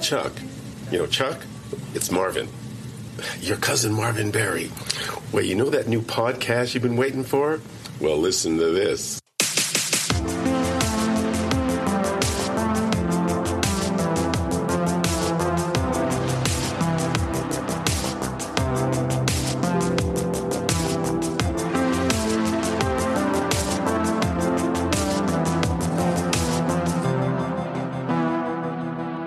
Chuck. You know, Chuck, it's Marvin. Your cousin Marvin Berry. Wait, you know that new podcast you've been waiting for? Well, listen to this.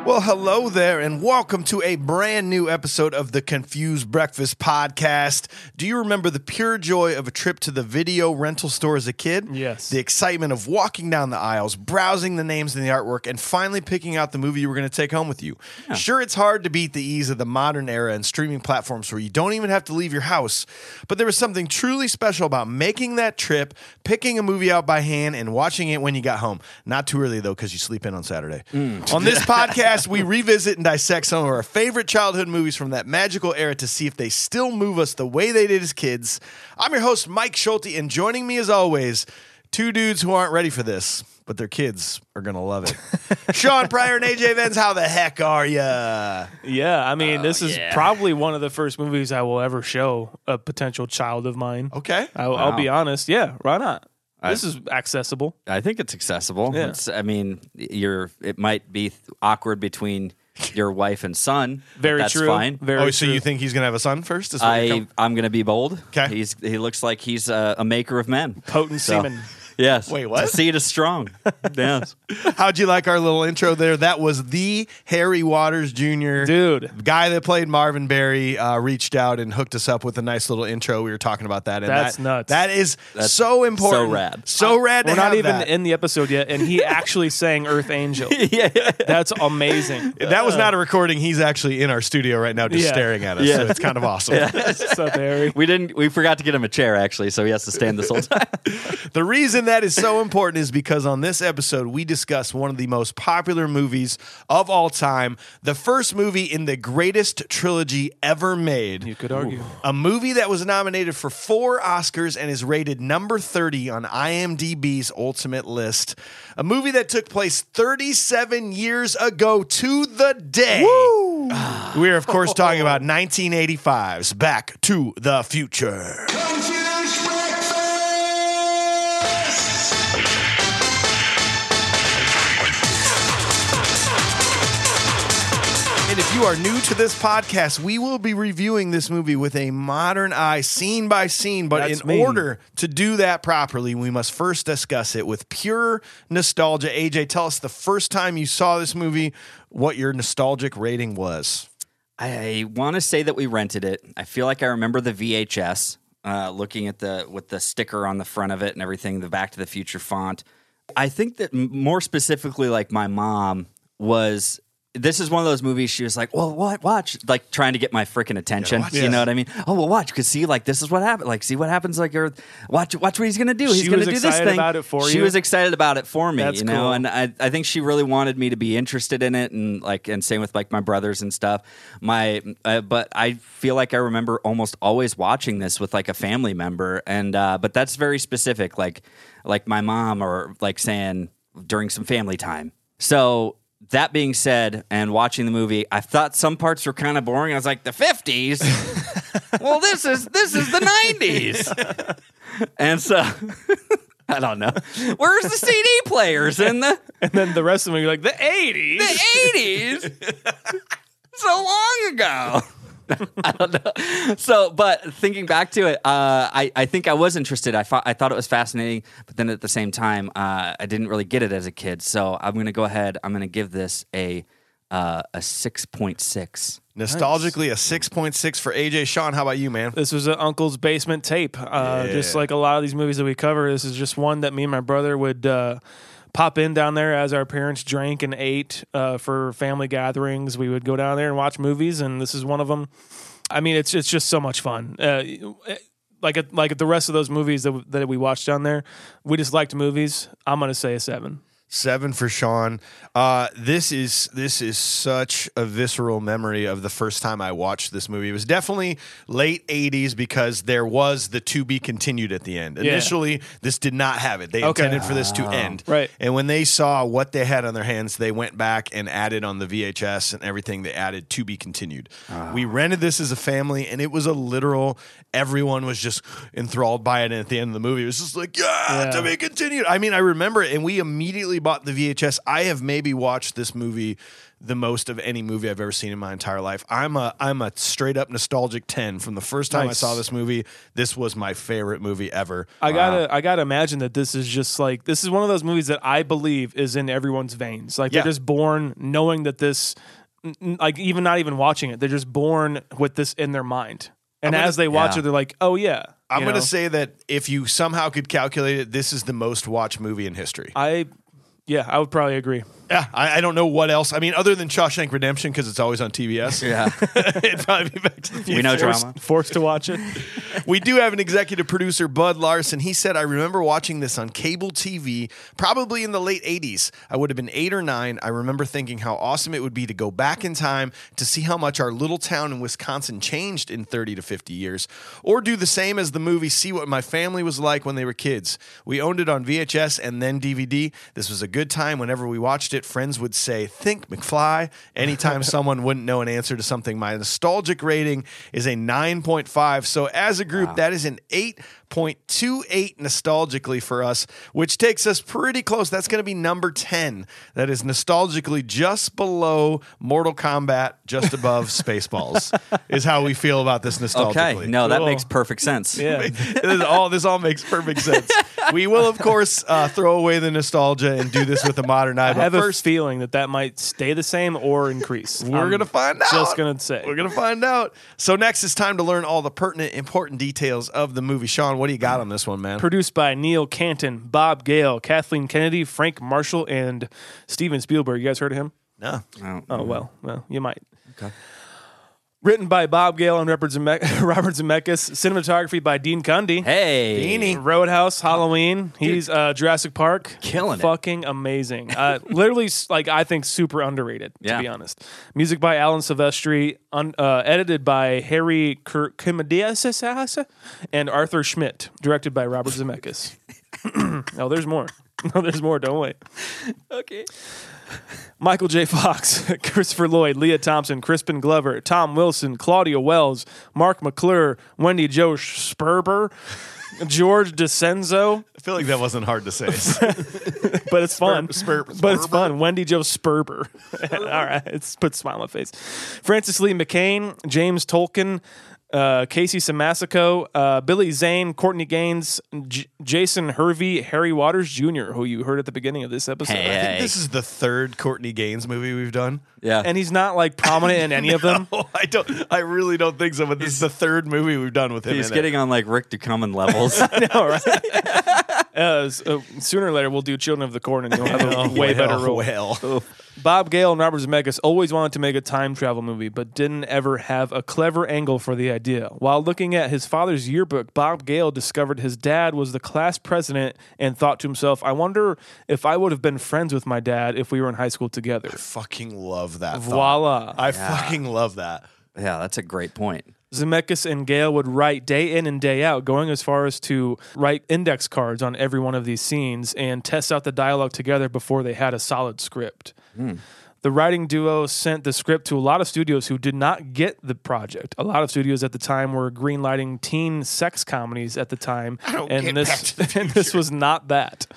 Well, hello there, and welcome to a brand new episode of the Confused Breakfast Podcast. Do you remember the pure joy of a trip to the video rental store as a kid? Yes. The excitement of walking down the aisles, browsing the names and the artwork, and finally picking out the movie you were going to take home with you. Sure, it's hard to beat the ease of the modern era and streaming platforms where you don't even have to leave your house, but there was something truly special about making that trip, picking a movie out by hand, and watching it when you got home. Not too early, though, because you sleep in on Saturday. Mm. On this podcast, we revisit and dissect some of our favorite childhood movies from that magical era to see if they still move us the way they did as kids. I'm your host, Mike Schulte, and joining me as always, two dudes who aren't ready for this, but their kids are going to love it. Sean Pryor and AJ Vens, how the heck are ya? Yeah, I mean, this is probably one of the first movies I will ever show a potential child of mine. Okay. I, I'll be honest. Yeah, why not? This is accessible. I think it's accessible. Yeah. It's, I mean, you're. It might be th- awkward between your wife and son. but Very that's true. Fine. Very oh, true. so you think he's going to have a son first? Is what you're I com- I'm gonna be bold. 'Kay. He's he looks like he's a, a maker of men. potent semen. Yes. Wait, what? The seed is strong. yes. How'd you like our little intro there? That was the Harry Waters Jr. Dude. Guy that played Marvin Berry uh, reached out and hooked us up with a nice little intro. We were talking about that. And That's that, nuts. That is That's so important. so rad. So rad to We're have not even that. in the episode yet, and he actually sang "Earth Angel." yeah. That's amazing. that was not a recording. He's actually in our studio right now, just Uh. Yeah. staring at us. So it's kind of awesome. What's up, Harry? We didn't. We forgot to get him a chair actually, so he has to stand this whole time. The reason that is so important is because on this episode, we discuss one of the most popular movies of all time, the first movie in the greatest trilogy ever made. You could argue. A movie that was nominated for four Oscars and is rated number 30 on IMDb's Ultimate List. A movie that took place 37 years ago to the day. We're, of course, talking about 1985's Back to the Future. Confused breakfast. And if you are new to this podcast, we will be reviewing this movie with a modern eye, scene by scene. But That's in me. order to do that properly, we must first discuss it with pure nostalgia. AJ, tell us the first time you saw this movie, what your nostalgic rating was. I want to say that we rented it. I feel like I remember the VHS, uh, looking at the with the sticker on the front of it and everything, the Back to the Future font. I think that m- more specifically, like my mom was. This is one of those movies. She was like, "Well, what? Watch!" Like trying to get my freaking attention. watch you this. know what I mean? Oh, well, watch. Cause see, like this is what happened. Like, see what happens. Like, you're watch. Watch what he's gonna do. She he's gonna was do this excited thing. about it for she you? was excited about it for me. That's you know, cool. and and I, I think she really wanted me to be interested in it and like and same with like my brothers and stuff my uh, but i feel like i remember almost always watching this with like a family member and uh, but that's very specific like like my mom or like saying during some family time so that being said and watching the movie i thought some parts were kind of boring i was like the 50s well this is this is the 90s and so I don't know. Where's the CD players in the And then the rest of them, you're like the '80s. the eighties. so long ago. I don't know. So, but thinking back to it, uh, I I think I was interested. I thought I thought it was fascinating, but then at the same time, uh, I didn't really get it as a kid. So I'm gonna go ahead. I'm gonna give this a uh, a six point six. Nostalgically, a 6.6 for AJ. Sean, how about you, man? This was an uncle's basement tape. Uh, Just like a lot of these movies that we cover, this is just one that me and my brother would uh, pop in down there as our parents drank and ate uh, for family gatherings. We would go down there and watch movies, and this is one of them. I mean, it's it's just so much fun. Uh, like at, like at the rest of those movies that w- that we watched down there, we just liked movies. I'm gonna say a seven. Seven for Sean. Uh, this is this is such a visceral memory of the first time I watched this movie. It was definitely late '80s because there was the "to be continued" at the end. Yeah. Initially, this did not have it. They Okay. intended for this to end, Right. And when they saw what they had on their hands, they went back and added on the VHS and everything. They added "to be continued." We rented this as a family, and it was a literal. Everyone was just enthralled by it. And at the end of the movie, it was just like, "Yeah, Yeah. to be it continued. I mean, I remember it, and we immediately bought the VHS. I have maybe watched this movie the most of any movie I've ever seen in my entire life. I'm a I'm a straight up nostalgic ten. From the first time I Nice. saw this movie, this was my favorite movie ever. I gotta I gotta imagine that this is just like this is one of those movies that I believe is in everyone's veins. Like Yeah. they're just born knowing that this, n- n- like even not even watching it, they're just born with this in their mind. And as they watch yeah. it, they're like, oh yeah. I'm you gonna know? say that if you somehow could calculate it, this is the most watched movie in history. I, yeah, I would probably agree. Yeah, I, I don't know what else. I mean, other than Shawshank Redemption, because it's always on TBS. Yeah. it'd probably be back to the We know forced, drama. forced to watch it. we do have an executive producer, Bud Larson. He said, I remember watching this on cable TV, probably in the late 80s. I would have been eight or nine. I remember thinking how awesome it would be to go back in time to see how much our little town in Wisconsin changed in 30 to 50 years, or do the same as the movie, see what my family was like when they were kids. We owned it on VHS and then DVD. This was a good time. Whenever we watched it, friends would say, Think McFly. Anytime someone wouldn't know an answer to something, my nostalgic rating is a 9.5. So, as a group, that is an 8.28 nostalgically for us, which takes us pretty close. That's going to be number 10. That is nostalgically just below Mortal Kombat, just above Spaceballs, is how we feel about this nostalgically. Okay. No, that Cool. makes perfect sense. Yeah. this all this all makes perfect sense. We will, of course, uh, throw away the nostalgia and do this with a modern eye. I But have a first, feeling that that might stay the same or increase. Um, we're I'm gonna find out. Just gonna say. we're gonna find out. So next, it's time to learn all the pertinent, important details of the movie. Sean, what do you got on this one, man? Produced by Neil Canton, Bob Gale, Kathleen Kennedy, Frank Marshall, and Steven Spielberg. You guys heard of him? no. Oh Mm-hmm. well, well you might. Written by Bob Gale and Robert Zemeck- Robert Zemeckis. Cinematography by Dean Cundy. Hey. Beanie. Roadhouse, Halloween. He's uh, Jurassic Park. Killing it. Fucking amazing. Uh, literally, s- like, I think super underrated, to Yeah. be honest. Music by Alan Silvestri, un- uh, edited by Harry Kirkimadias and Arthur Schmidt, directed by Robert Zemeckis. oh, there's more. No, there's more. Don't wait. Okay. Michael J. Fox, Christopher Lloyd, Leah Thompson, Crispin Glover, Tom Wilson, Claudia Wells, Mark McClure, Wendy Joe Sperber, George DeCenzo, I feel like that wasn't hard to say. but it's fun. Spurb- Spurb- but it's fun. Wendy Joe Sperber. All right, it's put a smile on my face. Francis Lee McCain, James Tolkien, uh, Casey Samasico, uh, Billy Zane, Courtney Gaines, J- Jason Hervey, Harry Waters Jr., who you heard at the beginning of this episode. Hey. I think this is the third Courtney Gaines movie we've done. Yeah. And he's not like prominent in any of them. Oh, I don't. I really don't think so. But this is the third movie we've done with him. He's in it. getting on like Rick DeCummon levels. All right. uh, s- uh, sooner or later, we'll do Children of the Corn, and you'll have a Oh, way better well, role. well. Bob Gale and Robert Zemeckis always wanted to make a time travel movie, but didn't ever have a clever angle for the idea. While looking at his father's yearbook, Bob Gale discovered his dad was the class president and thought to himself, I wonder if I would have been friends with my dad if we were in high school together. Fucking love that. thought. Voila. I fucking love that. yeah, that's a great point. Zemeckis and Gale would write day in and day out, going as far as to write index cards on every one of these scenes and test out the dialogue together before they had a solid script. Hmm. The writing duo sent the script to a lot of studios who did not get the project. A lot of studios at the time were greenlighting teen sex comedies at the time, and get Back this to the and this was not that.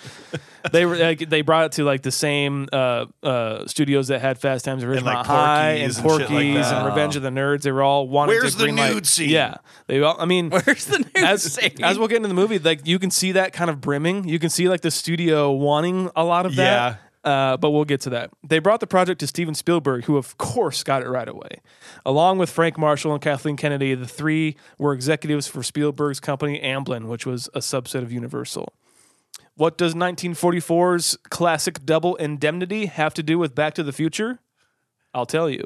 they were like, they brought it to like the same uh, uh, studios that had Fast Times at Ridgemont like, Porky's High and and shit Porky's like and, that. Revenge of the Nerds. They were all wanting Where's to the greenlight- nude scene? Yeah, they all. I mean, Where's the new as scene? as we'll get into the movie, like you can see that kind of brimming. You can see like the studio wanting a lot of that. Yeah. Uh, but we'll get to that. They brought the project to Steven Spielberg, who of course got it right away. Along with Frank Marshall and Kathleen Kennedy, the three were executives for Spielberg's company Amblin, which was a subset of Universal. What does 1944's classic Double Indemnity have to do with Back to the Future? I'll tell you.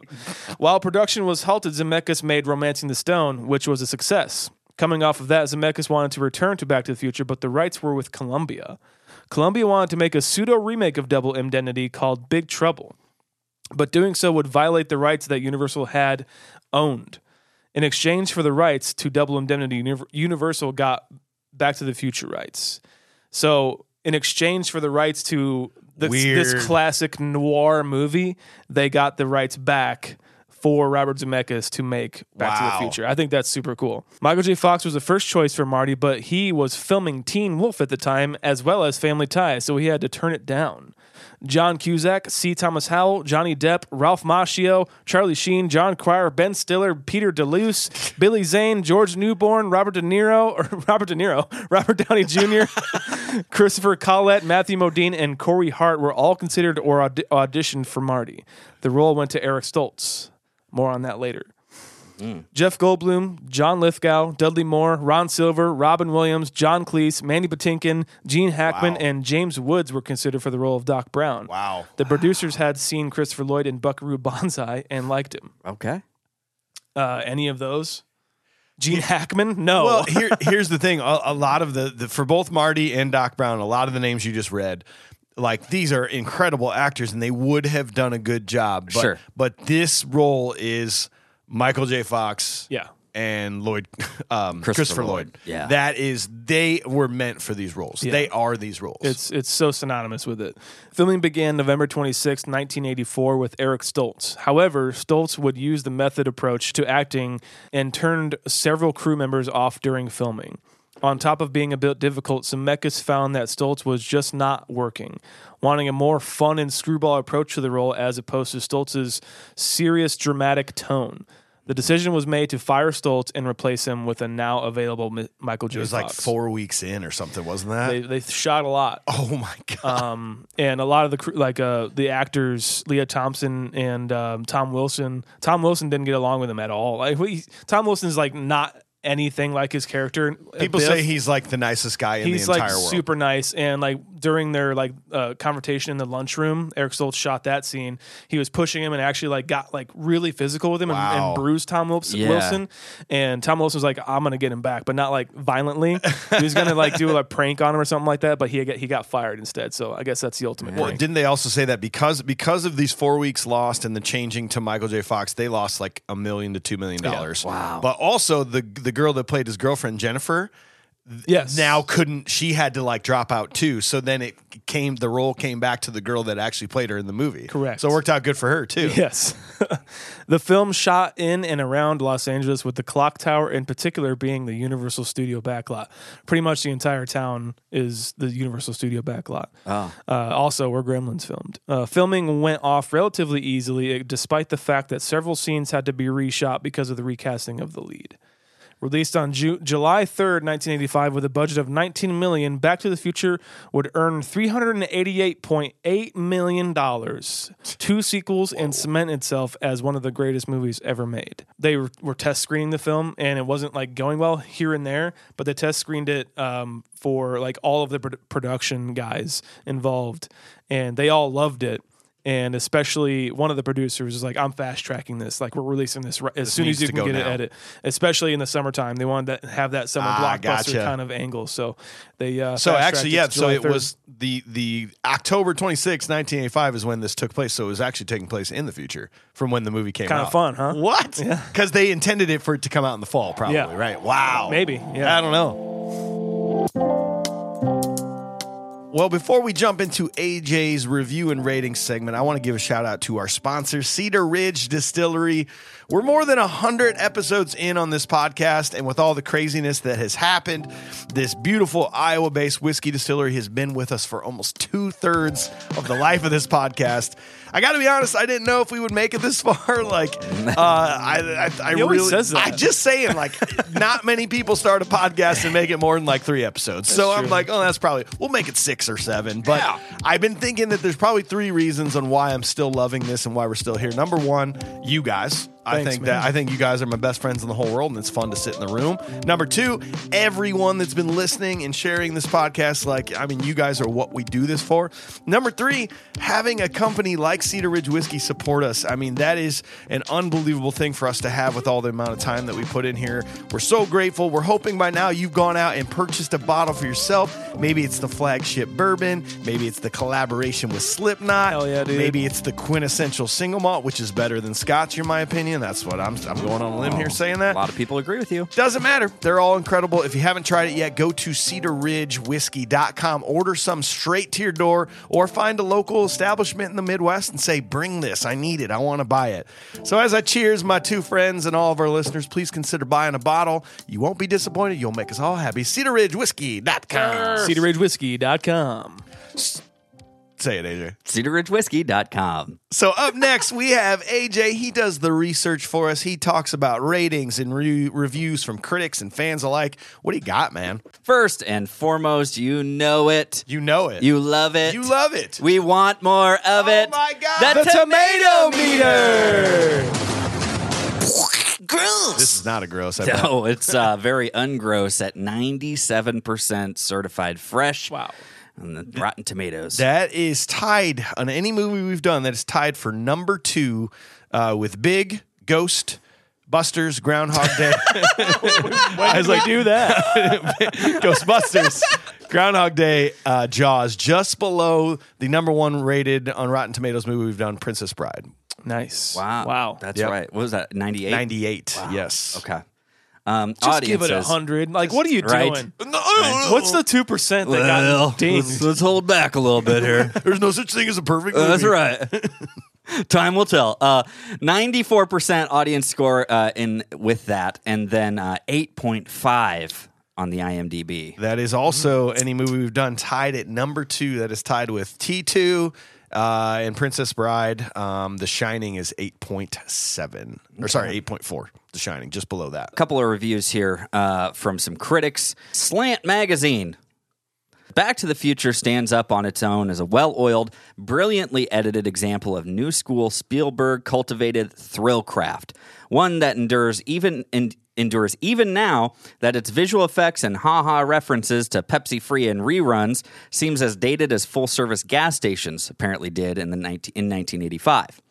While production was halted, Zemeckis made Romancing the Stone, which was a success. Coming off of that, Zemeckis wanted to return to Back to the Future, but the rights were with Columbia. Columbia wanted to make a pseudo remake of Double Indemnity called Big Trouble, but doing so would violate the rights that Universal had owned. In exchange for the rights to Double Indemnity, Univ- Universal got Back to the Future rights. So, in exchange for the rights to this, Weird. this classic noir movie, they got the rights back for Robert Zemeckis to make Back to Wow. the Future. I think that's super cool. Michael J. Fox was the first choice for Marty, but he was filming Teen Wolf at the time as well as Family Ties, so he had to turn it down. John Cusack, C. Thomas Howell, Johnny Depp, Ralph Macchio, Charlie Sheen, John Cryer, Ben Stiller, Peter DeLuce, Billy Zane, George Newborn, Robert De Niro, or Robert De Niro, Robert Downey Jr., Christopher Collette, Matthew Modine, and Corey Hart were all considered or aud- auditioned for Marty. The role went to Eric Stoltz. More on that later. Mm. Jeff Goldblum, John Lithgow, Dudley Moore, Ron Silver, Robin Williams, John Cleese, Mandy Patinkin, Gene Hackman, Wow. and James Woods were considered for the role of Doc Brown. Wow. The producers had seen Christopher Lloyd in Buckaroo Banzai and liked him. Okay. Uh, any of those? Gene Hackman? No. Well, here, here's the thing: a, a lot of the, the for both Marty and Doc Brown, a lot of the names you just read, like these are incredible actors, and they would have done a good job. But, Sure. but this role is Michael J. Fox. yeah. And Lloyd, um, Christopher, Christopher Lloyd. Lloyd. Yeah. that is they were meant for these roles. They are these roles. It's it's so synonymous with it. Filming began November 26, 1984 with Eric Stoltz. However, Stoltz would use the method approach to acting and turned several crew members off during filming. On top of being a bit difficult, Zemeckis found that Stoltz was just not working, wanting a more fun and screwball approach to the role as opposed to Stoltz's serious dramatic tone. The decision was made to fire Stoltz and replace him with a now available Mi- Michael J. it was like Fox. four weeks in or something, wasn't that? They, Uh, they shot a lot oh my god! and a lot of the crew, like uh, the actors, Leah Thompson and um, Tom Wilson. Tom Wilson didn't get along with him at all. Like we, Tom Wilson's like not anything like his character. People Biff, say he's like the nicest guy in he's the like entire world. super nice, and like during their like uh, conversation in the lunchroom, Eric Stoltz shot that scene. He was pushing him and actually like got like really physical with him and, Wow. and bruised Tom Wilson. Yeah. Wilson. And Tom Wilson was like, "I'm gonna get him back," but not like violently. he was gonna like do a prank on him or something like that, but he got, he got fired instead. So I guess that's the ultimate. Well, prank. didn't they also say that because because of these four weeks lost and the changing to Michael J. Fox, they lost like a million to two million dollars. Wow! But also the the girl that played his girlfriend Jennifer Yes. now couldn't. She had to like drop out too. So then it came the role came back to the girl that actually played her in the movie. Correct. So it worked out good for her too. Yes. the film shot in and around Los Angeles, with the clock tower in particular being the Universal Studio backlot. Pretty much the entire town is the Universal Studio backlot. Oh. Uh, also, where Gremlins filmed. Uh, filming went off relatively easily, eh, despite the fact that several scenes had to be reshot because of the recasting of the lead. Released on Ju- July 3rd, 1985, with a budget of 19 million, Back to the Future would earn 388.8 million dollars, two sequels, and cement itself as one of the greatest movies ever made. They were, were test screening the film, and it wasn't like going well here and there, but they test screened it um, for like all of the produ- production guys involved, and they all loved it. And especially one of the producers is like, "I'm fast tracking this. Like, we're releasing this right, as soon needs as you to can go get it now." edited." it, especially in the summertime. They wanted to have that summer Ah, blockbuster gotcha. kind of angle. So they uh, So fast-tracked actually, it yeah. to So July it 3rd. was the the October twenty sixth, 1985 is when this took place. So it was actually taking place in the future from when the movie came Kinda out. fun, huh? What? Because they intended it for it to come out in the fall, probably, Yeah. right? Wow. Maybe, yeah. I don't know. Well, before we jump into AJ's review and rating segment, I want to give a shout out to our sponsor, Cedar Ridge Distillery. We're more than 100 episodes in on this podcast, and with all the craziness that has happened, this beautiful Iowa based whiskey distillery has been with us for almost two thirds of the life of this podcast. I got to be honest, I didn't know if we would make it this far. Like, uh, I, I, I He always really, says that. I just just saying, like, not many people start a podcast and make it more than like three episodes. so I'm like, oh, that's probably we'll make it six or seven. But I've been thinking that there's probably three reasons on why I'm still loving this and why we're still here. Number one, you guys. I Thanks, think man. that I think you guys are my best friends in the whole world, and it's fun to sit in the room. Number two, everyone that's been listening and sharing this podcast, like I mean, you guys are what we do this for. Number three, having a company like Cedar Ridge Whiskey support us. I mean, that is an unbelievable thing for us to have with all the amount of time that we put in here. We're so grateful. We're hoping by now you've gone out and purchased a bottle for yourself. Maybe it's the flagship bourbon. Maybe it's the collaboration with Slipknot. Hell yeah, dude. Maybe it's the quintessential single malt, which is better than Scotch, in my opinion. That's what I'm, I'm going on a limb here saying A lot that. of people agree with you. Doesn't matter. They're all incredible. If you haven't tried it yet, go to cedarridgewhiskey.com, order some straight to your door, or find a local establishment in the Midwest and say, Bring this. I need it. I want to buy it. So, as I cheers my two friends and all of our listeners, please consider buying a bottle. You won't be disappointed. You'll make us all happy. cedarridgewhiskey.com. CedarRidgeWhiskey.com. Say it, AJ. CedarRidgeWhiskey.com. So up next we have AJ. He does the research for us. He talks about ratings and re- reviews from critics and fans alike. What do you got, man? First and foremost, you know it. You know it. You love it. You love it. Oh We want more of it. my God. The, The tomato, meter. this is not a gross. I bet. No, it's uh, very ungross at 97% certified fresh. Wow. And the Rotten Tomatoes. That is tied on any movie we've done. That is tied for number two uh, with Big Ghost. Busters, Groundhog Day. I was like, Do that. Ghostbusters, Groundhog Day, uh, Jaws, just below the number one rated on Rotten Tomatoes movie we've done, Princess Bride. nice. wow. Wow. That's Yep. right. What was that? 98? 98. Yes. Okay. Um, Just give it a audiences. hundred. Like, what are you Right. doing? No, What's the two percent that Well, got let's, dinged? let's hold back a little bit here. There's no such thing as a perfect Uh, that's right. Time will tell. Uh, 94% audience score uh, in with that, and then uh, 8.5 on the IMDb. That is also any movie we've done tied at number two. That is tied with T2 uh, and Princess Bride. Um, the Shining is 8.7, or sorry, 8.4. The Shining, just below that. couple of reviews here uh, from some critics. Slant Magazine. Back to the Future stands up on its own as a well oiled, brilliantly edited example of new school Spielberg cultivated thrill craft. One that endures even en- endures even now that its visual effects and ha ha references to Pepsi Free and reruns seems as dated as full service gas stations apparently did in, the 19- in 1985.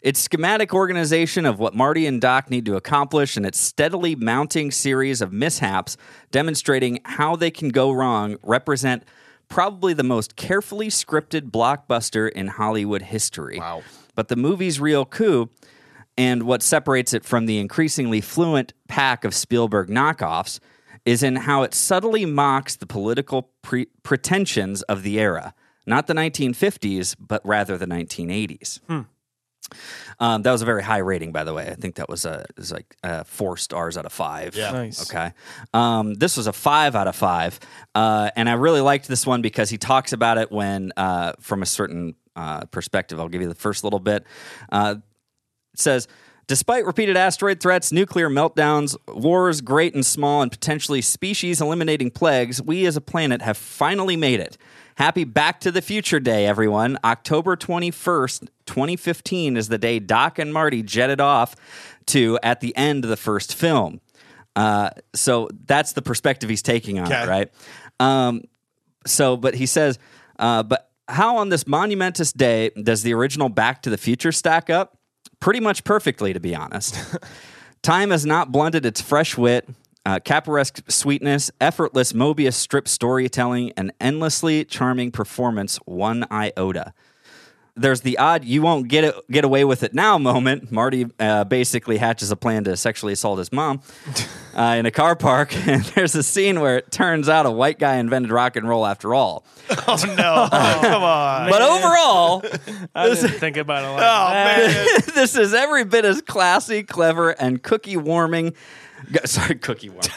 Its schematic organization of what Marty and Doc need to accomplish and its steadily mounting series of mishaps demonstrating how they can go wrong represent probably the most carefully scripted blockbuster in Hollywood history. Wow. But the movie's real coup and what separates it from the increasingly fluent pack of Spielberg knockoffs is in how it subtly mocks the political pre- pretensions of the era, not the 1950s, but rather the 1980s. Um, that was a very high rating, by the way. I think that was a it was like uh, four stars out of five. Yeah, Nice. Okay, um, this was a five out of five, uh, and I really liked this one because he talks about it when uh, from a certain uh, perspective. I'll give you the first little bit. Uh, it says, despite repeated asteroid threats, nuclear meltdowns, wars great and small, and potentially species eliminating plagues, we as a planet have finally made it. Happy Back to the Future Day, everyone. October 21st, 2015 is the day Doc and Marty jetted off to at the end of the first film. Uh, so that's the perspective he's taking on Okay. it, right? Um, so, but he says, uh, but how on this monumentous day does the original Back to the Future stack up? Pretty much perfectly, to be honest. Time has not blunted its fresh wit, uh, caporesque sweetness, effortless Mobius strip storytelling, and endlessly charming performance one iota there's the odd you won't get it, get away with it now moment. Marty uh, basically hatches a plan to sexually assault his mom uh, in a car park, and there's a scene where it turns out a white guy invented rock and roll after all. Oh, no. Come on. But overall, I didn't think about it. Like Oh, that. man. this is every bit as classy, clever, and cookie warming. g- Sorry, cookie warming,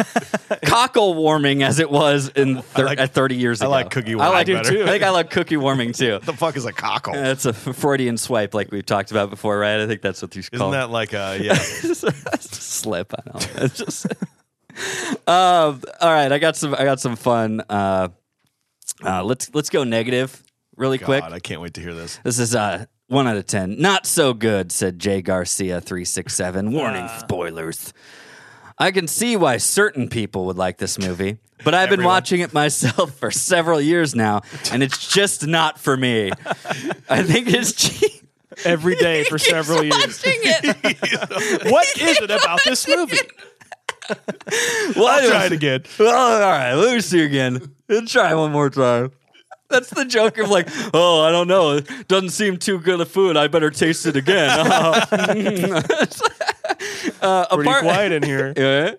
cockle warming as it was in thir- like- at 30 years I ago. like cookie warming I, like, better. I think I like cookie warming too. the fuck is a cockle? That's a Freudian swipe, like we've talked about before, right? I think that's what you call Isn't that like a, yeah. slip. I know. It's just. um, all right, I got some. I got some fun. Uh, uh, let's let's go negative really quick. God, I can't wait to hear this. This is uh, One out of ten. Not so good, said Jay Garcia three six seven. Warning spoilers. I can see why certain people would like this movie, but I've been watching it myself for several years now, and it's just not for me. I think it's cheap. every day for several years. Watching it. What is it about this movie? Well, Try it anyways. again. Well, all right, let me see again. Let's try one more time. That's the joke of like, oh, I don't know. It doesn't seem too good of food. I better taste it again. uh, Pretty apart- quiet in here. Yeah.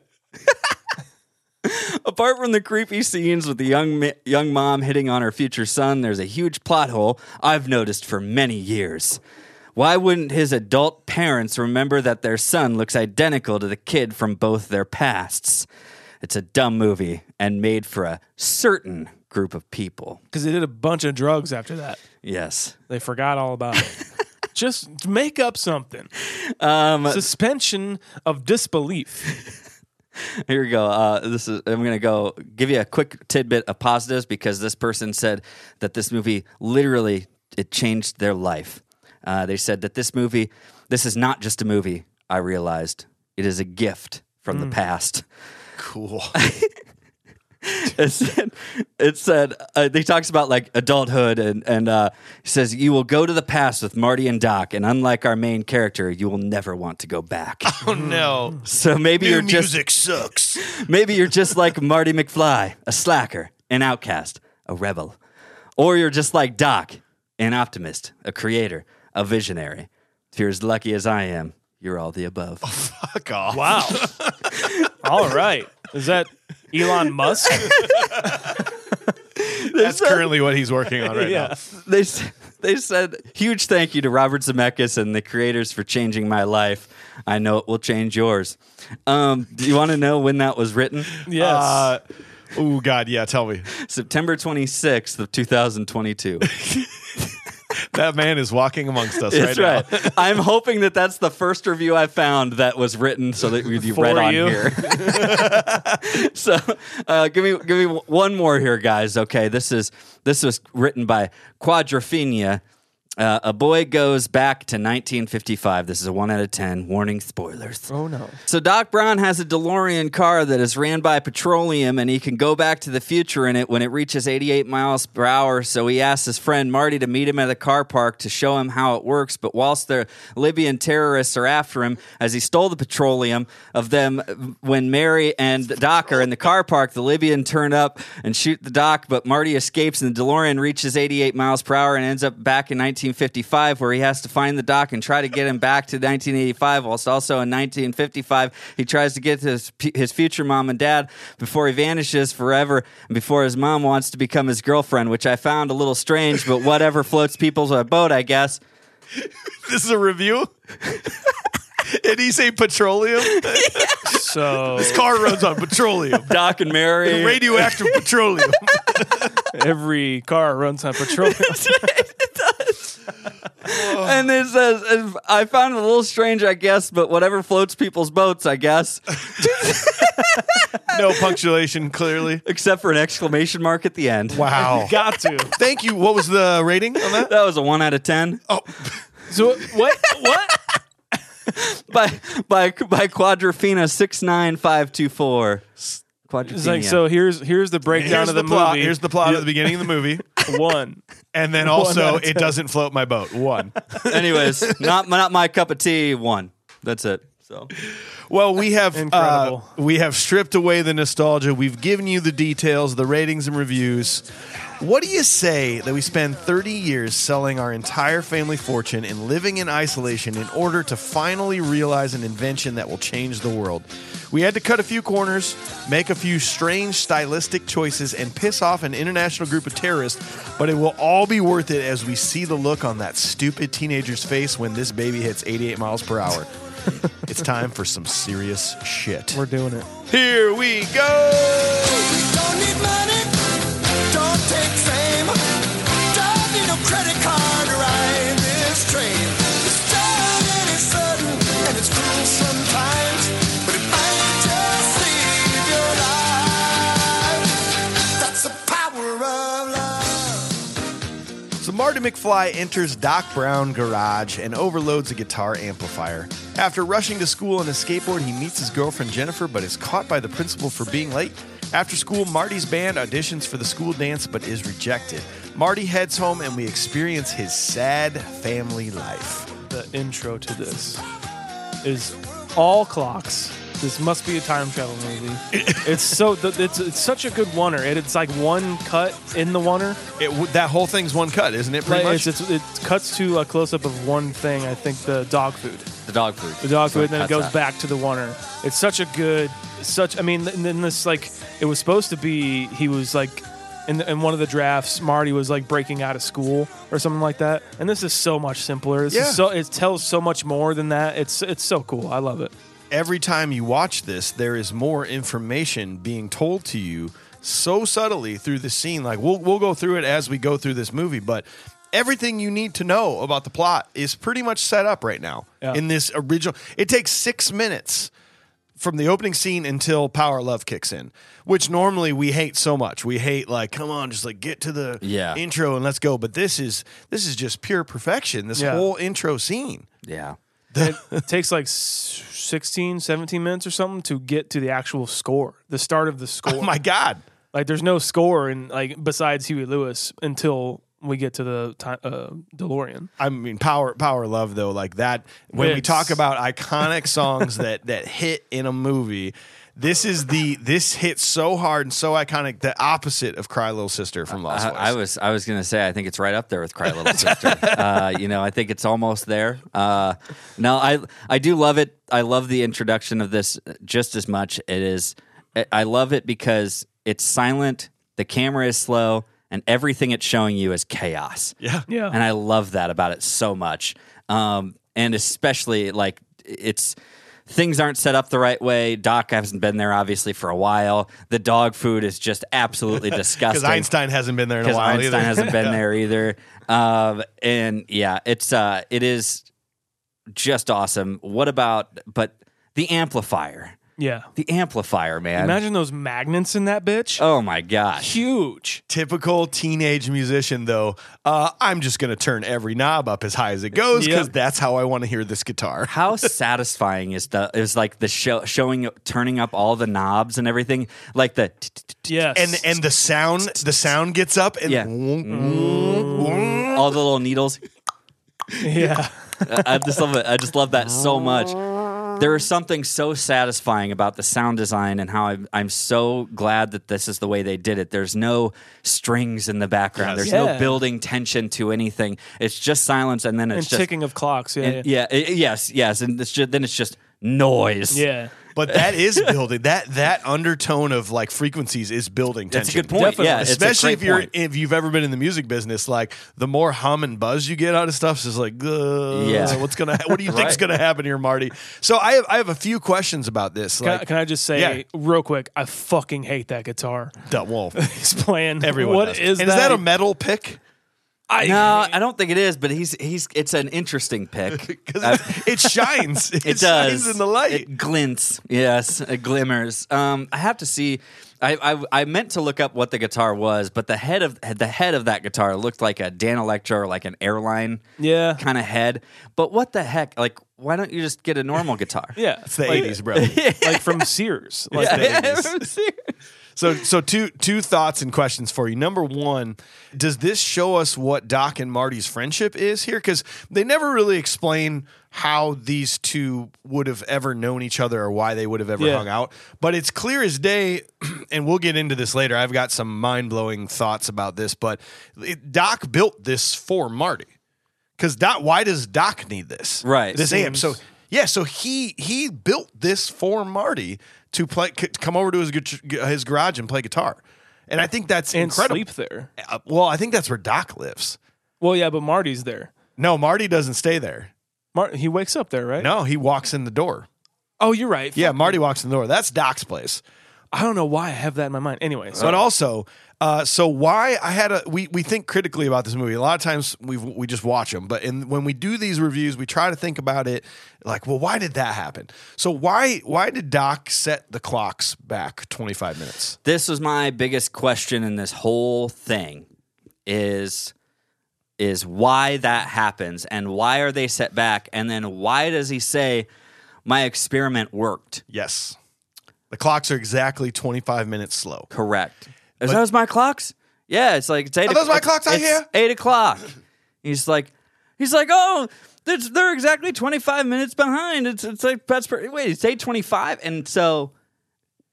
Eh? Apart from the creepy scenes with the young ma- young mom hitting on her future son, there's a huge plot hole I've noticed for many years. Why wouldn't his adult parents remember that their son looks identical to the kid from both their pasts? It's a dumb movie and made for a certain group of people. Because they did a bunch of drugs after that. Yes. They forgot all about it. Just make up something. Um, Suspension of disbelief. Here we go. Uh, this is. I'm gonna go give you a quick tidbit of positives because this person said that this movie literally it changed their life. Uh, they said that this movie, this is not just a movie. I realized it is a gift from the past. Hmm. Cool. it said, it said uh, he talks about like adulthood and and uh, he says you will go to the past with Marty and Doc, and unlike our main character, you will never want to go back. oh no. so maybe New you're just music sucks. Maybe you're just like Marty McFly, a slacker, an outcast, a rebel. Or you're just like Doc, an optimist, a creator, a visionary. If you're as lucky as I am, you're all the above. Fuck off. Wow. all right. Is that Elon Musk? That's currently what he's working on right now. yeah. they s- they said huge thank you to Robert Zemeckis and the creators for changing my life. I know it will change yours. Um, do you want to know when that was written? Yes. Uh, oh God, yeah. Tell me, September 26th of 2022. that man is walking amongst us right, That's now. right. I'm hoping that that's the first review I found that was written so that you'd be For read on you. here. so uh, give me give me one more here, guys. Okay, this is this was written by Quadrophenia. Uh, a boy goes back to 1955. This is a one out of ten. Warning spoilers. oh, no. So Doc Brown has a DeLorean car that is ran by petroleum, and he can go back to the future in it when it reaches 88 miles per hour. So he asks his friend Marty to meet him at the car park to show him how it works. But whilst the Libyan terrorists are after him, as he stole the petroleum of them, when Mary and Doc are in the car park, the Libyan turn up and shoot the Doc, but Marty escapes, and the DeLorean reaches 88 miles per hour and ends up back in 1955, where he has to find the Doc and try to get him back to 1985, whilst also in 1955 he tries to get to his, his future mom and dad before he vanishes forever and before his mom wants to become his girlfriend, which I found a little strange, but whatever floats people's uh, boat, I guess. This is a review. Did he say petroleum? So Car runs on petroleum, Doc and Mary. radioactive petroleum. every car runs on petroleum. and it says, and I found it a little strange, I guess, but whatever floats people's boats, I guess. No punctuation, clearly. Except for an exclamation mark at the end. Wow. Got to. Thank you. What was the rating on that? That was a one out of ten. Oh. So what? What? By by by Quadrophenia six nine five two four. Quadrophenia. It's like so. Here's here's the breakdown Here's of the, plot. movie. Here's the plot at the beginning of the movie, one. and then out also of it doesn't float my boat. One. Anyways, not not my cup of tea. One. That's it. So Well, we have uh, Incredible. we have stripped away the nostalgia. We've given you the details, the ratings and reviews. What do you say that we spend 30 years selling our entire family fortune and living in isolation in order to finally realize an invention that will change the world? We had to cut a few corners, make a few strange stylistic choices, and piss off an international group of terrorists, but it will all be worth it as we see the look on that stupid teenager's face when this baby hits 88 miles per hour. It's time for some serious shit. We're doing it. Here we go. Don't need money, don't take fame. Don't need no credit card to ride this train. This town it is sudden and it's cruel sometimes, but it might just save your life. That's the power of love. So Marty McFly enters Doc Brown garage and overloads a guitar amplifier. After rushing to school on his skateboard, he meets his girlfriend Jennifer but is caught by the principal for being late. After school, Marty's band auditions for the school dance but is rejected. Marty heads home and we experience his sad family life. The intro to this is all clocks. This must be a time travel movie. it's so th- it's it's such a good oneer, and it's like one cut in the oneer. It, w- that whole thing's one cut, isn't it? Pretty Like, much. it's, it's, it cuts to a close up of one thing. I think the dog food, The dog food. the dog So food, and then it cuts goes out. back to the oneer. It's such a good, such. I mean, and then this like it was supposed to be. He was like. In, the, in one of the drafts, Marty was like breaking out of school or something like that, and this is so much simpler. This Yeah. is so it tells so much more than that. It's it's so cool. I love it. every time you watch this, there is more information being told to you so subtly through the scene. Like we'll we'll go through it as we go through this movie, but everything you need to know about the plot is pretty much set up right now Yeah. in this original. It takes six minutes from the opening scene until Power of Love kicks in, which normally we hate so much. We hate like, come on, just like get to the Yeah. intro and let's go. But this is this is just pure perfection. This Yeah. whole intro scene. Yeah. it takes like s- 16 17 minutes or something to get to the actual score the start of the score Oh my god. like there's no score in like besides huey lewis until we get to the time, uh, delorean I mean, power, power, love though. Like that, when we It's- talk about iconic songs that that hit in a movie, this is the this hit so hard and so iconic. The opposite of "Cry Little Sister" from Lost I, Boys. I was I was gonna say I think it's right up there with Cry Little Sister. uh, you know I think it's almost there. Uh, no, I I do love it. I love the introduction of this just as much. It is I- I love it because it's silent. The camera is slow, and everything it's showing you is chaos. Yeah, Yeah. And I love that about it so much. Um, and especially like it's things aren't set up the right way. Doc hasn't been there obviously for a while. The dog food is just absolutely because disgusting. Einstein hasn't been there in a because while Einstein either. hasn't been there either. Um, and yeah, it's uh, it is just awesome. What about but the amplifier? yeah The amplifier, man. imagine those magnets in that bitch oh my gosh. huge Typical teenage musician though. Uh, I'm just gonna turn every knob up as high as it goes because Yep. that's how I want to hear this guitar. How satisfying is the is like the show showing turning up all the knobs and everything like the t- t- t- yes And and the sound the sound gets up and Yeah. Mm. all the little needles. yeah I just love it. I just love that so much. There is something so satisfying about the sound design and how I'm, I'm so glad that this is the way they did it. There's no strings in the background. Yes. There's Yeah. no building tension to anything. It's just silence, and then it's and just ticking of clocks yeah and- yeah, yeah, i- i- yes, yes, and it's just, then it's just noise. yeah. But that is building that that undertone of like frequencies is building tension. that's a good point. Yeah, Definitely. it's a especially great if you're point. if you've ever been in the music business like the more hum and buzz you get out of stuff is like "Ugh, Yeah. what's gonna what do you think's Right. gonna happen here marty so i have i have a few questions about this Can, I, like can I just say Yeah. real quick? I fucking hate that guitar. that wolf He's playing. everyone What does. is and that? is that a metal pick I- no, I don't think it is, but he's he's. It's an interesting pick. because it shines it, It shines does. in the light It glints. Yes, it glimmers. Um, I have to see. I, I I meant to look up what the guitar was, but the head of the head of that guitar looked like a Dan Electro or like an airline, Yeah. kind of head. But what the heck? Like, why don't you just get a normal guitar? Yeah, it's the like, 80s bro like from Sears. Like Yeah. that. So so two two thoughts and questions for you. Number one, does this show us what Doc and Marty's friendship is here? Because they never really explain how these two would have ever known each other or why they would have ever Yeah. hung out. But it's clear as day, and we'll get into this later. I've got some mind blowing thoughts about this, but it, Doc built this for Marty. Because Doc, why does Doc need this? Right. This amp. So yeah, so he he built this for Marty to play c- to come over to his gu- his garage and play guitar, and I think that's and incredible. sleep there. Uh, well, I think that's where Doc lives. Well, yeah, but Marty's there. No, Marty doesn't stay there. Mar- he wakes up there, right? No, he walks in the door. Oh, you're right. Yeah, Marty walks in the door. That's Doc's place. I don't know why I have that in my mind. Anyway, so But also, uh, so why I had a we we think critically about this movie. A lot of times we we just watch them, but in, when we do these reviews, we try to think about it like, well, why did that happen? So why why did Doc set the clocks back twenty five minutes? This was my biggest question in this whole thing: is is why that happens and why are they set back and then why does he say my experiment worked? Yes. The clocks are exactly 25 minutes slow. Correct. Is those my clocks? Yeah, it's like it's eight. Are those o'clock- my clocks out it's here? Eight o'clock. He's like, he's like, oh, that's- they're exactly twenty five minutes behind. It's it's like that's per- wait, it's eight twenty five, and so,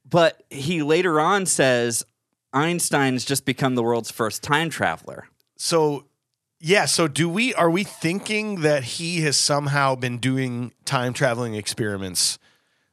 but he later on says Einstein's just become the world's first time traveler. So, yeah, so do we are we thinking that he has somehow been doing time traveling experiments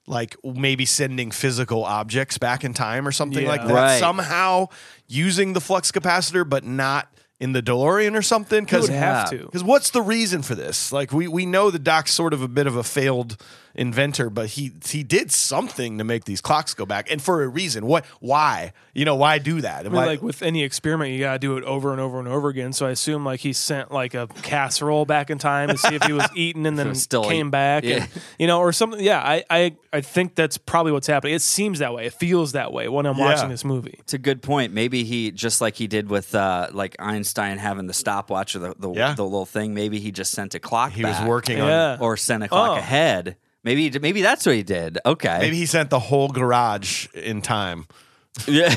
like maybe sending physical objects back in time or something Yeah. like that Right. somehow using the flux capacitor but not in the DeLorean or something He cuz would have to. Because what's the reason for this? Like we we know the doc's sort of a bit of a failed inventor, but he he did something to make these clocks go back, and for a reason. What? Why? You know, why do that? I mean, like with any experiment, you gotta do it over and over and over again. So I assume like he sent like a casserole back in time to see if he was eating, and it then was still came eat- back, Yeah. and, you know, or something. Yeah, I, I I think that's probably what's happening. It seems that way. It feels that way when I'm Yeah. watching this movie. It's a good point. Maybe he just like he did with uh, like Einstein having the stopwatch or the the, Yeah. the little thing. Maybe he just sent a clock. he was back. working on. Yeah. or sent a clock Oh. ahead. Maybe he did- maybe that's what he did. Okay. Maybe he sent the whole garage in time, Yeah.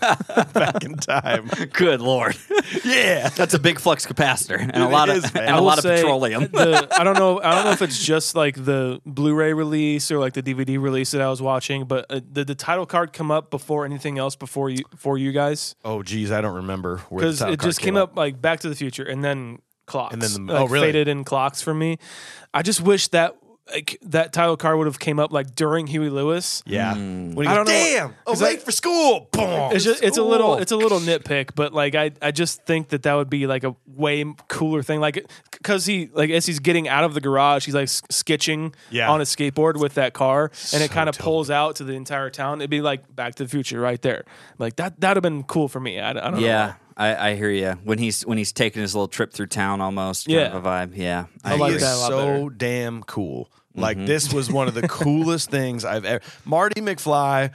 back in time. Good lord. yeah. That's a big flux capacitor and a It lot is, of man. and I a will lot of say petroleum. the- I don't know. I don't know if it's just like the Blu-ray release or like the DVD release that I was watching, but uh, did the title card come up before anything else before you for you guys? Oh, geez, I don't remember where the because title it card just came up like Back to the Future and then clocks And then the- like, oh, really? faded in clocks for me. I just wish that like, that title card would have came up like during Huey Lewis. Yeah. When he I goes, don't know what- Damn, I'm late for school. Boom. It's just, it's a little Cool. it's a little nitpick, but like I, I just think that that would be like a way cooler thing. Like because he like as he's getting out of the garage, he's like s- sketching Yeah. on a skateboard with that car, and So it kind of dope. pulls out to the entire town. It'd be like Back to the Future right there. Like that that'd have been cool for me. I, I don't know. yeah. I, I hear you. When he's when he's taking his little trip through town almost kind Yeah. of a vibe. Yeah. I He like is that a lot so better. damn cool. Mm-hmm. Like this was one of the coolest things I've ever. Marty McFly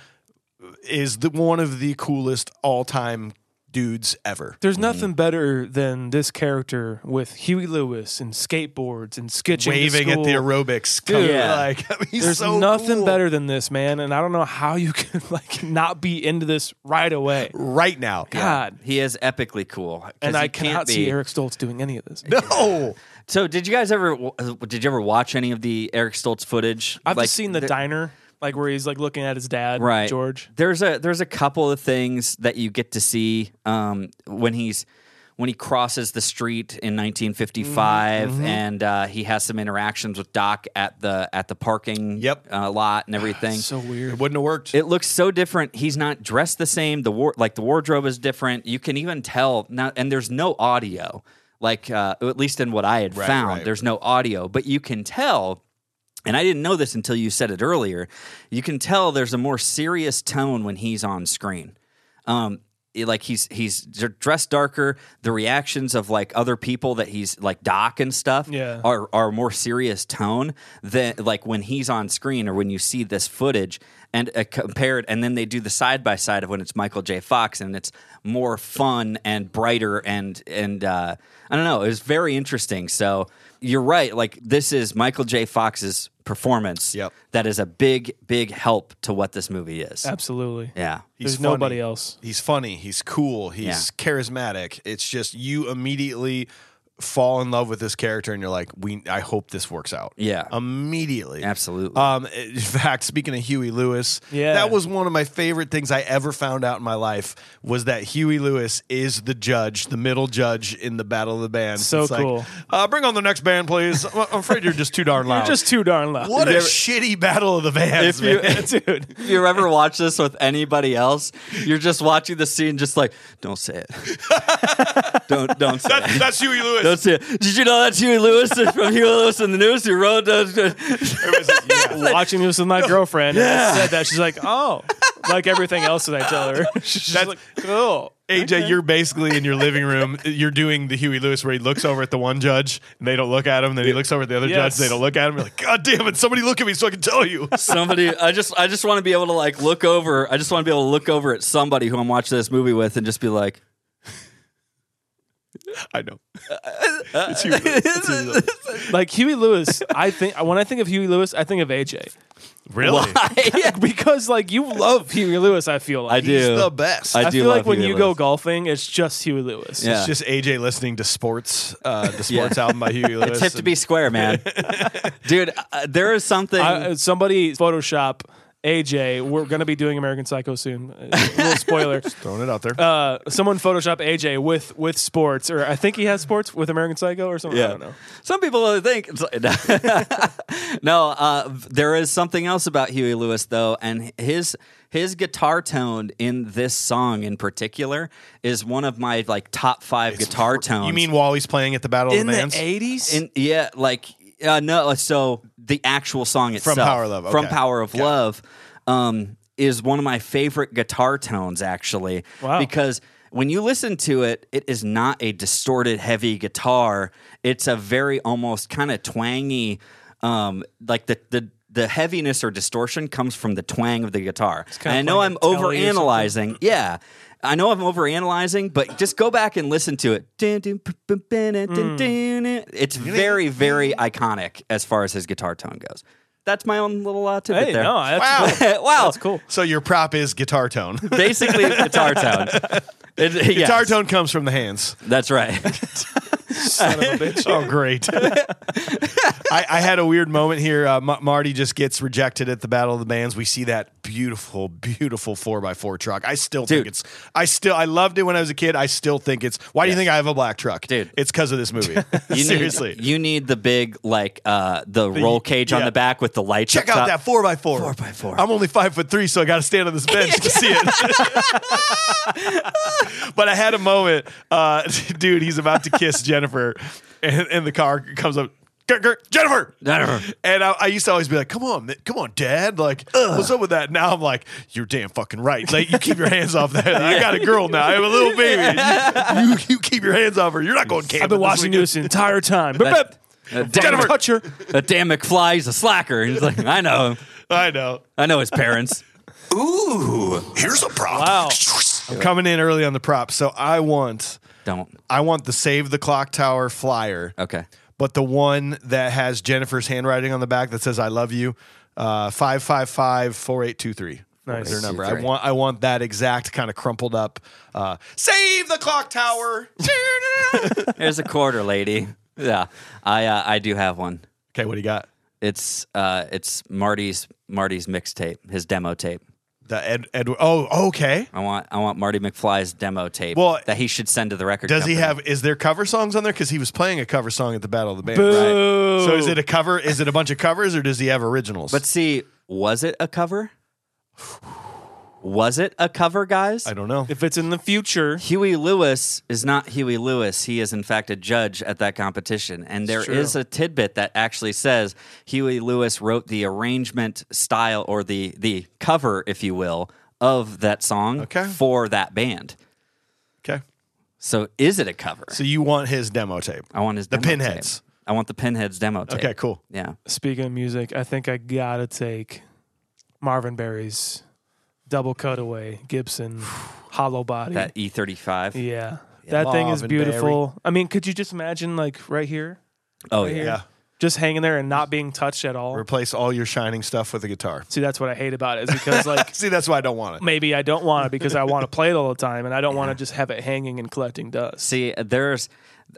is the one of the coolest all time dudes ever. There's nothing better than this character with Huey Lewis and skateboards and sketching. to Waving at the school. aerobics, Dude. company, Yeah. like I mean, he's There's so nothing cool. better than this, man. And I don't know how you could like not be into this right away. right now. God. He is epically cool. 'cause And I he can't cannot be. see Eric Stoltz doing any of this. No, So did you guys ever did you ever watch any of the Eric Stoltz footage? I've Like, just seen the, th- diner, like where he's like looking at his dad, right George. there's a there's a couple of things that you get to see um, when he's when he crosses the street in 1955 Mm-hmm. and uh, he has some interactions with doc at the at the parking Yep. uh, lot and everything Ah, So it weird. wouldn't have worked. it looks so different. He's not dressed the same. The war, like the wardrobe is different. You can even tell now, and there's no audio. Like uh, at least in what I had Right, found, right. there's no audio, but you can tell. And I didn't know this until you said it earlier. You can tell there's a more serious tone when he's on screen. Um, it- like he's he's d- dressed darker. The reactions of like other people that he's like Doc and stuff Yeah. are are, are more serious tone than like when he's on screen or when you see this footage and uh, compared and then they do the side by side of when it's Michael J Fox and it's more fun and brighter and and uh, I don't know it was very interesting so you're right like this is Michael J Fox's performance Yep. that is a big big help to what this movie is Absolutely. yeah There's nobody else. He's funny. He's cool. He's Yeah. charismatic. It's just you immediately fall in love with this character, and you're like, "We, I hope this works out." Yeah. immediately, Absolutely. Um, in fact, speaking of Huey Lewis, Yeah. that was one of my favorite things I ever found out in my life was that Huey Lewis is the judge, the middle judge in the Battle of the Bands. So It's like, cool. uh, bring on the next band, please. I'm I'm afraid you're just too darn loud. You're just too darn loud. what a shitty Battle of the Bands, man. dude. if you ever watch this with anybody else, you're just watching the scene, just like, don't say it. don't don't say it. That's Huey Lewis. Don't say it. Did you know that's Huey Lewis from Huey Lewis in the News? Who wrote those? Watching this with my girlfriend, and said that she's like, oh, like everything else that I tell her. She's just That's- like, cool. AJ, you're basically in your living room. You're doing the Huey Lewis where he looks over at the one judge and they don't look at him. then he looks over at the other Yes. judge. They don't look at him. You're like, God damn it. Somebody look at me so I can tell you. Somebody, I just, I just want to be able to like look over. I just want to be able to look over at somebody who I'm watching this movie with and just be like, I know. it's Huey Lewis. It's Huey Lewis. Like Huey Lewis, I think when I think of Huey Lewis, I think of AJ Really? because like you love Huey Lewis. I feel like I do. He's the best. I I, do feel like love when Huey you go Lewis. golfing, it's just Huey Lewis. Yeah. It's just AJ listening to sports, uh, the sports album by Huey Lewis. It's hip to be square, man. Dude, uh, there is something. I, somebody Photoshop AJ. We're gonna be doing American Psycho soon. Uh, little spoiler. throwing it out there. Uh, someone Photoshop AJ with with sports, or I think he has sports with American Psycho or something. I don't know. Some people think it's like- no. Uh, there is something else about Huey Lewis though, and his his guitar tone in this song in particular is one of my like top five guitar tones. you mean while he's playing at the Battle of the Bands? eighties? In, yeah, like uh, no. So the actual song itself Power of Love, from okay. Power of Yeah. Love, um, is one of my favorite guitar tones actually. Wow. Because when you listen to it, it is not a distorted heavy guitar. It's a very almost kind of twangy, um, like the the. The heaviness or distortion comes from the twang of the guitar. kinda And I know like I'm a telly or something. overanalyzing overanalyzing. Yeah. I know I'm overanalyzing, but just go back and listen to it. Dun, dun, pu- pu- bun, dun, dun, dun. It's very, very iconic as far as his guitar tone goes. That's my own little uh, tidbit Hey, there. no, that's Wow. cool. wow, that's cool. So your prop is guitar tone. Basically, guitar tone. It- Guitar yes, tone comes from the hands. That's right. Oh, great. I, I had a weird moment here. Uh, Ma- Marty just gets rejected at the Battle of the Bands. We see that beautiful, beautiful 4x4 truck. I still think Dude. it's, I still, I loved it when I was a kid. I still think it's, why do you think I have a black truck? Dude. It's because of this movie. You Seriously. need, you need the big like uh, the, roll cage on yeah. the back with the lights. Check up out top. that 4x4. 4x4. I'm only five foot three, so I got to stand on this bench to see it. but I had a moment. Uh, dude, he's about to kiss Jennifer, and, and the car comes up. "Gurr, gurr, Jennifer, Jennifer. and I, I used to always be like, "Come on, mi- come on, Dad! Like, what's up with that?" Now I'm like, "You're damn fucking right! Like, you keep your hands off that. I got a girl now. I have a little baby. You, you, you keep your hands off her. You're not going camping. I've been this watching weekend." you this entire time. That- Don't that Uh, damn- touch her. That damn McFly's a slacker. He's like, I know, I know. I know his parents. Ooh, here's a prop. Wow. I'm coming in early on the prop, so I want, Don't. I want the save the clock tower flyer. Okay. but the one that has Jennifer's handwriting on the back that says "I love you," uh, five five five four eight two three. Nice. their number. I 4823. want I want that exact kind of crumpled up. Uh, Save the clock tower. There's a quarter, lady. Yeah, I uh, I do have one. okay, what do you got? It's uh it's Marty's Marty's mixtape, his demo tape. The Ed, Edward. Oh, okay. I want I want Marty McFly's demo tape Well, that he should send to the record. Does he company. have? Is there cover songs on there? Because he was playing a cover song at the Battle of the Bands. Boo. So is it a cover? Is it a bunch of covers, or does he have originals? But see, was it a cover? Was it a cover, guys? I don't know. if it's in the future, Huey Lewis is not Huey Lewis. He is, in fact, a judge at that competition. And there true. is a tidbit that actually says Huey Lewis wrote the arrangement style or the, the cover, if you will, of that song Okay. for that band. Okay. So is it a cover? So you want his demo tape? I want his the demo tape. Pinheads. I want the Pinheads demo tape. Okay, cool. Yeah. speaking of music, I think I gotta take Marvin Berry's double cutaway Gibson hollow body. That E E35. yeah. That thing is Marvin beautiful. I mean, could you just imagine like right here, Oh, Right yeah. here? Yeah. just hanging there and not being touched at all? Replace all your shining stuff with a guitar. See, that's what I hate about it is because like See, that's why I don't want it. maybe I don't want it because I want to play it all the time and I don't want to just have it hanging and collecting dust. See, there's,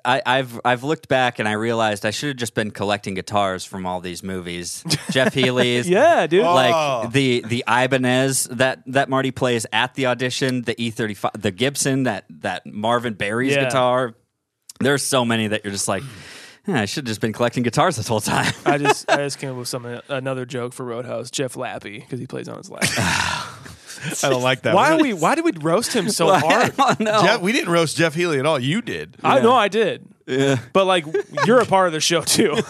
I, I've I've looked back and I realized I should have just been collecting guitars from all these movies. Jeff Healy's, Yeah, dude. Oh. like the the Ibanez that that Marty plays at the audition, the E thirty five, the Gibson that that Marvin Berry's Yeah. guitar. There's so many that you're just like, "Yeah, I should have just been collecting guitars this whole time. I just I just came up with something another joke for Roadhouse, Jeff Lappy, because he plays on his lap. I don't like that. why are we why did we roast him so hard? oh no, Jeff, we didn't roast Jeff Healy at all. You did. I know I did. Yeah. But like you're a part of the show too.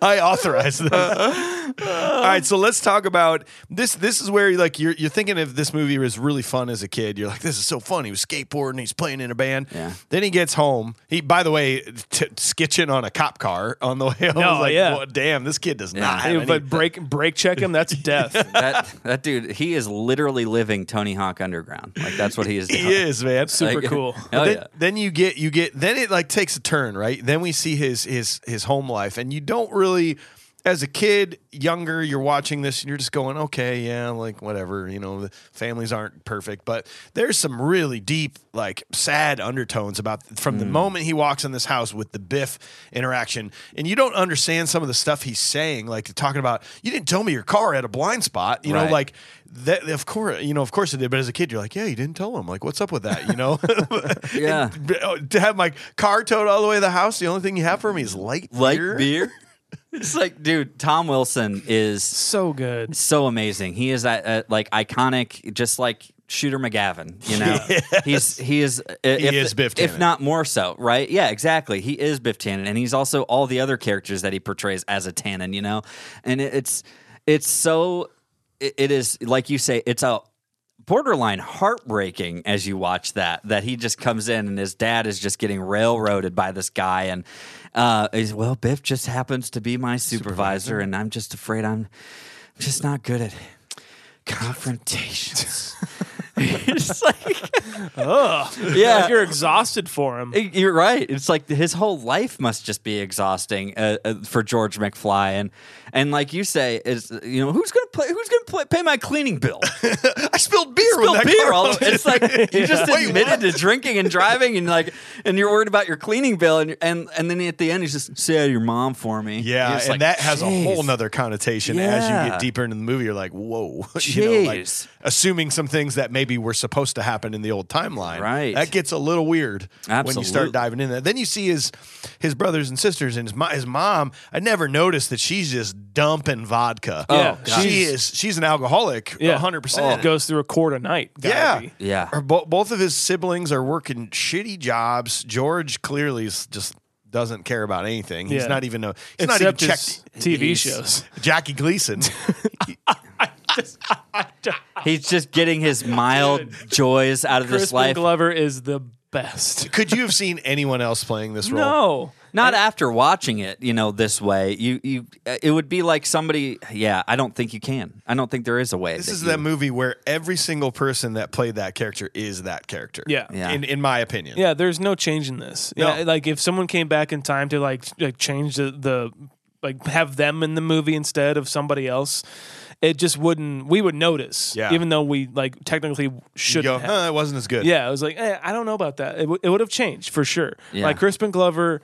I authorize this. All Uh, right, so let's talk about this. This is where like you're you're thinking of this movie was really fun as a kid. You're like, this is so fun. He was skateboarding. He's playing in a band. Yeah. Then he gets home. He, by the way, t- skitching on a cop car on the way home. I was like, yeah. "Well, damn, this kid does not. Have any- but break break check him, that's death. that that dude, he is literally living Tony Hawk Underground. Like that's what he is doing. he is man. Super cool. Hell then, yeah. then you get you get then it like takes a turn, right? Then we see his his his home life, and you don't really, as a kid, younger, you're watching this and you're just going, okay, yeah, like whatever, you know, the families aren't perfect, but there's some really deep, like sad undertones about from Mm. the moment he walks in this house with the Biff interaction, and you don't understand some of the stuff he's saying, like talking about you didn't tell me your car had a blind spot, you know, Right. like that of course you know of course it did but as a kid you're like yeah you didn't tell him like what's up with that you know Yeah. And b- oh, to have my car towed all the way to the house the only thing you have for me is light Like beer? beer. It's like, dude, Tom Wilson is So good. so amazing. He is that uh, like iconic, just like Shooter McGavin. You know, he's he is uh, if, is Biff Tannen. if not more so, right? Yeah, exactly. He is Biff Tannen, and he's also all the other characters that he portrays as a Tannen. You know, and it, it's it's so it, it is like you say, it's a borderline heartbreaking as you watch that that he just comes in and his dad is just getting railroaded by this guy and uh he's well biff just happens to be my supervisor. and i'm just afraid i'm just not good at confrontations. it's like, yeah, Like you're exhausted for him. you're right. It's like his whole life must just be exhausting uh, uh, for George McFly, and and like you say, is you know who's gonna play, who's gonna play, pay my cleaning bill? i spilled beer Spill when that beer car all was- over. It's like you just Wait, admitted what? to drinking and driving, and like and you're worried about your cleaning bill, and and and then at the end he's just say hi to your mom for me. yeah You're just and like, that has a "Jeez." whole nother connotation as you Yeah. get deeper into the movie you're like whoa you know like Jeez. assuming some things that maybe were supposed to happen in the old timeline Right. that gets a little weird when you Absolutely. start diving in that then you see his his brothers and sisters and his, mo- his mom i never noticed that she's just dumping vodka Yeah. God. she is she's an alcoholic Yeah. Oh, 100% Goes through a quart a night. Oh. yeah. gotta be. Yeah. Her bo- both of his siblings are working shitty jobs. George clearly is just doesn't care about anything. He's Yeah. not even a he's not even Except checked his TV He's- shows. Jackie Gleason. He's just getting his mild joys out of this Crispin life. Glover is the best. Could you have seen anyone else playing this role? No. Not after watching it, you know, this way. You you uh, it would be like somebody yeah, I don't think you can. I don't think there is a way. This that is you- that movie where every single person that played that character is that character. Yeah. Yeah. In in my opinion. Yeah, there's no change in this. No. Yeah, like if someone came back in time to like like change the, the like have them in the movie instead of somebody else, it just wouldn't. We would notice. Yeah. Even though we like technically You should. go, not have. huh, it wasn't as good. Yeah, I was like, eh, I don't know about that. It, w- it would have changed for sure. Yeah. Like Crispin Glover,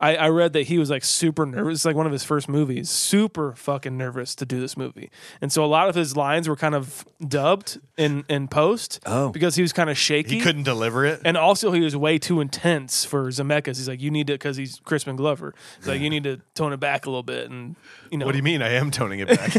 I, I read that he was like super nervous. It's like one of his first movies, super fucking nervous to do this movie, and so a lot of his lines were kind of dubbed in in post. Oh. because he was kind of shaky. He couldn't deliver it. And also, he was way too intense for Zemeckis. He's like, you need to, because he's Crispin Glover. He's like, you need to tone it back a little bit, and you know, what do you mean? I am toning it back.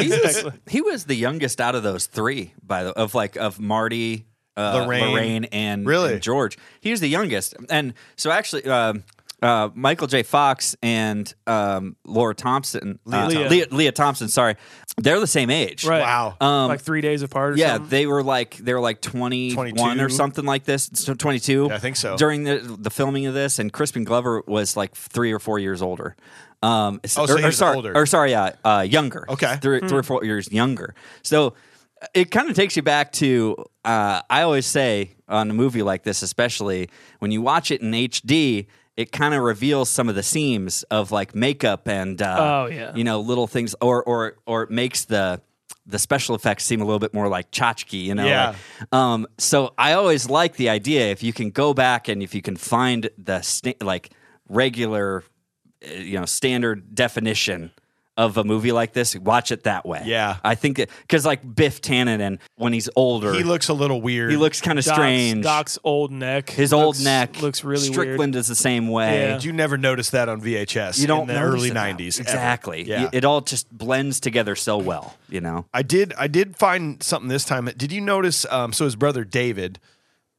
he, was, he was the youngest out of those three, by the of like of Marty, uh, Lorraine. Lorraine. and, Really? and George. He was the youngest, and so actually, um uh, Michael J. Fox and um, Laura Thompson, Leah, uh, Thompson. Leah, Leah Thompson. Sorry, they're the same age. Right. wow. Um, like three days apart. Or yeah, something. they were like they were like twenty one 22. or something like this. So twenty two, I think so. During the the filming of this, and Crispin Glover was like three or four years older. Um, Oh, so or, he or was sorry, older. or sorry, uh, uh, younger. Okay. three, Hmm. three or four years younger. So uh, it kind of takes you back to. Uh, I always say on a movie like this, especially when you watch it in HD. It kind of reveals some of the seams of like makeup and uh, Oh, yeah. you know little things or or or it makes the the special effects seem a little bit more like tchotchke, you know. Yeah. like- um. So I always like the idea if you can go back and if you can find the sta- like regular, uh, you know, standard definition of a movie like this, watch it that way. Yeah. I think because like Biff Tannen and when he's older, he he, looks a little weird. looks kind of Doc's- strange. Doc's old neck. His looks- old neck looks really weird. Strickland is the same way. Yeah. you never noticed that on VHS You don't in the notice early it now. 90s. ever. Exactly. Yeah. It all just blends together so well, you know. I did. I did find something this time. Did you notice? Um, so his brother David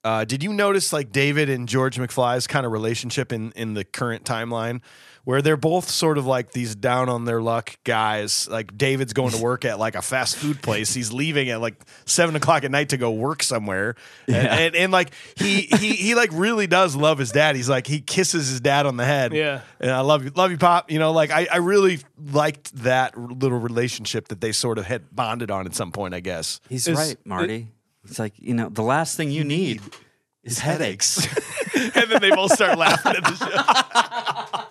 Uh, did you notice like David and George McFly's kind of relationship in in the current timeline, where they're both sort of like these down on their luck guys? Like David's going to work at like a fast food place. He's leaving at like seven o'clock at night to go work somewhere, and, and, and like he he he like really does love his dad. He's like he kisses his dad on the head. Yeah. and I love you, love you, pop. You know, like I I really liked that little relationship that they sort of had bonded on at some point. I guess. He's Is- right, Marty. it's like, you know, the last thing you need is headaches. and then they both start laughing at the show.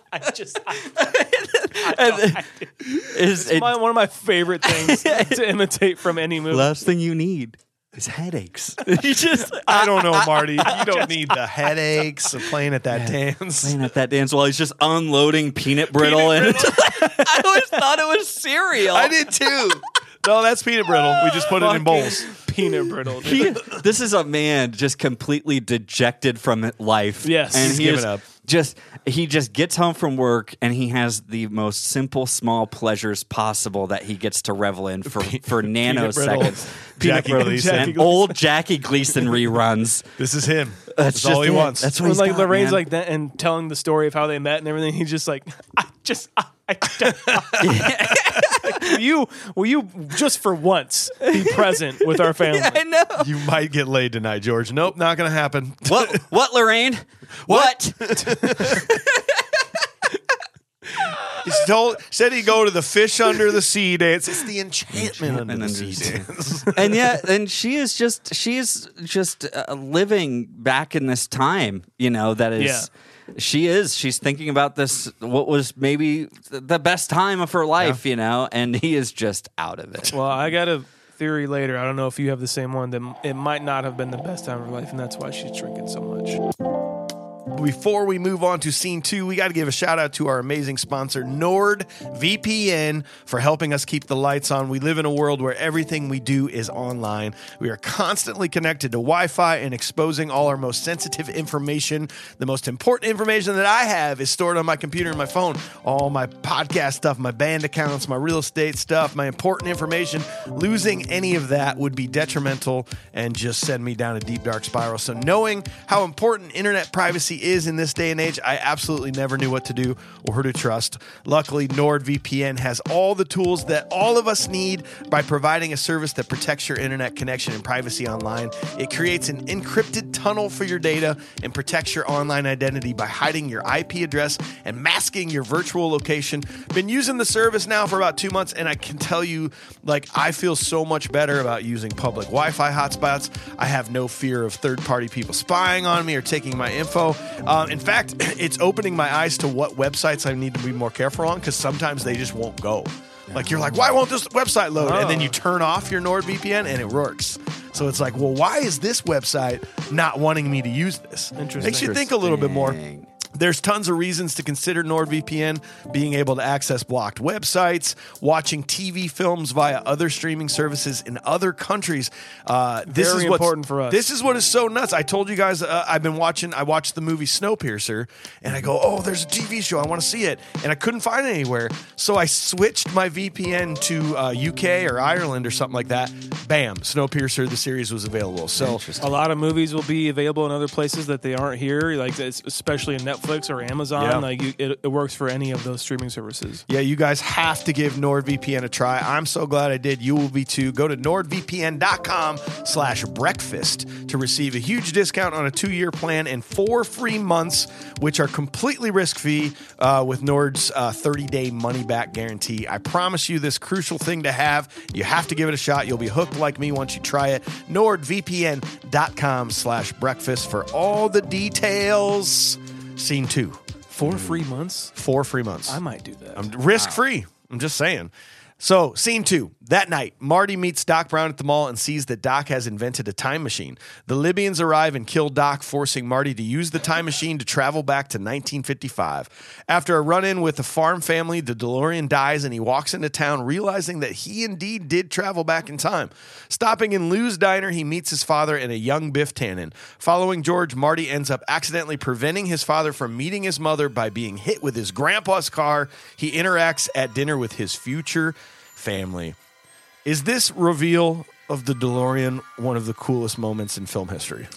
is it, My, one of my favorite things to imitate from any movie. last thing you need is headaches. He just I don't know, Marty. You don't need the headaches of playing at that dance. Playing at that dance while he's just unloading peanut brittle and I always thought it was cereal. I did too. No, that's peanut brittle. We just put it in bowls. peanut brittle. dude. He- this is a man just completely dejected from life. Yes. and He's he given is up. Just he just gets home from work and he has the most simple small pleasures possible that he gets to revel in for for nanoseconds. Jackie brittle Gleason. and Jackie Gleason. old Jackie Gleason reruns. This is him. That's, That's, all just he it. wants. That's what When he's like got, Lorraine's man. like that and telling the story of how they met and everything, he's just like, I just, I, I don't- Like, will you, will you just for once be present with our family? I know. you might get laid tonight, George. Nope, not gonna happen. What? What, Lorraine? What? He told said he'd go to the fish under the sea dance. It's the enchantment, under the sea dance. and yeah, and she is just she is just uh, living back in this time. You know that is. She is. She's thinking about this. What was maybe th- the best time of her life, you know, and he is just out of it. Well, I got a theory later. I don't know if you have the same one. That it might not have been the best time of her life, and that's why she's drinking so much. Before we move on to scene two, we got to give a shout out to our amazing sponsor, NordVPN, for helping us keep the lights on. We live in a world where everything we do is online. We are constantly connected to Wi Fi and exposing all our most sensitive information. The most important information that I have is stored on my computer and my phone. All my podcast stuff, my band accounts, my real estate stuff, my important information. Losing any of that would be detrimental and just send me down a deep, dark spiral. So, knowing how important internet privacy is in this day and age, I absolutely never knew what to do or who to trust. Luckily, NordVPN has all the tools that all of us need by providing a service that protects your internet connection and privacy online. It creates an encrypted tunnel for your data and protects your online identity by hiding your IP address and masking your virtual location. Been using the service now for about two months, and I can tell you, like, I feel so much better about using public Wi Fi hotspots. I have no fear of third party people spying on me or taking my info. Um, in fact, it's opening my eyes to what websites I need to be more careful on because sometimes they just won't go. Like, you're like, why won't this website load? And then you turn off your NordVPN and it works. So it's like, well, why is this website not wanting me to use this? Interesting. Makes you think a little bit more. There's tons of reasons to consider NordVPN being able to access blocked websites, watching TV films via other streaming services in other countries. Uh, this Very is what's- important for us. This this is what is so nuts. I told you guys uh, I've been watching. I watched the movie Snowpiercer, and I go, "Oh, there's a TV show. I want to see it," and I couldn't find it anywhere. So I switched my VPN to uh, UK or Ireland or something like that. Bam, Snowpiercer the series was available. So A lot of movies will be available in other places that they aren't here, like it's- especially in Netflix or Amazon. Yeah. Like you, it, it works for any of those streaming services. Yeah, you guys have to give NordVPN a try. I'm so glad I did. You will be too. Go to nordvpn.com slash breakfast to receive a huge discount on a two-year plan and four free months, which are completely risk-free uh, with Nord's uh, 30-day money-back guarantee. I promise you this crucial thing to have. You have to give it a shot. You'll be hooked like me once you try it. nordvpn.com slash breakfast for all the details. Scene two. Four free months. Four free months. I might do that. Mm. I'm risk free. I'm just saying. So, scene two. That night, Marty meets Doc Brown at the mall and sees that Doc has invented a time machine. The Libyans arrive and kill Doc, forcing Marty to use the time machine to travel back to 1955. After a run in with a farm family, the DeLorean dies and he walks into town, realizing that he indeed did travel back in time. Stopping in Lou's diner, he meets his father and a young Biff Tannen. Following George, Marty ends up accidentally preventing his father from meeting his mother by being hit with his grandpa's car. He interacts at dinner with his future family. Is this reveal of the DeLorean one of the coolest moments in film history?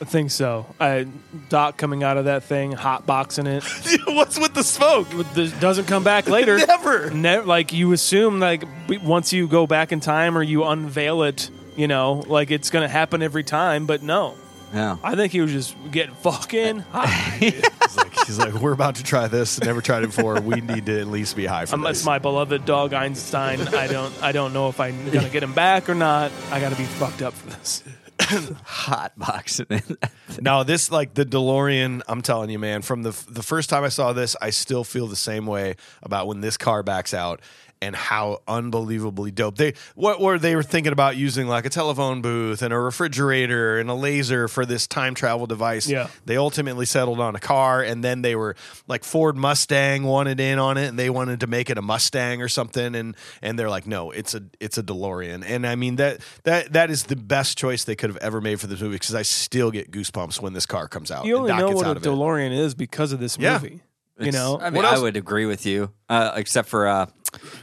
I think so. I, Doc coming out of that thing, hot boxing it, What's with the smoke? This doesn't come back later. Never. Ne- like you assume, like b- once you go back in time or you unveil it, you know, like it's gonna happen every time. But no, Yeah. I think he was just getting fucking hot. He's like, he's like, we're about to try this. Never tried it before. We need to at least be high for Unless this." my beloved dog Einstein, I don't, I don't know if I'm gonna get him back or not. I gotta be fucked up for this. Hot boxing. No, this like the DeLorean. I'm telling you, man. From the f- the first time I saw this, I still feel the same way about when this car backs out and how unbelievably dope they what were they were thinking about using like a telephone booth and a refrigerator and a laser for this time travel device. Yeah. They ultimately settled on a car and then they were like Ford Mustang wanted in on it and they wanted to make it a Mustang or something and and they're like no, it's a it's a DeLorean. And I mean that that that is the best choice they could have ever made for this movie cuz I still get goosebumps when this car comes out. You and only Doc know gets what out a of it. DeLorean is because of this Yeah. movie. You know, I mean, What I else? would agree with you, uh, except for, uh,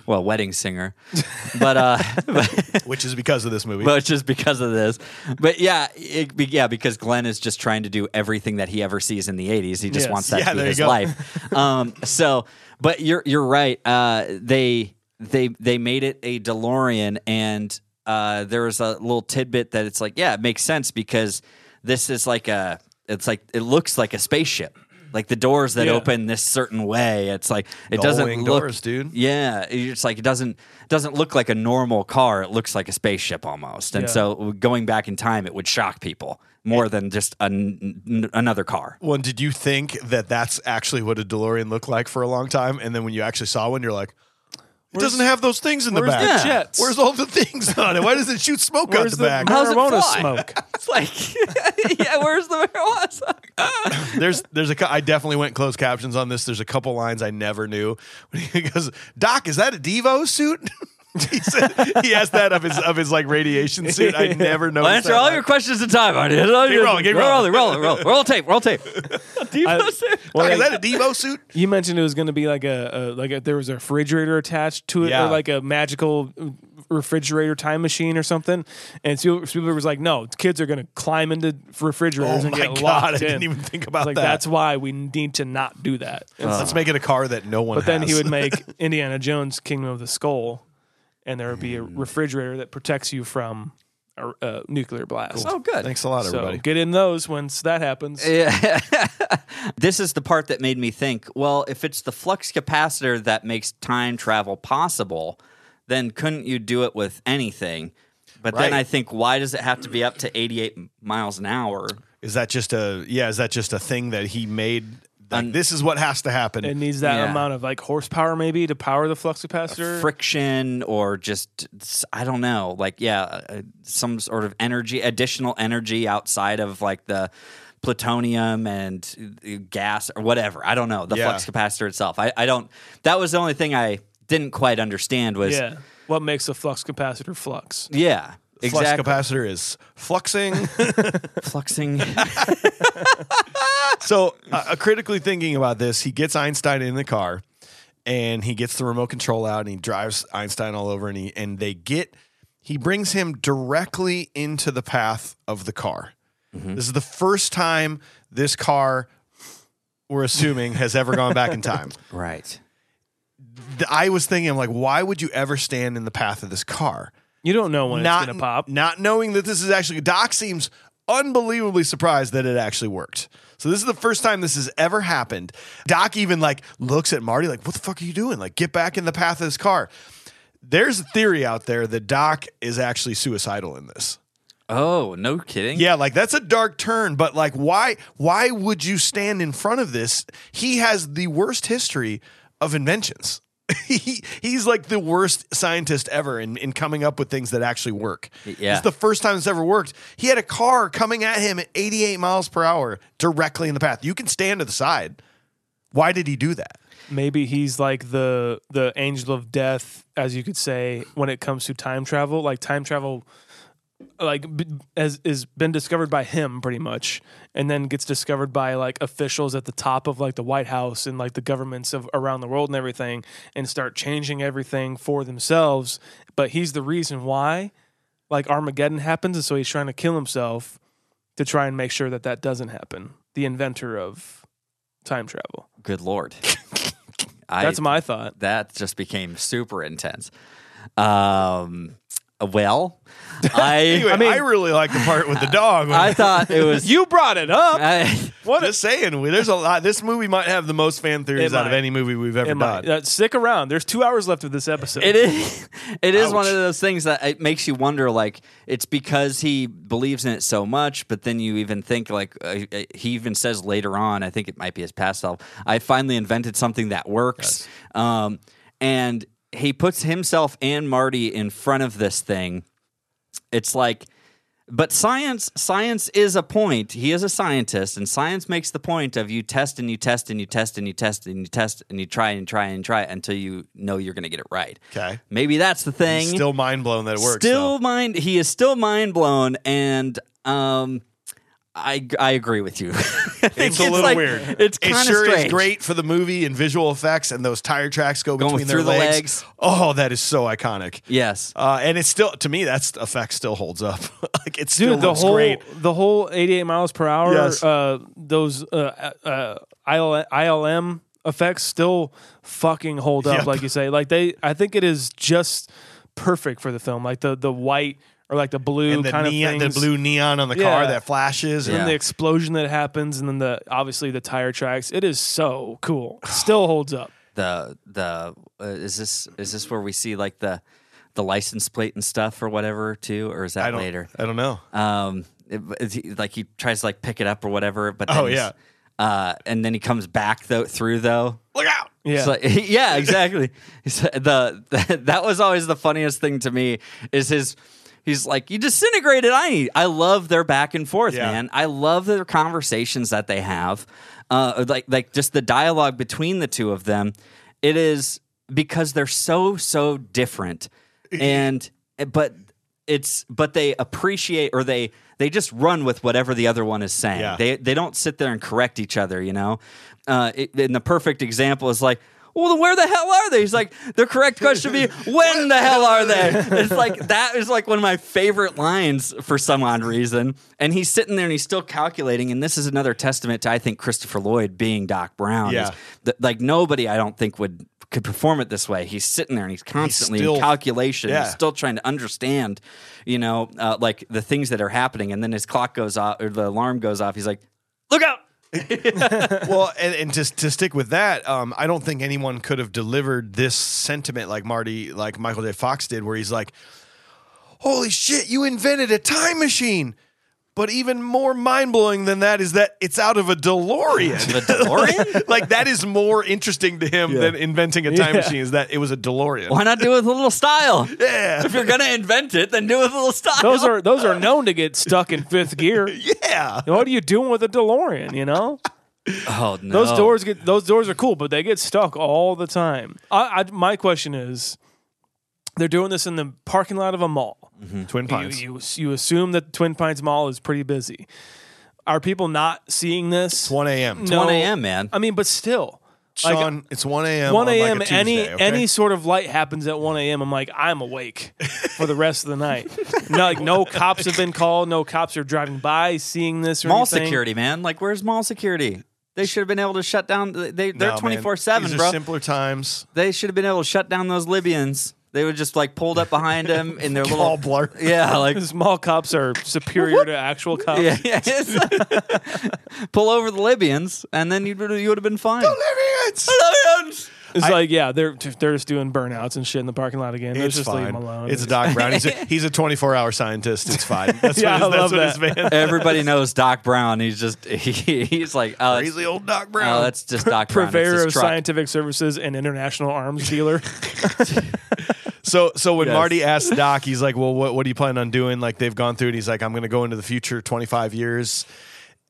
well, wedding singer. But, uh, which is because of this movie. but it's just because of this. But yeah, it, be- yeah, because Glenn is just trying to do everything that he ever sees in the '80s. He just Yes. wants that Yeah, there to be you his go. life. Um, so, but you're you're right. Uh, they they they made it a DeLorean, and uh, there was a little tidbit that it's like, yeah, it makes sense because this is like a it's like it looks like a spaceship. Like the doors that Yeah. open this certain way, it's like it Gull doesn't wing look. doors, dude. Yeah, it's like it doesn't doesn't look like a normal car. It looks like a spaceship almost. And Yeah. so going back in time, it would shock people more than just an, n- another car. Well, did you think that that's actually what a DeLorean looked like for a long time? And then when you actually saw one, you're like, it doesn't have those things in the where's back. the Yeah. jets? Where's all the things on it? Why does it shoot smoke out where's the, the back? How's it marijuana fly? smoke? It's like, yeah, where's the marijuana? There's there's a cou- I definitely went closed captions on this. There's a couple lines I never knew. He goes, Doc, is that a Devo suit? he, said, he asked that of his of his like radiation suit. I never know. I'll answer all your questions in time. I did. Roll, Keep rolling, keep roll, rolling. roll, roll, roll tape, roll tape. Doc, is that a Devo suit? You mentioned it was going to be like a, a like a, there was a refrigerator attached to it, Yeah. or like a magical refrigerator time machine or something. And Spiel- Spielberg was like, "No, kids are going to climb into refrigerators Oh and my get god, locked I didn't in." even think about like that. that's why we need to not do that. And so- Let's make it a car that no one Oh. but then has. he would make Indiana Jones Kingdom of the Skull, and there would be Hmm. a refrigerator that protects you from a, a nuclear blast. Oh, good. Thanks a lot, So everybody. get in those once that happens. Yeah. this is the part that made me think well, if it's the flux capacitor that makes time travel possible, then couldn't you do it with anything? But then Right. I think, why does it have to be up to 88 miles an hour? Is that just a yeah? Is that just a thing that he made? Like, this is what has to happen. It needs that Yeah. amount of like horsepower maybe to power the flux capacitor. Friction or just, I don't know, like, yeah, uh, some sort of energy, additional energy outside of like the plutonium and uh, gas or whatever. I don't know. The Yeah. flux capacitor itself. I, I don't, that was the only thing I didn't quite understand was. Yeah. What makes a flux capacitor flux? Yeah. flux Exactly. capacitor is fluxing. Fluxing. so, uh, uh, critically thinking about this, he gets Einstein in the car, and he gets the remote control out, and he drives Einstein all over, and he and they get he brings him directly into the path of the car. This is the first time this car, we're assuming, has ever gone back in time. right. Th- I was thinking, I'm like, why would you ever stand in the path of this car? You don't know when it's going to pop. Not knowing that this is actually Doc seems unbelievably surprised that it actually worked. So this is the first time this has ever happened. Doc even like looks at Marty like, "What the fuck are you doing? Like, get back in the path of this car." There's a theory out there that Doc is actually suicidal in this. Oh, no kidding. Yeah, like that's a dark turn, but like why why would you stand in front of this? He has the worst history of inventions. he, he's like the worst scientist ever in, in coming up with things that actually work. Yeah. It's the first time it's ever worked. He had a car coming at him at 88 miles per hour directly in the path. You can stand to the side. Why did he do that? Maybe he's like the the angel of death, as you could say, when it comes to time travel. Like time travel like b- has is been discovered by him pretty much, and then gets discovered by like officials at the top of like the White House and like the governments of around the world and everything, and start changing everything for themselves. But he's the reason why, like Armageddon happens, and so he's trying to kill himself to try and make sure that that doesn't happen. The inventor of time travel. Good lord. I- That's my thought. That just became super intense. Um, well, I Anyway, I, mean- really like the part with the dog. I thought it was You brought it up. I, what a saying. we- There's a lot. This movie might have the most fan theories It out of might. any movie we've ever Am I- done. uh, stick around. There's two hours left of this episode. it is it is one Ouch. of those things that it makes you wonder like it's because he believes in it so much but then you even think like uh, he even says later on i think it might be his past self i finally invented something that works um, and he puts himself and marty in front of this thing it's like but science science is a point he is a scientist and science makes the point of you test and you test and you test and you test and you test and you try and try and try until you know you're going to get it right Okay. maybe that's the thing Still mind blown that it works. still though. mind he is still mind blown and um i i agree with you I think It's a little like- weird. it's it kind of sure strange. is great for the movie and visual effects, and those tire tracks go Going between their through the legs. legs. Oh, that is so iconic. yes Uh, and it's still to me that's effect still holds up. like it's still Dude, the looks whole great. the whole 88 miles per hour, Yes. uh, those uh, uh, IL, ILM effects still fucking hold up, Yep. like you say. Like they, I think it is just perfect for the film. Like the the white or like the blue And the, kind neon, of the things. blue neon on the car Yeah. that flashes. And And Yeah. the explosion that happens, and then the obviously the tire tracks. It is so cool. Still holds up. the the uh, is this is this where we see like the the license plate and stuff or whatever too or is I that don't. later I don't know. um it- it's- he- like he tries to like pick it up or whatever but then Oh, he's- uh and then he comes back though through though Look out! Yeah. It's like- yeah, exactly. He's- the, that was always the funniest thing to me is his. He's like, you disintegrated. I I love their back and forth, Yeah. man. I love their conversations that they have, uh, like like just the dialogue between the two of them. It is because they're so so different, and but it's but they appreciate or they they just run with whatever the other one is saying. Yeah. They they don't sit there and correct each other, you know. Uh, it, and the perfect example is like, well, then where the hell are they? He's like, the correct question would be, when the hell are they? It's like that is like one of my favorite lines for some odd reason. And he's sitting there and he's still calculating. And this is another testament to I think Christopher Lloyd being Doc Brown. is Yeah. that, like nobody I don't think would could perform it this way. He's sitting there and he's constantly still- in calculation. Yeah. He's still still trying to understand, you know, uh, like the things that are happening. And then his clock goes off or the alarm goes off. He's like, look out. well, and, and to, to stick with that, um, I don't think anyone could have delivered this sentiment like Marty, like Michael J. Fox did, where he's like, "Holy shit, you invented a time machine!" But even more mind blowing than that is that it's out of a DeLorean. The DeLorean? like that is more interesting to him than inventing a time machine. Is that it was a DeLorean? Why not do it with a little style? Yeah. If you're going to invent it, then do it with a little style. Those are those are known to get stuck in fifth gear. Yeah. What are you doing with a DeLorean? You know. oh, no. Those doors get those doors are cool, but they get stuck all the time. I, I my question is, they're doing this in the parking lot of a mall. Twin You, Pines. you you assume that Twin Pines Mall is pretty busy. Are people not seeing this? 1 a.m. No. 1 a.m., man. I mean, but still, like, Sean, it's 1 a.m. 1 a.m. On like a any Tuesday, okay? any sort of light happens at 1 a.m. I'm like I'm awake for the rest of the night. no, like no cops have been called. No cops are driving by seeing this. Or mall anything. security, man. Like, where's mall security? They should have been able to shut down. They, No, they're man. 24 7, These are bro. Simpler times. they should have been able to shut down those Libyans. They would just like pulled up behind them in their little. All blur. Yeah, like Because mall cops are superior to actual cops. Yeah, yeah. it's- Pull over the Libyans, and then you would you would have been fine. Libyans. It's like yeah, they're they're just doing burnouts and shit in the parking lot again. Let's It's just leave fine. them alone. It's Doc Brown. He's a, he's a 24 hour scientist. It's fine. That's Yeah, what his, I that's love what his that. van. Everybody knows Doc Brown. He's just he, he's like oh, that's- Crazy old Doc Brown. oh, that's just Doc Brown. It's purveyor his of truck. scientific services and international arms dealer. so so when Yes. Marty asked Doc, he's like, "Well, what what do you plan on doing?" Like they've gone through, and he's like, "I'm going to go into the future 25 years."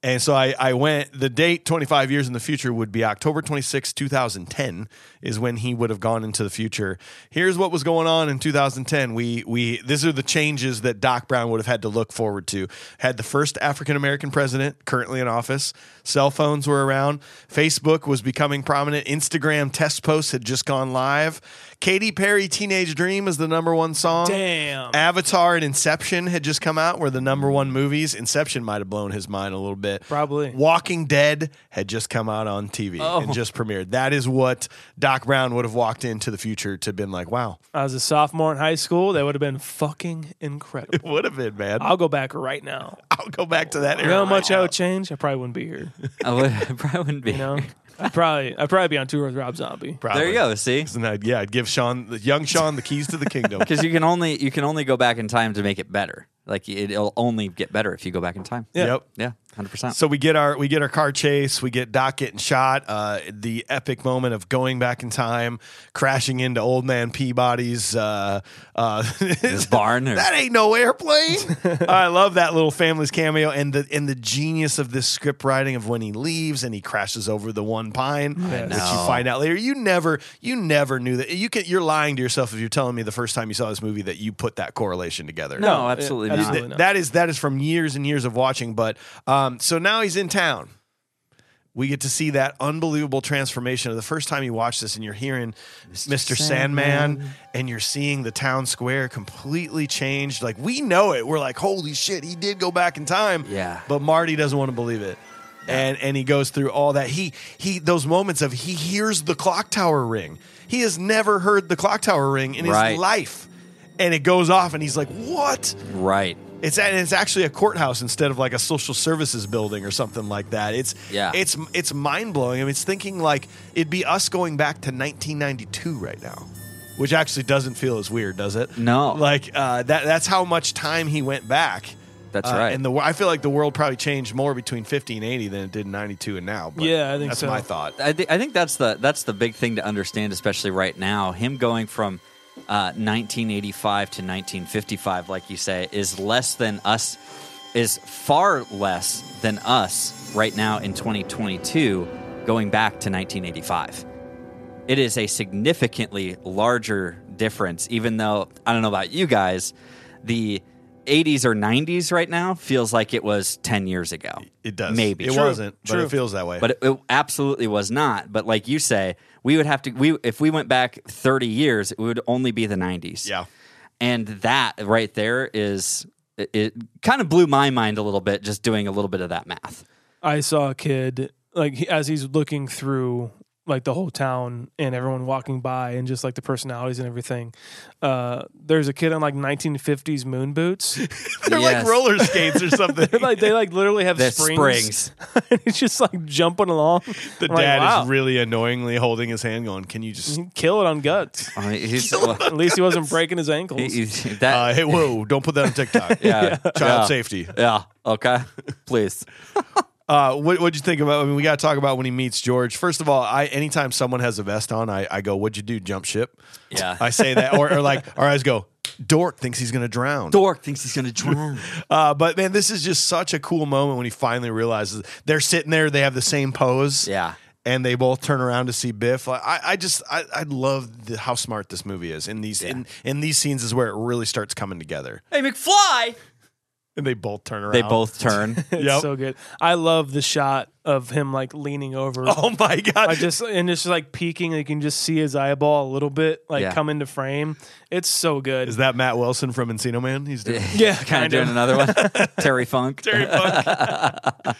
And so I, I went, the date 25 years in the future would be October 26, 2010, is when he would have gone into the future. Here's what was going on in 2010. We, we, these are the changes that Doc Brown would have had to look forward to. Had the first African American president currently in office. Cell phones were around. Facebook was becoming prominent. Instagram test posts had just gone live. Katy Perry Teenage Dream is the number one song. Damn. Avatar and Inception had just come out, were the number one movies. Inception might have blown his mind a little bit. Probably. Oh. Walking Dead had just come out on TV and just premiered. That is what Doc Brown would have walked into the future to been like, wow, I was a sophomore in high school. That would have been fucking incredible. would have been, man. I'll, I'll go back right now. go back to that Uh, You era. know how much right I now. would change? I probably wouldn't be here. You I would, I probably wouldn't be. know, I'd probably I'd probably be on tour with Rob Zombie. There you go. See, And I'd, yeah, I'd give Sean, the young Sean, the keys to the kingdom. because you can only you can only go back in time to make it better. Like it'll only get better if you go back in time. Yep. Yeah. Hundred percent. So we get our we get our car chase, we get Doc getting shot, uh, the epic moment of going back in time, crashing into old man Peabody's uh, uh, His barn or- that ain't no airplane. I love that little family's cameo and the and the genius of this script writing of when he leaves and he crashes over the one pine, which you find out later. You never you never knew that you can. You're lying to yourself if you're telling me the first time you saw this movie that you put that correlation together. no, I absolutely not. just Th- Probably not. that is that is from years and years of watching. But um, so now he's in town. We get to see that unbelievable transformation of the first time you watch this, and you're hearing Mr. Sandman, and you're seeing the town square completely changed. Like we know it, we're like, holy shit, he did go back in time. Yeah. but Marty doesn't want to believe it. And, and he goes through all that. He he those moments of he hears the clock tower ring. He has never heard the clock tower ring in Right. his life, and it goes off, and he's like, "What?" Right. It's and it's actually a courthouse instead of like a social services building or something like that. It's Yeah. It's it's mind blowing. I mean, it's thinking like it'd be us going back to 1992 right now, which actually doesn't feel as weird, does it? No. Like uh, that. That's how much time he went back. That's Uh, right. And the wor- I feel like the world probably changed more between 50 and 80 than it did in 92 and now. But Yeah, I think that's so. my thought. I, th- I think that's the that's the big thing to understand, especially right now. Him going from uh, 1985 to 1955, like you say, is less than us, is far less than us right now in 2022, going back to 1985. It is a significantly larger difference, even though I don't know about you guys, the 80s or 90s right now feels like it was 10 years ago. It does. Maybe it wasn't, but True. it feels that way. but it, it absolutely was not. But like you say, we would have to we if we went back 30 years, it would only be the 90s. Yeah. And that right there is it, it kind of blew my mind a little bit just doing a little bit of that math. I saw a kid like he, as he's looking through like the whole town and everyone walking by and just like the personalities and everything. Uh, there's a kid on like 1950s moon boots. they're Yes. like roller skates or something. like they like literally have The springs. springs. and he's just like jumping along. the I'm like, dad wow, is really annoyingly holding his hand, going, "Can you just kill it on guts. I mean, he's- well, At least he wasn't breaking his he- ankles. he- that, Uh, hey, whoa, don't put that on TikTok. yeah, Child yeah. safety. Yeah. Okay. Please. Uh, what, what'd you think about? I mean, we got to talk about when he meets George. First of all, I anytime someone has a vest on, I, I go, "What'd you do? Jump ship?" Yeah. I say that, or, or like, or I just go, "Dork thinks he's gonna drown." Dork thinks he's gonna drown. Uh, but man, this is just such a cool moment when he finally realizes they're sitting there, they have the same pose, Yeah. and they both turn around to see Biff. Like, I, I just, I, I love the, how smart this movie is. In these, in, in these scenes is where it really starts coming together, hey McFly. and they both turn around. They both turn. It's Yep. so good. I love the shot of him like leaning over. Oh my god! I just and it's just like peeking. You can just see his eyeball a little bit, like Yeah. come into frame. It's so good. Is that Matt Wilson from Encino Man? He's doing yeah, kind of doing another one. Terry Funk. Terry Funk.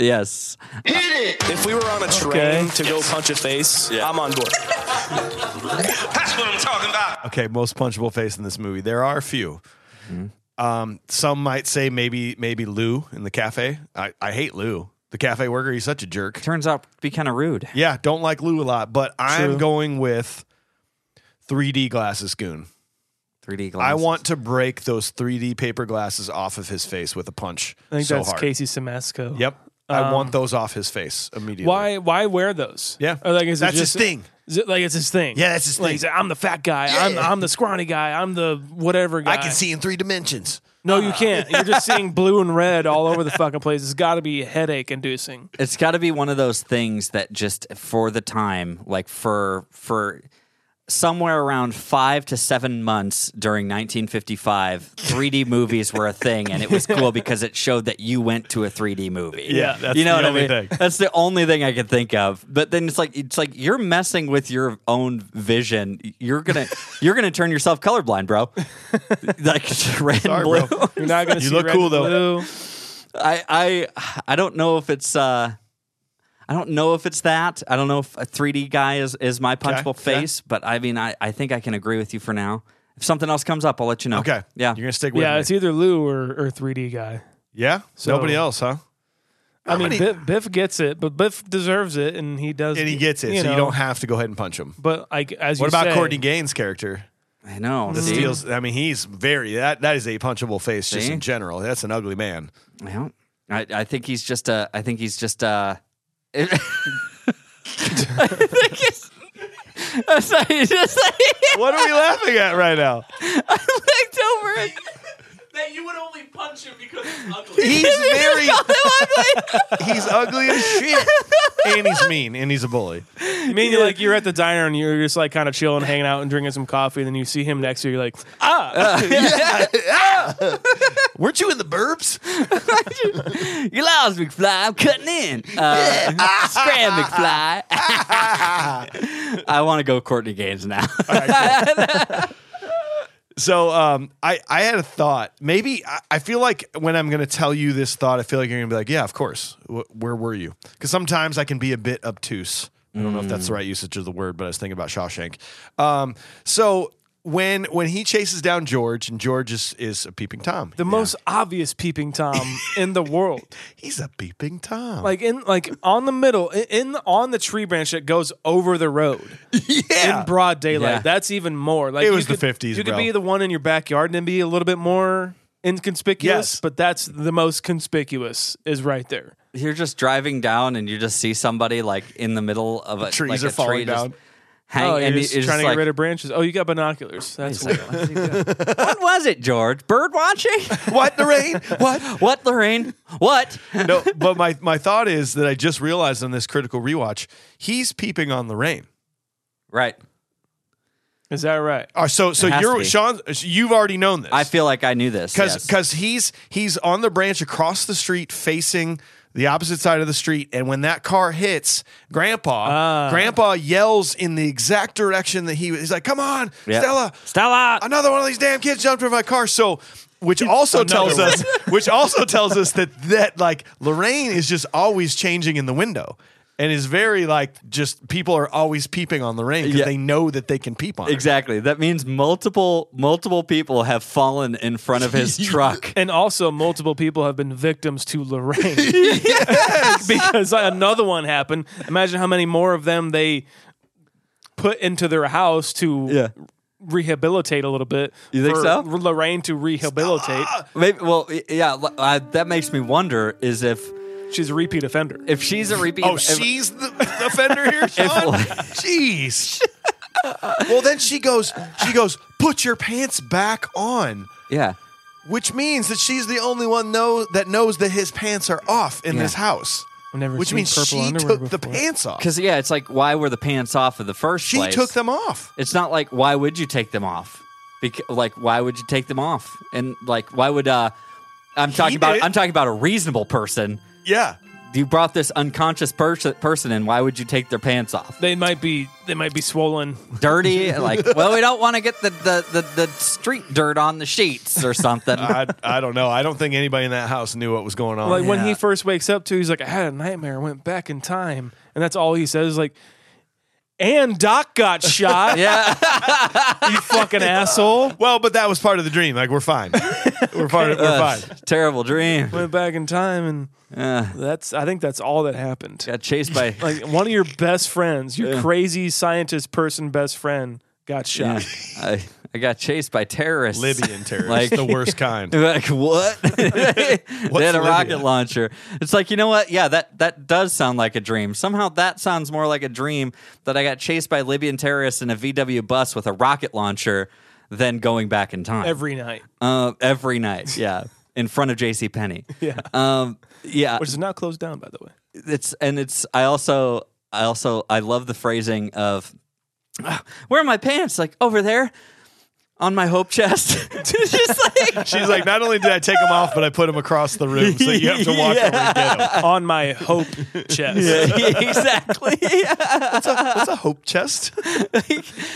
Yes. If we were on a train to go punch a face, I'm on board. That's what I'm talking about. okay, most punchable face in this movie. There are a few. Mm-hmm. Um, some might say maybe maybe Lou in the cafe. I, I hate Lou, the cafe worker. He's such a jerk. Turns out to be kind of rude. Yeah, don't like Lou a lot. But I'm True. going with 3D glasses goon. 3D glasses. I want to break those 3D paper glasses off of his face with a punch. I think so that's hard. Casey Semasco. Yep. I want those off his face immediately. Why? Why wear those? Yeah. Or, like, is it That's his just- thing. Is it, like it's his thing. Yeah, that's his Like, thing. he's like, I'm the fat guy. I'm, Yeah. I'm the scrawny guy. I'm the whatever guy. I can see in three dimensions. No, you can't. You're just seeing blue and red all over the fucking place. It's got to be headache inducing. It's got to be one of those things that just for the time, like for for somewhere around five to seven months during 1955, 3D movies were a thing, and it was cool because it showed that you went to a 3D movie. Yeah, that's you know the what only I mean. thing. That's the only thing I could think of. But then it's like it's like you're messing with your own vision. You're gonna you're gonna turn yourself colorblind, bro. like red and blue. You're not gonna. You see look red cool, and though. blue. I I I don't know if it's uh I don't know if it's that. I don't know if a 3D guy is is my punchable face, but I mean I I think I can agree with you for now. If something else comes up, I'll let you know. Okay. Yeah. You're gonna stick with Yeah, me. it's either Lou or, or 3D guy. yeah. So- Nobody else, huh? I mean, many- Biff, Biff gets it, but Biff deserves it, and he does. And he gets it, so know. you don't have to go ahead and punch him. But I, as you What about say, Courtney Gaines' character? I know. The see? steals. I mean, he's very that. That is a punchable face just See? in general. That's an ugly man. Well, I I think he's just uh I think he's just uh I think he's I'm sorry, just like, What are we laughing at right now? I looked over it. That you would only punch him because he's ugly. He's very. he's ugly as shit, and he's mean, and he's a bully. I mean, you're like you're at the diner and you're just like kind of chilling, hanging out, and drinking some coffee, and then you see him next to you, you're like, Weren't you in the burbs? You lost, McFly. I'm cutting in. Uh, scram, McFly. I want to go Courtney Gaines now. So um, I I had a thought. Maybe I, I feel like when I'm going to tell you this thought, I feel like you're going to be like, yeah, of course. W- where were you? Because sometimes I can be a bit obtuse. I don't know if that's Mm. the right usage of the word, but I was thinking about Shawshank. Um, so when when he chases down George and George is is a peeping tom. the most obvious peeping tom in the world. He's a peeping tom. Like in like on the middle in, in on the tree branch that goes over the road yeah. in broad daylight. Yeah. That's even more. Like It you was the could- 50s, You could bro. be the one in your backyard and then be a little bit more inconspicuous, Yes. but that's the most conspicuous is right there. you're just driving down and you just see somebody like in the middle of a Trees like are a falling tree just down. Hang, oh, you're and you- just you're trying to like, get rid of branches. Oh, you got binoculars. That's what. What was it, George? Bird watching? what Lorraine? What? what, Lorraine? What? No, but my my thought is that I just realized on this critical rewatch, he's peeping on Lorraine. Right. Is that right? Uh, so so It has to you're be. Sean. You've already known this. I feel like I knew this. because yes. he's he's on the branch across the street facing the opposite side of the street and when that car hits grandpa Ah. grandpa yells in the exact direction that he was he's like come on Yeah. stella Stella. another one of these damn kids jumped in my car so which also tells us which also tells us that that like lorraine is just always changing in the window and is very like just people are always peeping on lorraine because Yeah. they know that they can peep on her. Exactly. That means multiple multiple people have fallen in front of his truck. And also, multiple people have been victims to Lorraine because another one happened. Imagine how many more of them they put into their house to rehabilitate a little bit. You think for so? Lorraine to rehabilitate. Maybe. Well, y- yeah. l- Uh, that makes me wonder: is if She's a repeat offender. if she's a repeat? Oh, if- she's the the offender here, Sean. like- Jeez. well, then she goes. She goes. Put your pants back on, yeah. which means that she's the only one know that knows that his pants are off in Yeah. this house. I've never which seen means purple she underwear took the before. pants off. Because yeah, it's like why were the pants off in the first She place? took them off. It's not like why would you take them off? Because like why would you take them off? And like why would uh? I'm talking about did. I'm talking about a reasonable person. Yeah. You brought this unconscious person person in. Why would you take their pants off? They might be they might be swollen. Dirty, like well, we don't want to get the, the, the, the street dirt on the sheets or something. I, I don't know. I don't think anybody in that house knew what was going on. Like when he Yeah. first wakes up to, he's like, I had a nightmare, I went back in time. And that's all he says, like, and Doc got shot. yeah. You fucking asshole. well, but that was part of the dream. Like we're fine. we're fine. We're Ugh, fine. Terrible dream. went back in time and that's I think that's all that happened. Got chased by. Like one of your best friends, your crazy scientist person best friend got Yeah. shot. I, I got chased by terrorists. Libyan terrorists, Like- the worst kind. Like what? they had a Libya? rocket launcher. It's like you know what? Yeah, that that does sound like a dream. Somehow that sounds more like a dream that I got chased by Libyan terrorists in a VW bus with a rocket launcher than going back in time every night, uh, every night. Yeah, in front of J.C. Penney. Yeah, um, yeah. which is not closed down, by the way. It's and it's. I also, I also, I love the phrasing of, "Ah, "Where are my pants?" Like over there, on my hope chest. It's just like She's like, not only did I take them off, but I put them across the room, so you have to walk over and get them. On my hope chest. exactly. That's a hope chest.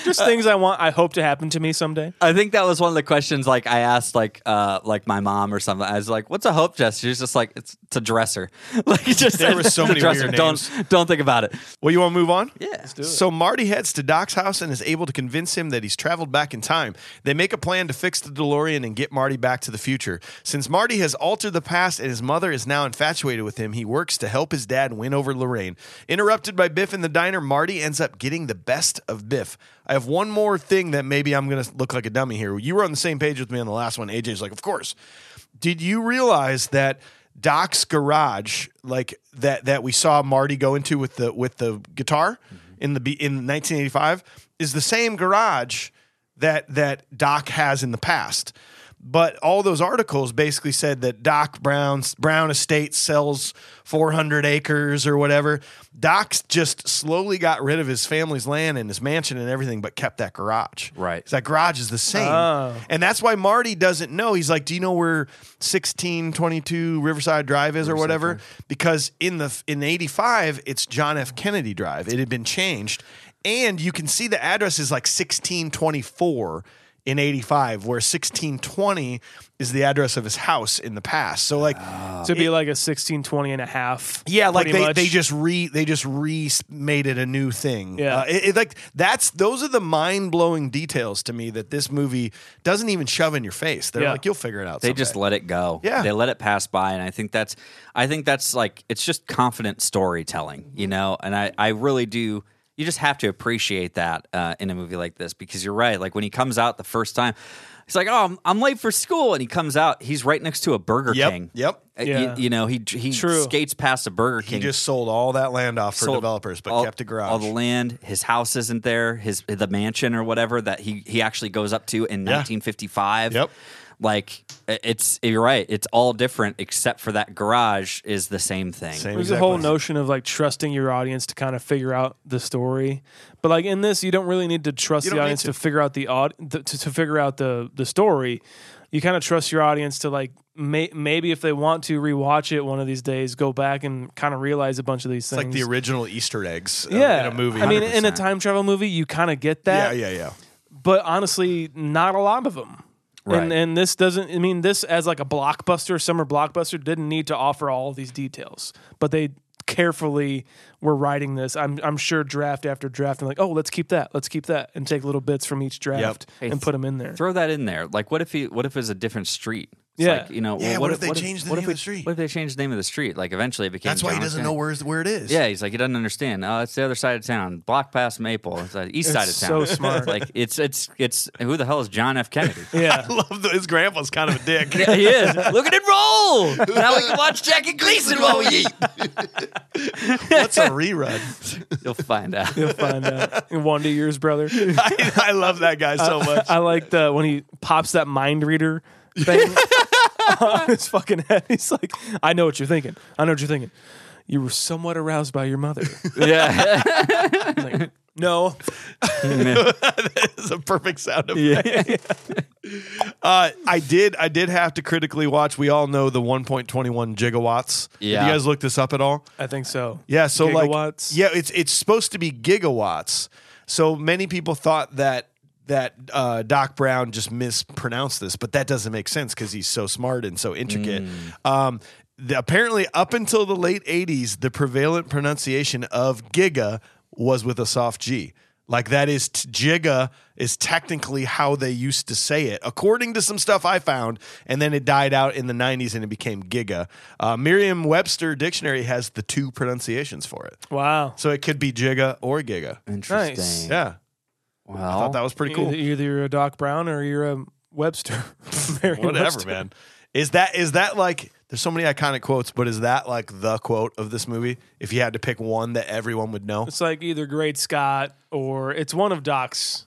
Just things I want, I hope to happen to me someday. I think that was one of the questions like I asked like uh like my mom or something. I was like, "What's a hope chest?" She was just like, "It's, it's a dresser." Like it's just There were so it's a many dresser. weird Don't don't think about it. Well, you want to move on? Yeah. So Marty heads to Doc's house and is able to convince him that he's traveled back in time. They make a plan to fix the DeLorean and get Marty back to the future. Since Marty has altered the past and his mother is now infatuated with him, he works to help his dad win over Lorraine. Interrupted by Biff in the diner, Marty ends up getting the best of Biff. I have one more thing that maybe I'm going to look like a dummy here. You were on the same page with me on the last one. AJ's like, "Of course." Did you realize that Doc's garage, like that that we saw Marty go into with the with the guitar in the be- in 1985, is the same garage that that Doc has in the past. But all those articles basically said that Doc Brown's Brown Estate sells 400 acres or whatever. Doc's just slowly got rid of his family's land and his mansion and everything, but kept that garage. Right. So that garage is the same. And that's why Marty doesn't know. He's like, "Do you know where 1622 Riverside Drive is or whatever?" Because in the in 85, it's John F. Kennedy Drive. It had been changed, and you can see the address is like 1624 in 85 where 1620 is the address of his house in the past. So like to be like a 16, 20 and a half. yeah, like pretty they, much. they just re they just re made it a new thing. Yeah. Uh, it, it, like that's those are the mind blowing details to me that this movie doesn't even shove in your face. They're Yeah. like you'll figure it out. They just someday." let it go. Yeah. They let it pass by. And I think that's I think that's like it's just confident storytelling, Mm-hmm. you know? And I, I really do you just have to appreciate that uh, in a movie like this because you're right. Like when he comes out the first time, he's like, Oh, I'm, I'm late for school. And he comes out, he's right next to a Burger Yep, King. yep. Uh, Yeah. You, you know, he he True. skates past a Burger he King. just sold all that land off for sold developers, but all- kept a garage. All the land, his house isn't there, his the mansion or whatever that he he actually goes up to in 1955. Yep. Like i- it's you're right. It's all different except for that garage is the same thing. Same There's exactly. a whole notion of like trusting your audience to kind of figure out the story, but like in this, you don't really need to trust You the don't need audience to. to. figure out the aud- th- to, to figure out the the story. You kind of trust your audience to like may- maybe if they want to rewatch it one of these days, go back and kind of realize a bunch of these It's like things. the original Easter eggs uh, yeah, in a movie. I mean, in a 100%. time travel movie, you kind of get that. yeah, yeah, yeah. but honestly, not a lot of them. Right. And, and this doesn't. I mean, this as like a blockbuster, summer blockbuster, didn't need to offer all of these details, but they carefully were writing this. I'm I'm sure draft after draft, and like, oh, let's keep that, let's keep that, and take little bits from each draft Hey, and put them in there. Throw that in there. Like what if he what if it's a different street? It's Yeah. Like, you know, Yeah, well, what if they what changed the what name if of it- the street? What if they changed the name of the street? Like eventually it became That's why he John F. doesn't Kennedy. know where where it is. Yeah, he's like he doesn't understand. Oh, it's the other side of town, block past Maple, it's the east side of It's town. so smart. like it's it's it's who the hell is John F. Kennedy? Yeah, I love that his grandpa's kind of a dick. Yeah, he is. Look at it roll. Now we can watch Jackie Gleason while we eat. What's a rerun? You'll find out. you'll find out. And Wanda Years, brother. I, I love that guy so much. I like the when he pops that mind reader thing on his fucking head. He's like, I know what you're thinking. I know what you're thinking. You were somewhat aroused by your mother. Yeah. No, It's a perfect sound effect. Uh, I did. I did have to critically watch. We all know the 1.21 gigawatts. Did Yeah. you guys look this up at all? I think so. Yeah, so Gigawatts. like yeah, it's it's supposed to be gigawatts. So many people thought that that uh, Doc Brown just mispronounced this, but that doesn't make sense because he's so smart and so intricate. Um, the, apparently, up until the late '80s, the prevalent pronunciation of giga was with a soft G. Like that is t- giga is technically how they used to say it, according to some stuff I found. And then it died out in the 90s and it became giga. Uh, Merriam-Webster dictionary has the two pronunciations for it, Wow. so it could be giga or giga. Interesting. Nice. Yeah, Wow. thought that was pretty cool. Either, either you're a Doc Brown or you're a Webster. Merriam Whatever, Webster. man. Is that is that like? There's so many iconic quotes, but is that like the quote of this movie? If you had to pick one that everyone would know, It's like either Great Scott or it's one of Doc's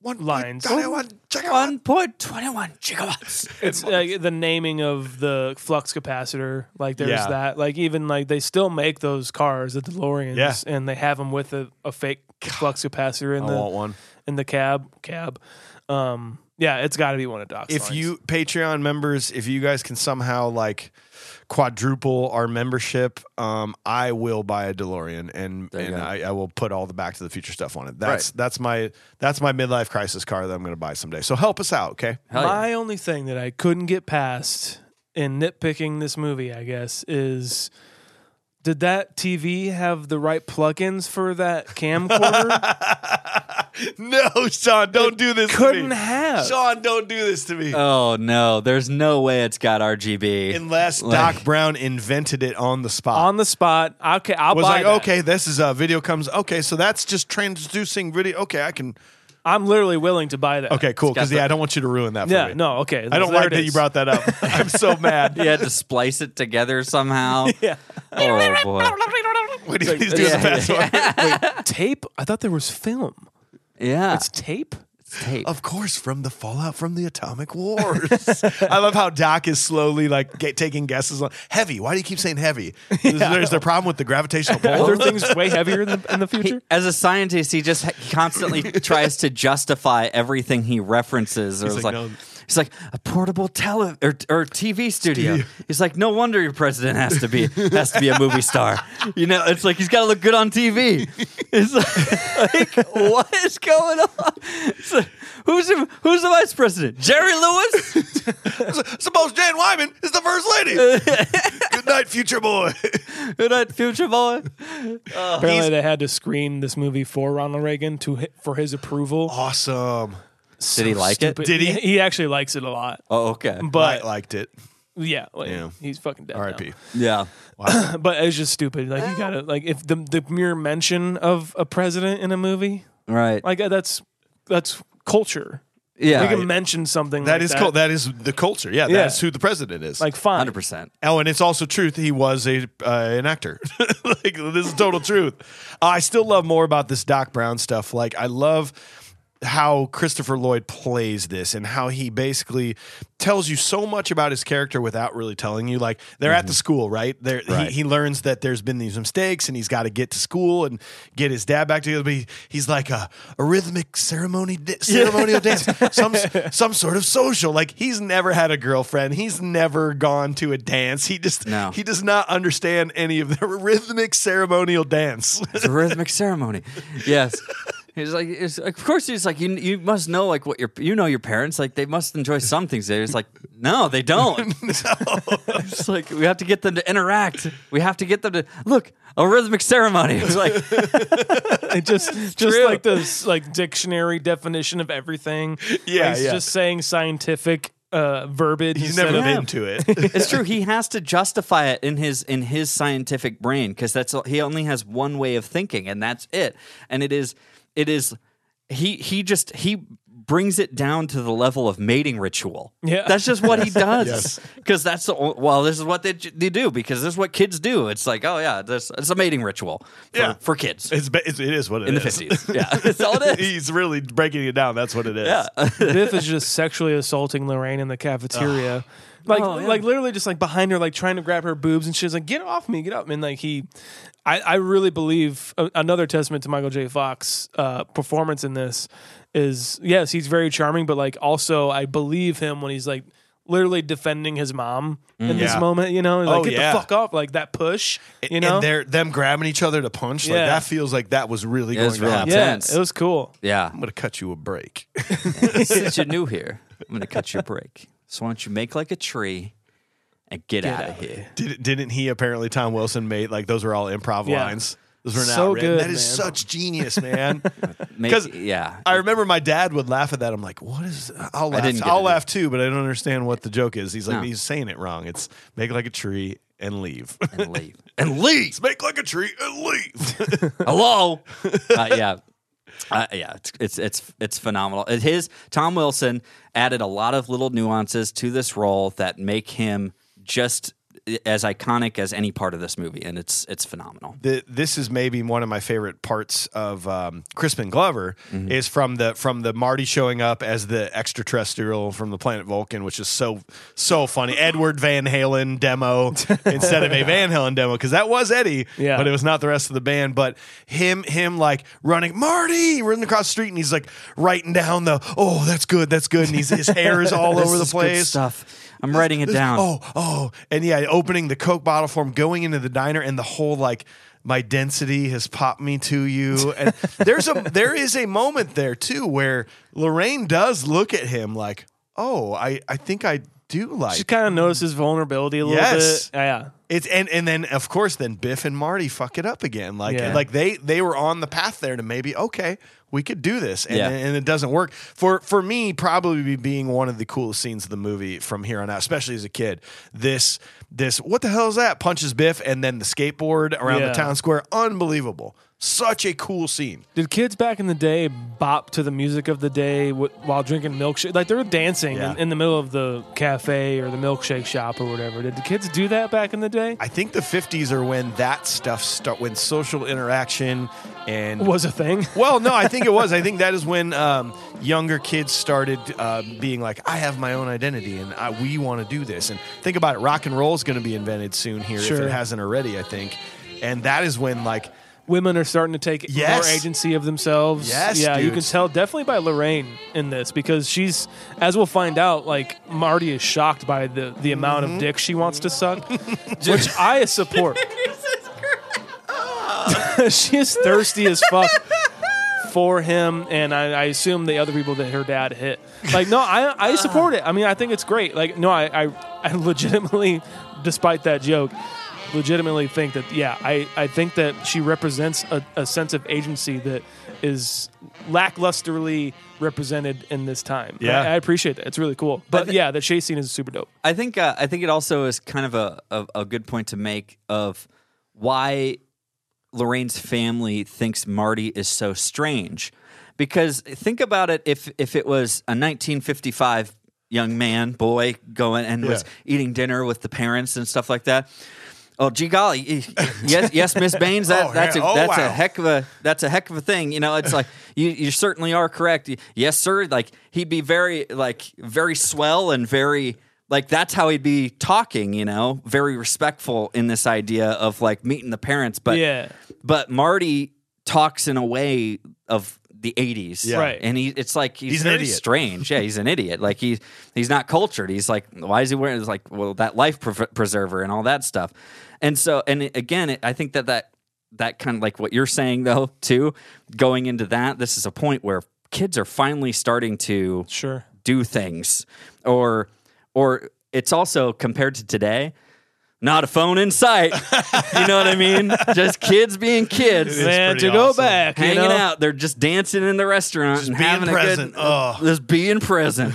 One Lines. Point, 21 gigawatt. One point twenty one gigawatts. It's like the naming of the flux capacitor. Like there's Yeah. that. Like even like they still make those cars, the DeLoreans, Yeah. and they have them with a, a fake flux capacitor in I the want one. in the cab cab. Um, yeah, it's got to be one of Doc's. If lines. you Patreon members, if you guys can somehow like quadruple our membership, um, I will buy a DeLorean and you and go. I, I will put all the Back to the Future stuff on it. That's that's my that's my midlife crisis car that I'm going to buy someday. So help us out, okay? Hell yeah. My only thing that I couldn't get past in nitpicking this movie, I guess, is did that TV have the right plugins for that camcorder? No, Sean, don't do this. to couldn't me. have. Uh, Sean, don't do this to me. Oh no, there's no way it's got RGB. Unless Like- Doc Brown invented it on the spot. On the spot. Okay, I'll was buy like, that. okay, this is a video comes. Okay, so that's just transducing video. Okay, I can. I'm literally willing to buy that. Okay, cool. Because the- yeah, I don't want you to ruin that. For Yeah, me. no, okay. I don't there like it that you is. brought that up. I'm so mad. you had to splice it together somehow. Yeah. Oh boy. Wait, he's doing the fast one. tape? I thought there was film. Yeah. Oh, It's tape? tape. Of course, from the fallout from the atomic wars. I love how Doc is slowly like get, taking guesses on heavy. Why do you keep saying heavy? Is, there, is there a problem with the gravitational Are pull? there things way heavier in the, in the He- oh, future? as a scientist, he just he constantly tries to justify everything he references. Or it's like, like, "No." it's like a portable tele or, or TV studio. He's like, no wonder your president has to be has to be a movie star. You know, it's like he's got to look good on TV. It's like, like, what is going on? It's like, who's the, who's the vice president? Jerry Lewis? Suppose Jan Wyman is the first lady. Good night, future boy. Who that future boy? Apparently, they had to screen this movie for Ronald Reagan to hi- for his approval. Awesome. Did he like it? Oh, But did he? He actually likes it a lot. Oh, okay. But I liked it. Yeah, like, Yeah. he's fucking dead. R.I.P. Yeah. now. But it's just stupid. Like you gotta like if the the mere mention of a president in a movie, Right. like uh, that's that's culture. yeah. You can mention something That like is that. cool. That is the culture. Yeah, Yeah. that's who the president is. like fine. 100%. Oh, and it's also truth. He was a uh, an actor. like this is total truth. I still love more about this Doc Brown stuff. Like I love how Christopher Lloyd plays this and how he basically tells you so much about his character without really telling you. Like they're at the school, right? There Mm-hmm. Right. He, he learns that there's been these mistakes and he's got to get to school and get his dad back together. But he, he's like a, a rhythmic ceremony da- ceremonial dance, some some sort of social. Like he's never had a girlfriend. He's never gone to a dance. He just No. he does not understand any of the rhythmic ceremonial dance. It's a rhythmic ceremony. Yes. He's like, it's, of course, he's like, you, you must know, like, what your, you know, your parents, like, they must enjoy some things. There, it's like, no, they don't. it's like, we have to get them to interact. We have to get them to look a rhythmic ceremony. It's like, It just just true. like this like dictionary definition of everything. Yeah, Like, he's yeah. just saying scientific uh verbiage. He's instead never of- been to it. it's true. He has to justify it in his in his scientific brain because that's all- he only has one way of thinking, and that's it. And it is it is he he just he brings it down to the level of mating ritual. Yeah. that's just what he does because that's the, o- well, this is what they, they do because this is what kids do. It's like oh yeah, this it's a mating ritual for, Yeah. for kids It's, ba- it's it is what it is. in the fifties. Yeah, that's all it is. He's really breaking it down. That's what it is. Yeah. Uh, Biff is just sexually assaulting Lorraine in the cafeteria. Like, Oh, yeah. like literally just like behind her, like trying to grab her boobs, and she's like, "Get off me, get up!" And like he, I, I really believe a, another testament to Michael J. Fox uh, performance in this is yes, he's very charming, but like also I believe him when he's like literally defending his mom in this Mm. Yeah. moment. You know, like Oh, get yeah. the fuck off, like that push. You and know, they're them grabbing each other to punch. Like Yeah. that feels like that was really It going was to really- happen. yeah, tense. it was cool. Yeah, I'm gonna cut you a break. since you're new here, I'm going to cut you a break. So why don't you make like a tree and get, out, of here. Did, didn't he apparently Tom Wilson made like those were all improv Yeah. lines. Those were not So written. good, that is man. such genius, man. Make- 'Cause yeah. I remember my dad would laugh at that. I'm like, what is? I'll laugh. didn't get I'll it. laugh too, but I don't understand what the joke is. He's like, No. he's saying it wrong. It's make like a tree and leave. and leave. And leave. It's make like a tree and leave. Hello. uh, yeah. Uh, yeah, it's, it's it's it's phenomenal. It- His Tom Wilson added a lot of little nuances to this role that make him just as iconic as any part of this movie, and it's it's phenomenal. the, this is maybe one of my favorite parts of um, Crispin Glover Mm-hmm. is from the from the Marty showing up as the extraterrestrial from the planet Vulcan, which is so so funny. Edward Van Halen demo instead of a Van Halen demo because that was Eddie, Yeah. but it was not the rest of the band. But him him like running Marty running across the street and he's like writing down the oh that's good that's good and he's, his hair is all This over the is good place. stuff. I'm writing it This- down. Oh, oh, and yeah, opening the Coke bottle for him, going into the diner, and the whole like my density has popped me to you. And there's a there is a moment there too where Lorraine does look at him like, oh, I I think I do She like. kind of notices vulnerability a little Yes. bit. Yeah, yeah. it's and and then of course then Biff and Marty fuck it up again like Yeah. like they they were on the path there to maybe okay we could do this and Yeah. and it doesn't work for for me probably being one of the coolest scenes of the movie from here on out especially as a kid this this what the hell is that punches Biff and then the skateboard around Yeah. the town square unbelievable such a cool scene Did kids back in the day bop to the music of the day w- while drinking milkshake? Like they were dancing Yeah. in, in the middle of the cafe or the milkshake shop or whatever. Did the kids do that back in the day? I think the 50s are when that stuff start when social interaction and Was a thing. Well, no, I think it was. I think that is when um, younger kids started uh, being like, "I have my own identity, and I, we want to do this." And think about it, rock and roll is going to be invented soon here if Sure. it hasn't already. I think, and that is when like Women are starting to take Yes. more agency of themselves. Yes, yeah, you can dudes. tell definitely by Lorraine in this because she's, as we'll find out, like Marty is shocked by the the amount Mm-hmm. of dick she wants to suck, which I support. she is thirsty as fuck for him, and I, I assume the other people that her dad hit. Like, no, I, Uh. I support it. I mean, I think it's great. Like, no, I, I, I legitimately, despite that joke, legitimately think that, yeah, I, I think that she represents a, a sense of agency that is lacklusterly represented in this time. Yeah. I, I appreciate that. It's really cool. But yeah, the chase scene is super dope. I think uh, I think it also is kind of a, a a good point to make of why Lorraine's family thinks Marty is so strange. Because think about it if if it was a 1955 young man, boy going and was eating dinner with the parents and stuff like that. Oh gee golly, eh, yes, yes, Miss Baines, that, Oh, that's a, yeah. Oh, that's a wow. heck of a that's a heck of a thing. You know, it's like you, you certainly are correct. Y- Yes, sir. Like he'd be very like very swell and very like that's how he'd be talking. You know, very respectful in this idea of like meeting the parents. But Yeah. but Marty talks in a way of the 80s Yeah. Right. and he it's like he's, He's an very idiot. strange yeah he's an idiot like he's he's not cultured he's like why is he wearing it's like well that life pre- preserver and all that stuff and so and it- again it, i think that that that kind of like what you're saying though too going into that this is a point where kids are finally starting to Sure. do things or or it's also compared to today not a phone in sight you know what i mean just kids being kids Man, to pretty go awesome. back, you hanging know? out they're just dancing in the restaurant and being having present. a good Ugh. just being present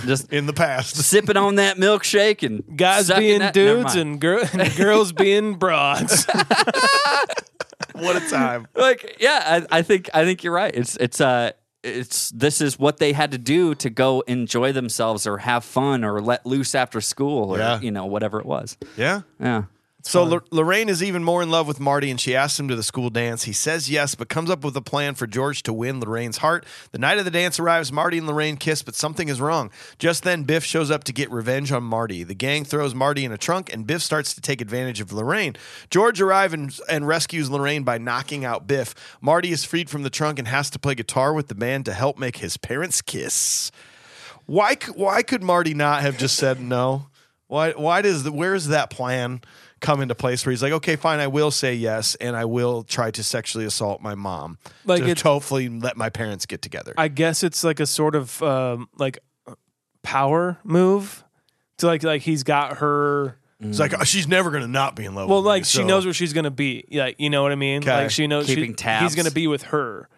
just in the past. sipping on that milkshake and Guys sucking being that- never dudes mind. and, girl, and girls being broads. what a time! like yeah I, I think i think you're right it's it's uh it's this is what they had to do to go enjoy themselves or have fun or let loose after school or Yeah. you know whatever it was Yeah. yeah So Lor- Lorraine is even more in love with Marty, and she asks him to the school dance. He says yes, but comes up with a plan for George to win Lorraine's heart. The night of the dance arrives. Marty and Lorraine kiss, but something is wrong. Just then, Biff shows up to get revenge on Marty. The gang throws Marty in a trunk, and Biff starts to take advantage of Lorraine. George arrives and, and rescues Lorraine by knocking out Biff. Marty is freed from the trunk and has to play guitar with the band to help make his parents kiss. Why? c- Why could Marty not have just said no? Why? Why does the, where does that plan come into place where he's like, okay, fine, I will say yes, and I will try to sexually assault my mom, Like like it's- to hopefully let my parents get together. I guess it's like a sort of um, like power move to like like he's got her. it's like oh, she's never gonna not be in love. Well, with me, like she so- knows where she's gonna be. Like you know what I mean. 'Kay. Like she knows she- Keeping tabs. he's gonna be with her,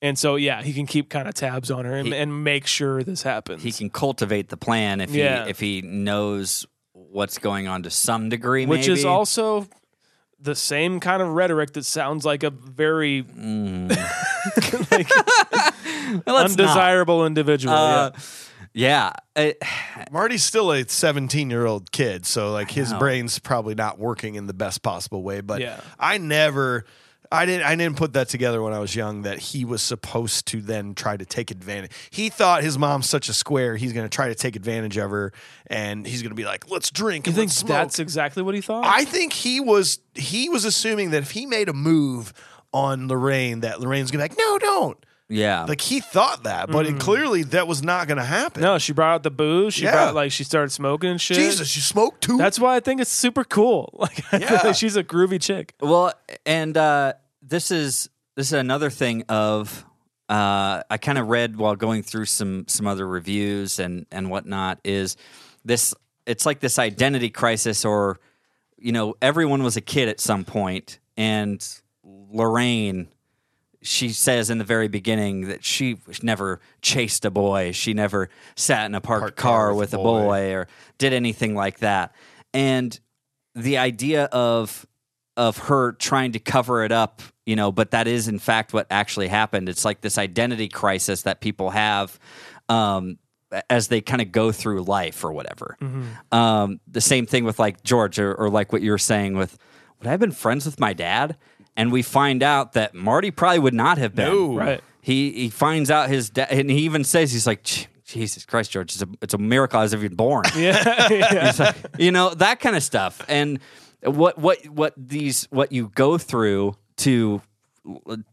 and so yeah, he can keep kind of tabs on her and, and make sure this happens. he can cultivate the plan if Yeah. he if he knows what's going on to some degree, which is maybe. also the same kind of rhetoric that sounds like a very like Mm. Let's not. undesirable individual. Uh, Yeah. I- Marty's still a 17 year old kid, so like his know. brain's probably not working in the best possible way. But Yeah. I never, I didn't, I didn't put that together when I was young that he was supposed to then try to take advantage. He thought his mom's such a square, he's going to try to take advantage of her, and he's going to be like, "Let's drink." You and think let's smoke." that's exactly what he thought? I think he was he was assuming that if he made a move on Lorraine, that Lorraine's gonna be like, "No, don't." yeah. Like he thought that, but it, clearly that was not gonna happen. Mm. no, she brought out the booze. She Yeah. brought like she started smoking and shit. Jesus, you smoked too. That's why I think it's super cool. Like, I feel Yeah. like she's a groovy chick. Well, and uh, this is this is another thing of uh, I kind of read while going through some some other reviews and and whatnot is this it's like this identity crisis or you know everyone was a kid at some point and Lorraine she says in the very beginning that she was never chased a boy. She never sat in a parked car, with a boy. or did anything like that. And the idea of of her trying to cover it up, you know, but that is in fact what actually happened. It's like this identity crisis that people have um, as they kind of go through life or whatever. Um, the same thing with like George or, or like what you were saying with would I have been friends with my dad? And we find out that Marty probably would not have been. Right. He he finds out his dad, and he even says he's like, "Je- Jesus Christ, George, it's a it's a miracle I was even born. Yeah. yeah. It's like, you know that kind of stuff. And what what what these what you go through to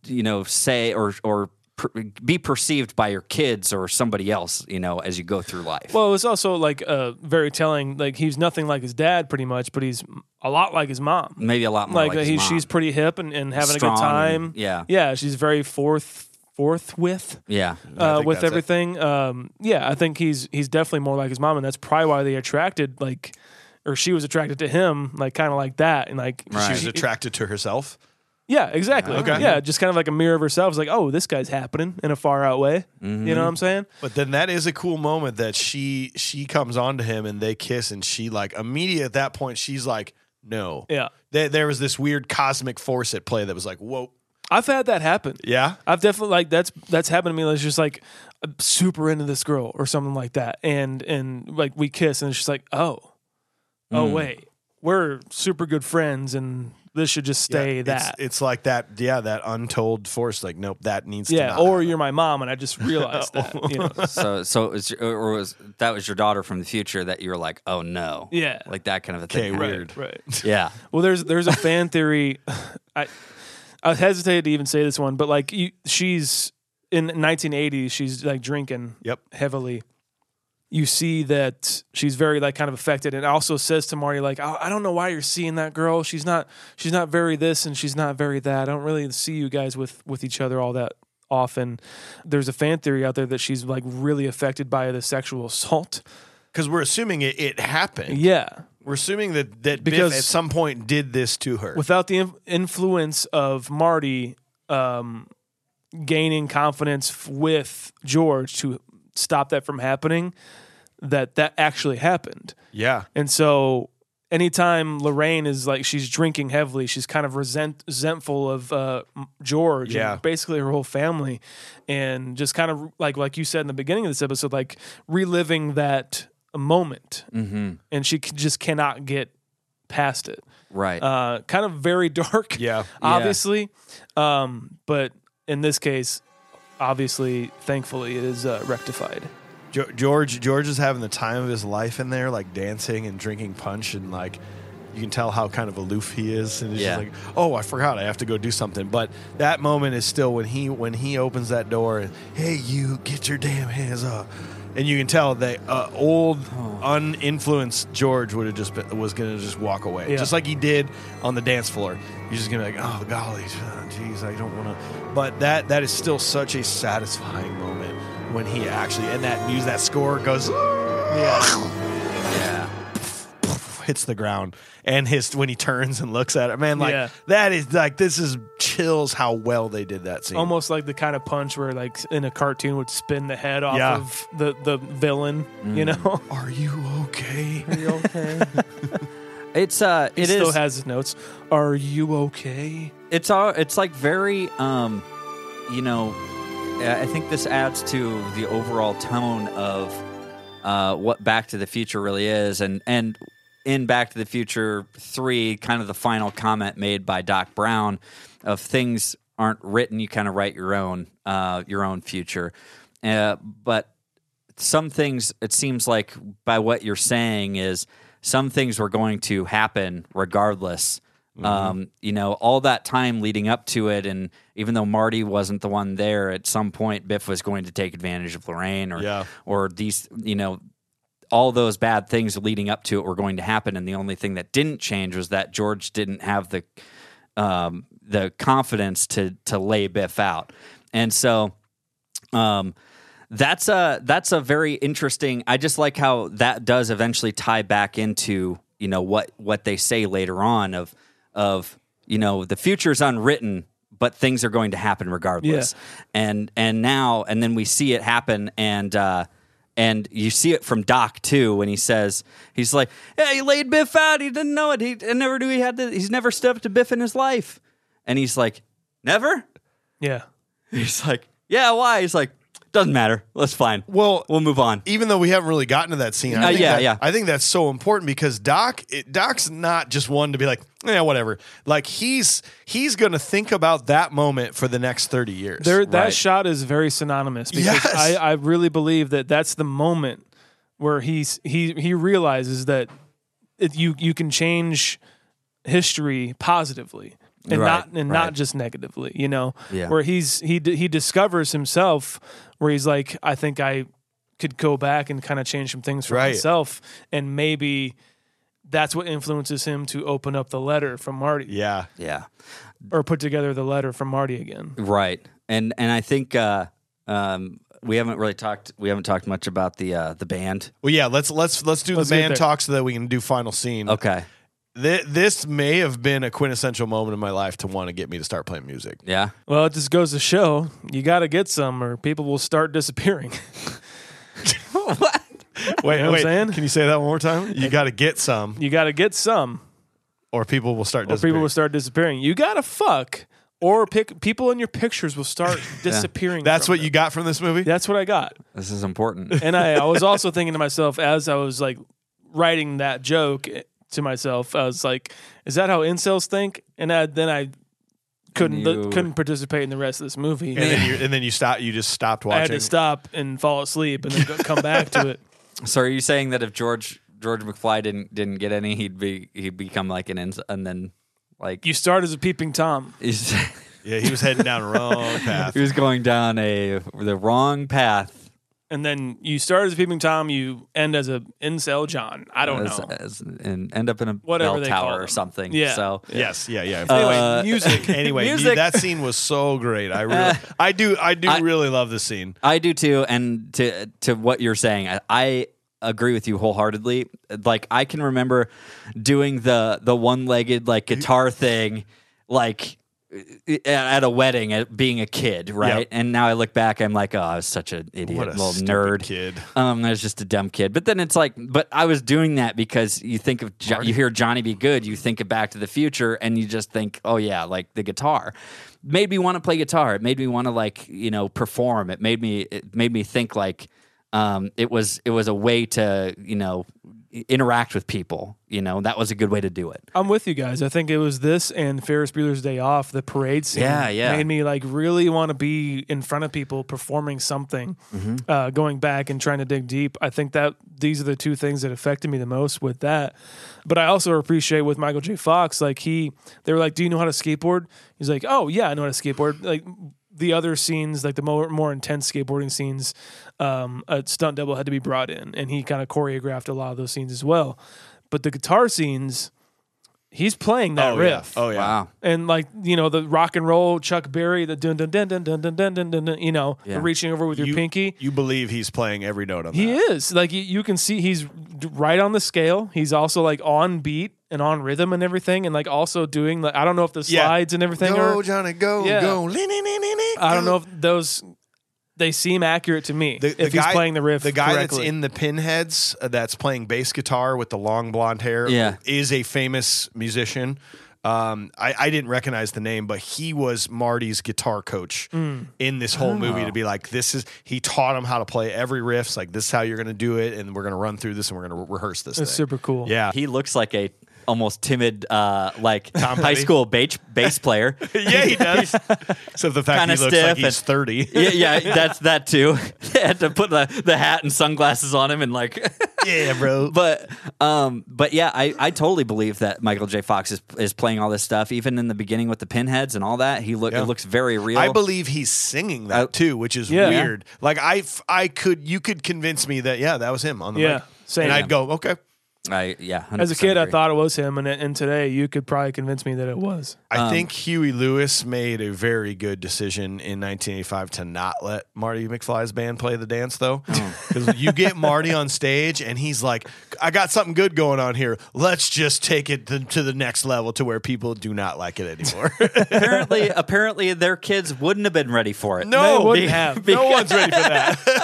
you know say or or per, be perceived by your kids or somebody else, you know, as you go through life. Well, it's also like uh, very telling. Like he's nothing like his dad, pretty much, but he's a lot like his mom. Maybe a lot more like, like, uh, his he, mom. she's pretty hip and, and having Strong a good time. and- yeah. yeah, she's very forth forthwith yeah. uh, think with that's it. everything. Um, yeah, I think he's he's definitely more like his mom, and that's probably why they attracted like, or she was attracted to him, like kind of like that, and like Right. she was attracted to herself. yeah, exactly. Okay. Yeah, just kind of like a mirror of herself. It's like, oh, this guy's happening in a far out way. Mm-hmm. You know what I'm saying? But then that is a cool moment that she she comes on to him and they kiss and she like immediately at that point she's like, "No." Yeah. There, there was this weird cosmic force at play that was like, "Whoa." I've had that happen. Yeah. I've definitely like that's that's happened to me. Like it's just like I'm super into this girl or something like that, and and like we kiss, and it's just like oh, oh Mm. wait, we're super good friends, and this should just stay Yeah, it's- that. It's, like that, yeah, that untold force. Like, nope, that needs to. yeah, not or happen. you're my mom, and I just realized that. You know? so so it was, or was that was your daughter from the future that you were like, "Oh no." Yeah. Like that kind of a Okay, thing. happened. weird. Right. Yeah. Well, there's there's a fan theory. I I hesitated to even say this one, but like you, she's in 1980s. She's like drinking Yep. heavily. You see that she's very like kind of affected, and also says to Marty like, "Oh, "I I don't know why you're seeing that girl. She's not she's not very this and she's not very that. I don't really see you guys with with each other all that." often there's a fan theory out there that she's like really affected by the sexual assault Because we're assuming it, it happened. yeah We're assuming that that Because- Biff at some point did this to her. without the inf- influence of Marty um, gaining confidence f- with George to stop that from happening, that that actually happened. yeah. And so anytime Lorraine is like she's drinking heavily, she's kind of resent resentful of uh, M- George Yeah. and basically her whole family and just kind of like like you said in the beginning of this episode like reliving that moment. And she c- just cannot get past it Right. uh, kind of very dark. Yeah. obviously. Um, but in this case, obviously, thankfully, it is uh, rectified. Jo- George George is having the time of his life in there, like dancing and drinking punch, and like you can tell how kind of aloof he is. And it's Yeah. just like, oh, I forgot, I have to go do something. But that moment is still when he when he opens that door and hey, you get your damn hands up. And you can tell that uh, old, uninfluenced George would have just been, was going to just walk away, Yeah. just like he did on the dance floor. You're just going to be like, oh golly, jeez, I don't want to. But that that is still such a satisfying moment when he actually and that music, that score goes yeah. hits the ground and his when he turns and looks at it man like Yeah. that is like this is chills how well they did that scene Almost like the kind of punch where, like in a cartoon, would spin the head off Yeah. Mm. of the the villain. You know, are you okay It's uh he it still is- has his notes. Are you okay? it's all it's like very um you know I I think this adds to the overall tone of uh, what Back to the Future really is, and and in Back to the Future three, kind of the final comment made by Doc Brown of things aren't written, you kind of write your own uh, your own future, uh, but some things it seems like by what you're saying is some things were going to happen regardless um, you know all that time leading up to it and even though marty wasn't the one there at some point biff was going to take advantage of lorraine or Yeah. or these you know all those bad things leading up to it were going to happen and the only thing that didn't change was that george didn't have the um, the confidence to to lay biff out and so um, that's a that's a very interesting. I just like how that does eventually tie back into you know what what they say later on of of you know the future is unwritten, but things are going to happen regardless. And and now and then we see it happen and. uh and you see it from Doc too when he says he's like, "Yeah, he laid Biff out. He didn't know it. He and never knew he had. To, he's never stepped to Biff in his life." And he's like, "Never." Yeah. He's like, yeah, why? He's like, doesn't matter. That's fine. Well- we'll move on. even though we haven't really gotten to that scene, I Uh, think yeah, that- yeah. I think that's so important because Doc, it, Doc's not just one to be like, yeah, whatever. Like he's he's going to think about that moment for the next thirty years. There, that Right. shot is very synonymous because Yes. I, I really believe that that's the moment where he's he he realizes that it, you you can change history positively and Right, not and not right. just negatively. You know, Yeah. where he's he d- he discovers himself where he's like, I think I could go back and kind of change some things for Right. myself, and maybe. That's what influences him to open up the letter from Marty, yeah, Yeah, or put together the letter from Marty again. right. And and I think uh, um, we haven't really talked. We haven't talked much about the uh, the band. well, yeah. Let's let's let's do Let's the get man there. talk so that we can do final scene. Okay. Thi- this may have been a quintessential moment in my life to want to get me to start playing music. Yeah. Well, it just goes to show you got to get some, or people will start disappearing. Wait, know what I'm wait. saying? Can you say that one more time? You got to get some, you got to get some, or people will start. or people disappearing. will start disappearing. You got to fuck, or pick people in your pictures will start disappearing. That's from what you got from this movie. That's what I got. This is important. And I, I was also thinking to myself as I was like writing that joke eh, to myself, I was like, "Is that how incels think?" And I, then I couldn't And you- couldn't participate in the rest of this movie. And then, you, and then you stop. You just stopped watching. I had to stop and fall asleep, and then go- come back to it. so are you saying that if George George McFly didn't didn't get any, he'd be he'd become like an ins- and then like You start as a peeping tom. he's, Yeah, he was heading down the wrong path. he was going down a the wrong path. and then you start as a peeping tom, you end as a incel John. I don't As, know. as, and end up in a Oh, Whatever bell they call tower or them. something. Yeah. So Yes, yeah, yeah. anyway, Uh, music. anyway, you- music. that scene was so great. I really, I do, I do really love this scene. I do too, and to to what you're saying, I, I agree with you wholeheartedly. Like I can remember doing the the one legged like guitar thing, like i- at a wedding, at being a kid, right? Yep. And now I look back, I'm like, oh, I was such an idiot, What a little stupid nerd kid. Um, I was just a dumb kid. But then it's like, but I was doing that because you think of jo- you hear Johnny Be Good, you think of Back to the Future, and you just think, oh yeah, like the guitar. Made me want to play guitar. It made me want to like you know perform. It made me it made me think like um, it was it was a way to you know interact with people. You know that was a good way to do it. I'm with you guys. I think it was this and Ferris Bueller's Day Off, the parade scene. Yeah, yeah. Made me like really want to be in front of people performing something, Mm-hmm. uh, going back and trying to dig deep. I think that these are the two things that affected me the most with that. But I also appreciate with Michael J. Fox, like he, they were like, Do you know how to skateboard? He's like, Oh, yeah, I know how to skateboard. Like, the other scenes, like the more more intense skateboarding scenes, um, a stunt double had to be brought in, and he kind of choreographed a lot of those scenes as well. But the guitar scenes, he's playing that riff. yeah. Oh yeah. Wow. And like you know the rock and roll Chuck Berry the dun dun dun dun dun dun dun dun, dun, dun you know the Yeah. reaching over with your You- pinky You believe he's playing every note on he that. is like you, you can see he's d- right on the scale he's also like on beat and on rhythm and everything and like also doing like I don't know if the Yeah. slides and everything Go, are Johnny, go, Yeah. go. Li- li- li- li- li- I don't go. know if those they seem accurate to me The, the if guy, he's playing the riff the guy correctly. that's in the Pinheads, uh, that's playing bass guitar with the long blonde hair, Yeah. is a famous musician. Um, I, I didn't recognize the name, but he was Marty's guitar coach Mm. in this whole movie Oh. to be like, this is, he taught him how to play every riff. It's like, this is how you're going to do it. And we're going to run through this and we're going to re- rehearse this. That's thing. super cool. Yeah. He looks like a almost timid, uh, like high Petty. school bass, bass player. yeah, he does. so the fact Kinda he looks stiff like he's and- 30. yeah, yeah, that's that too. they had to put the, the hat and sunglasses on him and like yeah, bro. but um but yeah i i totally believe that michael j fox is is playing all this stuff even in the beginning with the pinheads and all that he look Yeah. it looks very real I believe he's singing that I- too, which is Yeah. weird. Like I, f- I could, you could convince me that yeah, that was him on the Yeah, mic. same. And I'd go okay. I- yeah 100% As a kid, I agree. thought it was him, and, and today you could probably convince me that it was. I think Huey Lewis made a very good decision in 1985 to not let Marty McFly's band play the dance, though, Oh. because you get Marty on stage and he's like, "I got something good going on here. Let's just take it to, to the next level to where people do not like it anymore." apparently apparently their kids wouldn't have been ready for it Oh, They wouldn't have. because- no one's ready for that.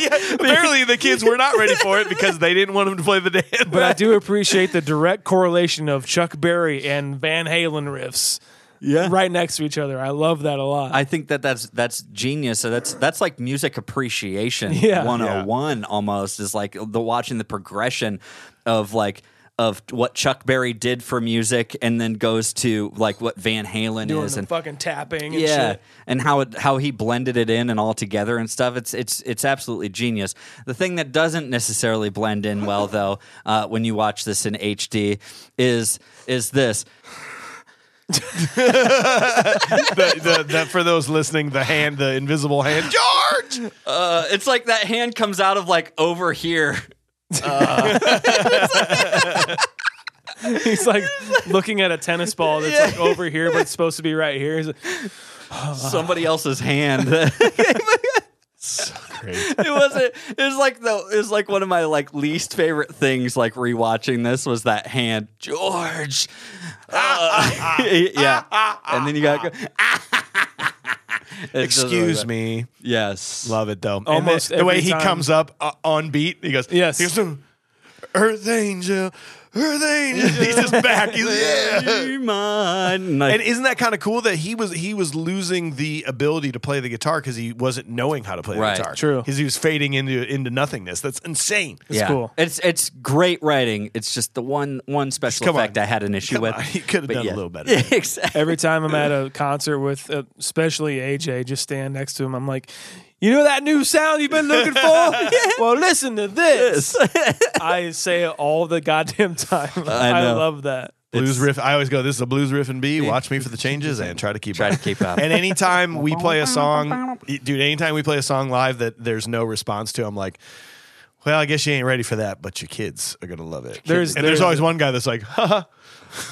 Yeah, apparently, the kids were not ready for it because they didn't want him to play the dance. But I do appreciate the direct correlation of Chuck Berry and Van Halen riffs. Yeah. Right next to each other. I love that a lot. I think that that's that's genius. So that's that's like music appreciation Yeah. 101 almost is like the watching the progression of like of what Chuck Berry did for music and then goes to like what Van Halen Doing is the and fucking tapping and yeah, shit. and how it how he blended it in and all together and stuff. It's it's it's absolutely genius. The thing that doesn't necessarily blend in well though, uh, when you watch this in HD, is is this the, the, the, for those listening, the hand, the invisible hand, George. Uh, it's like that hand comes out of like over here. He's like looking at a tennis ball that's like over here, but it's supposed to be right here. He's like, Uh-huh. somebody else's hand. it wasn't. It was like the. It was like one of my like least favorite things. Like rewatching this was that hand, George. Ah, Uh, yeah, and then you got. ah. Excuse me. Yes. Love it though. And Almost the, the way every he time. comes up uh, on beat, he goes, Yes. he goes, Earth Angel, Earth Angel." He's just back. He's, yeah. You're mine. Like, And isn't that kind of cool that he was he was losing the ability to play the guitar because he wasn't knowing how to play Right. the guitar. True. because he was fading into into nothingness. That's insane. It's cool. It's it's great writing. It's just the one one special Come on. effect I had an issue Come with. on. You could have But done a yeah. little better. Yeah, exactly. every time I'm at a concert with, uh, especially AJ, just stand next to him. I'm like, you know that new sound you've been looking for? Well, listen to this. I say it all the goddamn time. I, know. love that. Blues riff. I always go. This is a blues riff and B. Watch me for the changes and try to keep Try up. to keep up. And anytime we play a song, dude, anytime we play a song live that there's no response to, I'm like, well, I guess you ain't ready for that, but your kids are gonna love it. There's- and there's there's- always one guy that's like, haha.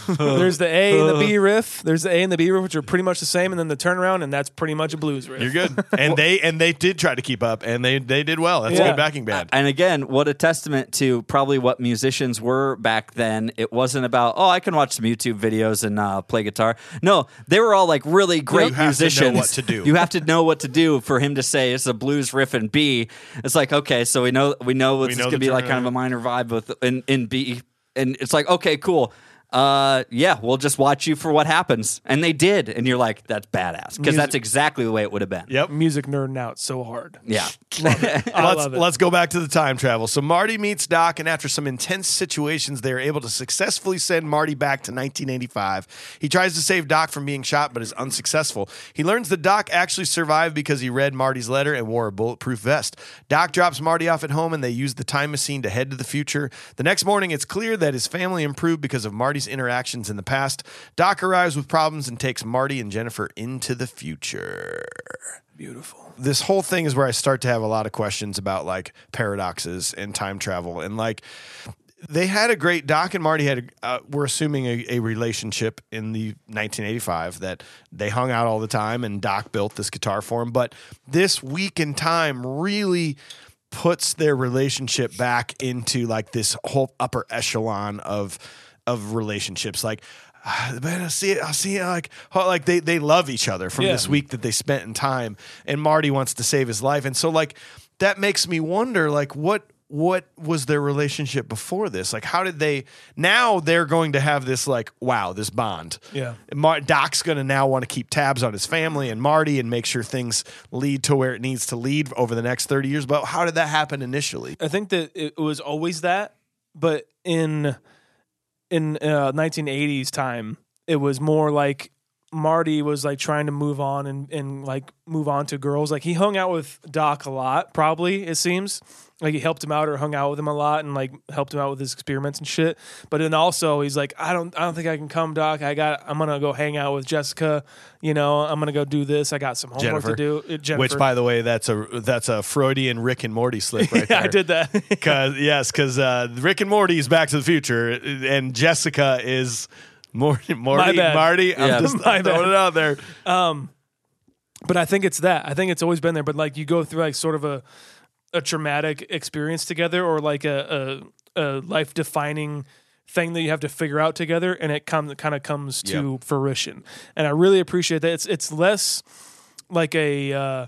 There's the A and the B riff. There's the A and the B riff, which are pretty much the same, and then the turnaround, and that's pretty much a blues riff. You're good. And they and they did try to keep up, and they they did well. That's a Yeah. good backing band. And again, what a testament to probably what musicians were back then. It wasn't about oh, I can watch some YouTube videos and uh, play guitar. No, they were all like really great have to know musicians. what to do. You have to know what to do for him to say it's a blues riff in B. It's like okay, so we know we know it's know gonna the be like kind of a turnaround. minor vibe with in in B, and it's like okay, cool. Uh yeah, we'll just watch you for what happens, and they did, and you're like that's badass because that's exactly the way it would have been. Yep. Music nerding out so hard. Yeah. I let's, love it. let's go back to the time travel. So Marty meets Doc, and after some intense situations, they are able to successfully send Marty back to 1985. He tries to save Doc from being shot, but is unsuccessful. He learns that Doc actually survived because he read Marty's letter and wore a bulletproof vest. Doc drops Marty off at home, and they use the time machine to head to the future. The next morning, it's clear that his family improved because of Marty's interactions in the past. Doc arrives with problems and takes Marty and Jennifer into the future this whole thing is where I start to have a lot of questions about like paradoxes and time travel and like they had a great Doc and Marty had a, uh, were assuming a, a relationship in the 1985 that they hung out all the time and Doc built this guitar for him but this week in time really puts their relationship back into like this whole upper echelon of of relationships like "Ah, man, I see it. I see it. Like, how- like they they love each other from Yeah. this week that they spent in time, and Marty wants to save his life, and so like that makes me wonder, like what what was their relationship before this? Like, how did they? Now they're going to have this like, wow, this bond. Yeah. Mar- Doc's going to now want to keep tabs on his family and Marty and make sure things lead to where it needs to lead over the next thirty years. But how did that happen initially? I think that it was always that, but in in uh, 1980s time, it was more like Marty was like trying to move on and and like move on to girls. Like he hung out with Doc a lot, probably it seems. Like he helped him out or hung out with him a lot and like helped him out with his experiments and shit. But then also he's like, I don't I don't think I can come, Doc. I got I'm gonna go hang out with Jessica. You know, I'm gonna go do this. I got some homework Jennifer, to do. Uh, Jennifer. which by the way, that's a that's a Freudian Rick and Morty slip right yeah, there. I did that. Cause yes, because uh, Rick and Morty is Back to the Future, and Jessica is Morty. Morty, bad. Marty. Yeah. I'm just My throwing bad. it out there. but I think it's that. I think it's always been there. But like you go through like sort of a a traumatic experience together, or like a a, a life defining thing that you have to figure out together, and it come kind of comes to fruition. And I really appreciate that. It's it's less like a uh,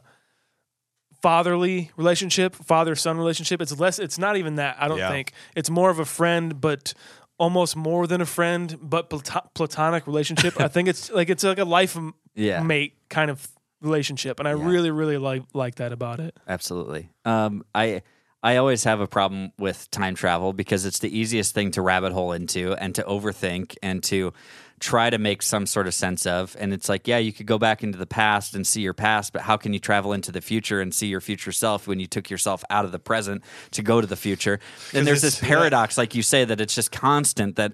fatherly relationship, father son relationship. It's less. It's not even that. I don't Yeah. think it's more of a friend, but. Almost more than a friend, but plato- platonic relationship. I think it's like it's like a life m- Yeah. mate kind of relationship, and I really, really like like that about it. Absolutely. Um, I I always have a problem with time travel because it's the easiest thing to rabbit hole into and to overthink and to try to make some sort of sense of. And it's like, yeah, you could go back into the past and see your past, but how can you travel into the future and see your future self when you took yourself out of the present to go to the future? And there's this it's- paradox, like you say, that it's just constant that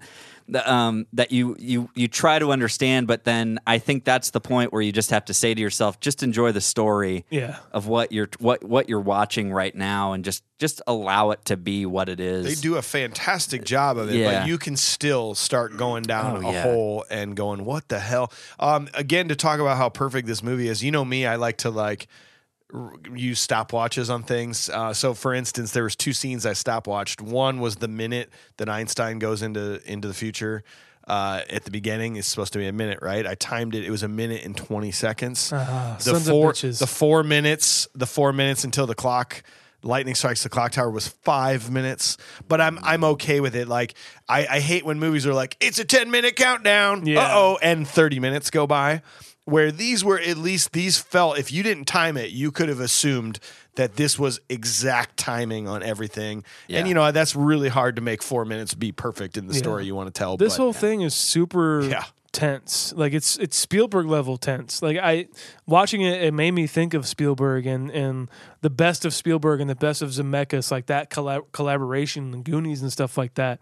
the, um, that you you you try to understand, but then I think that's the point where you just have to say to yourself, just enjoy the story Yeah. of what you're what what you're watching right now and just just allow it to be what it is. They do a fantastic job of it, Yeah. but you can still start going down Oh, a yeah. hole and going, "What the hell?" Um, again, to talk about how perfect this movie is. You know me; I like to like r- use stopwatches on things. Uh, so, for instance, there was two scenes I stopwatched. One was the minute that Einstein goes into into the future. Uh, at the beginning, it's supposed to be a minute, right? I timed it; it was a minute and twenty seconds. the Ah, sons of four, bitches. the four minutes, the four minutes until the clock lightning strikes the clock tower was five minutes. But I'm I'm okay with it. Like I, I hate when movies are like, it's a 10 minute countdown. Yeah. Uh oh, and 30 minutes go by. Where these were at least these felt if you didn't time it, you could have assumed that this was exact timing on everything. Yeah. And you know, that's really hard to make four minutes be perfect in the Yeah. story you want to tell. This but- whole thing is super Yeah. tense. Like it's it's Spielberg level tense. Like I watching it, it made me think of Spielberg and and the best of Spielberg and the best of Zemeckis, like that collab- collaboration and Goonies and stuff like that.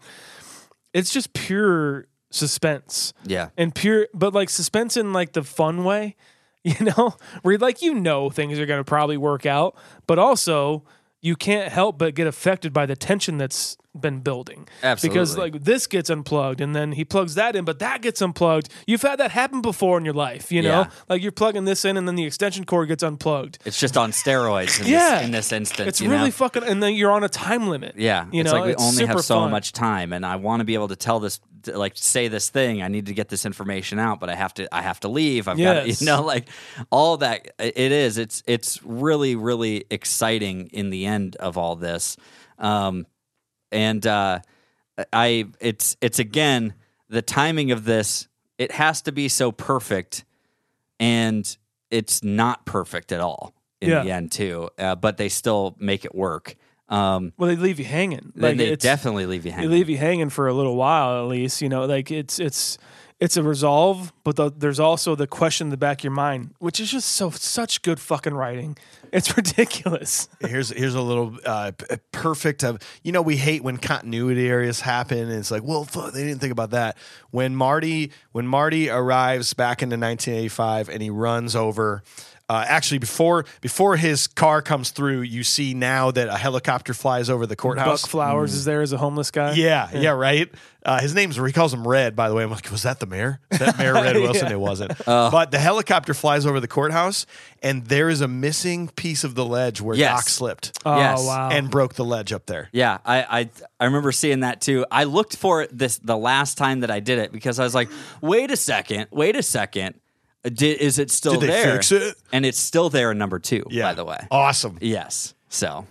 It's just pure suspense. Yeah. and pure but like suspense in like the fun way you know where like you know things are going to probably work out but also you can't help but get affected by the tension that's been building because Absolutely. like this gets unplugged and then he plugs that in but that gets unplugged you've had that happen before in your life you know Yeah. like you're plugging this in and then the extension cord gets unplugged It's just on steroids in, Yeah. this, in this instance. it's you really know? fucking and then you're on a time limit Yeah, you it's know like we It's only super have so fun. much time, and I want to be able to tell this, to, like, say this thing. I need to get this information out, but I have to, I have to leave. I've got, Yes. to, you know, like all that. It is. It's, it's really, really exciting in the end of all this, um, and uh, I, it's, it's again the timing of this. It has to be so perfect and it's not perfect at all in Yeah. the end too. Uh, but they still make it work. Um, well they leave you hanging then they it's- definitely leave you hanging. They leave you hanging for a little while, at least. You know, like it's it's it's a resolve, but the, there's also the question in the back of your mind, which is just so such good fucking writing. It's ridiculous. here's here's a little uh, p- perfect of you know we hate when continuity areas happen and it's like well fuck, they didn't think about that when Marty when Marty arrives back into 1985 and he runs over uh, actually before before his car comes through you see now that a helicopter flies over the courthouse Buck Flowers is there as a homeless guy. yeah, yeah, right. Uh, his name's he calls him Red. By the way, I'm like, was that the mayor? Is that Mayor Red Wilson? It wasn't. But the helicopter flies over the courthouse, and there is a missing piece of the ledge where Yes. Uh. Doc slipped Oh Yes. wow. and broke the ledge up there. Yeah, I, I I remember seeing that too. I looked for it this the last time that I did it because I was like, wait a second, wait a second, did, is it still Did they there? fix it? And it's still there in number two. By the way, awesome. yes. So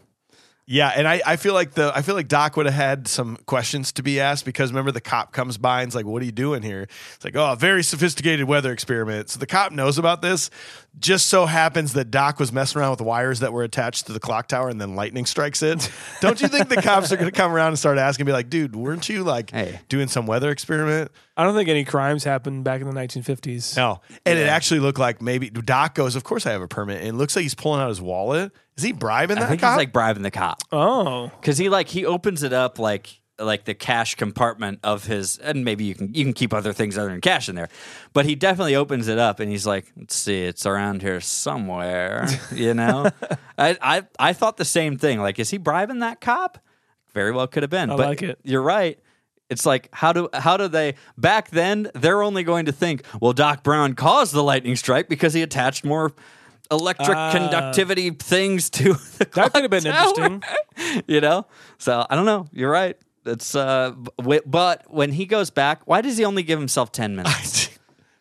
Yeah, and I, I feel like the I feel like Doc would have had some questions to be asked because remember the cop comes by and's like, "What are you doing here?" It's like, "Oh, a very sophisticated weather experiment." So the cop knows about this. Just so happens that Doc was messing around with wires that were attached to the clock tower, and then lightning strikes it. Don't you think the cops are going to come around and start asking, be like, "Dude, weren't you like Hey. doing some weather experiment?" I don't think any crimes happened back in the 1950s. No, and it actually looked like maybe Doc goes, "Of course I have a permit." And it looks like he's pulling out his wallet. Is he bribing I that think cop? he's like bribing the cop Oh, because he like he opens it up like like the cash compartment of his and maybe you can you can keep other things other than cash in there but he definitely opens it up and he's like let's see it's around here somewhere you know I, I i thought the same thing like is he bribing that cop very well could have been I but like it. you're right it's like how do how do they back then they're only going to think well doc brown caused the lightning strike because he attached more electric conductivity things to the Ah. that could have been tower. interesting. you know so i don't know you're right it's uh b- wi- but when he goes back why does he only give himself 10 minutes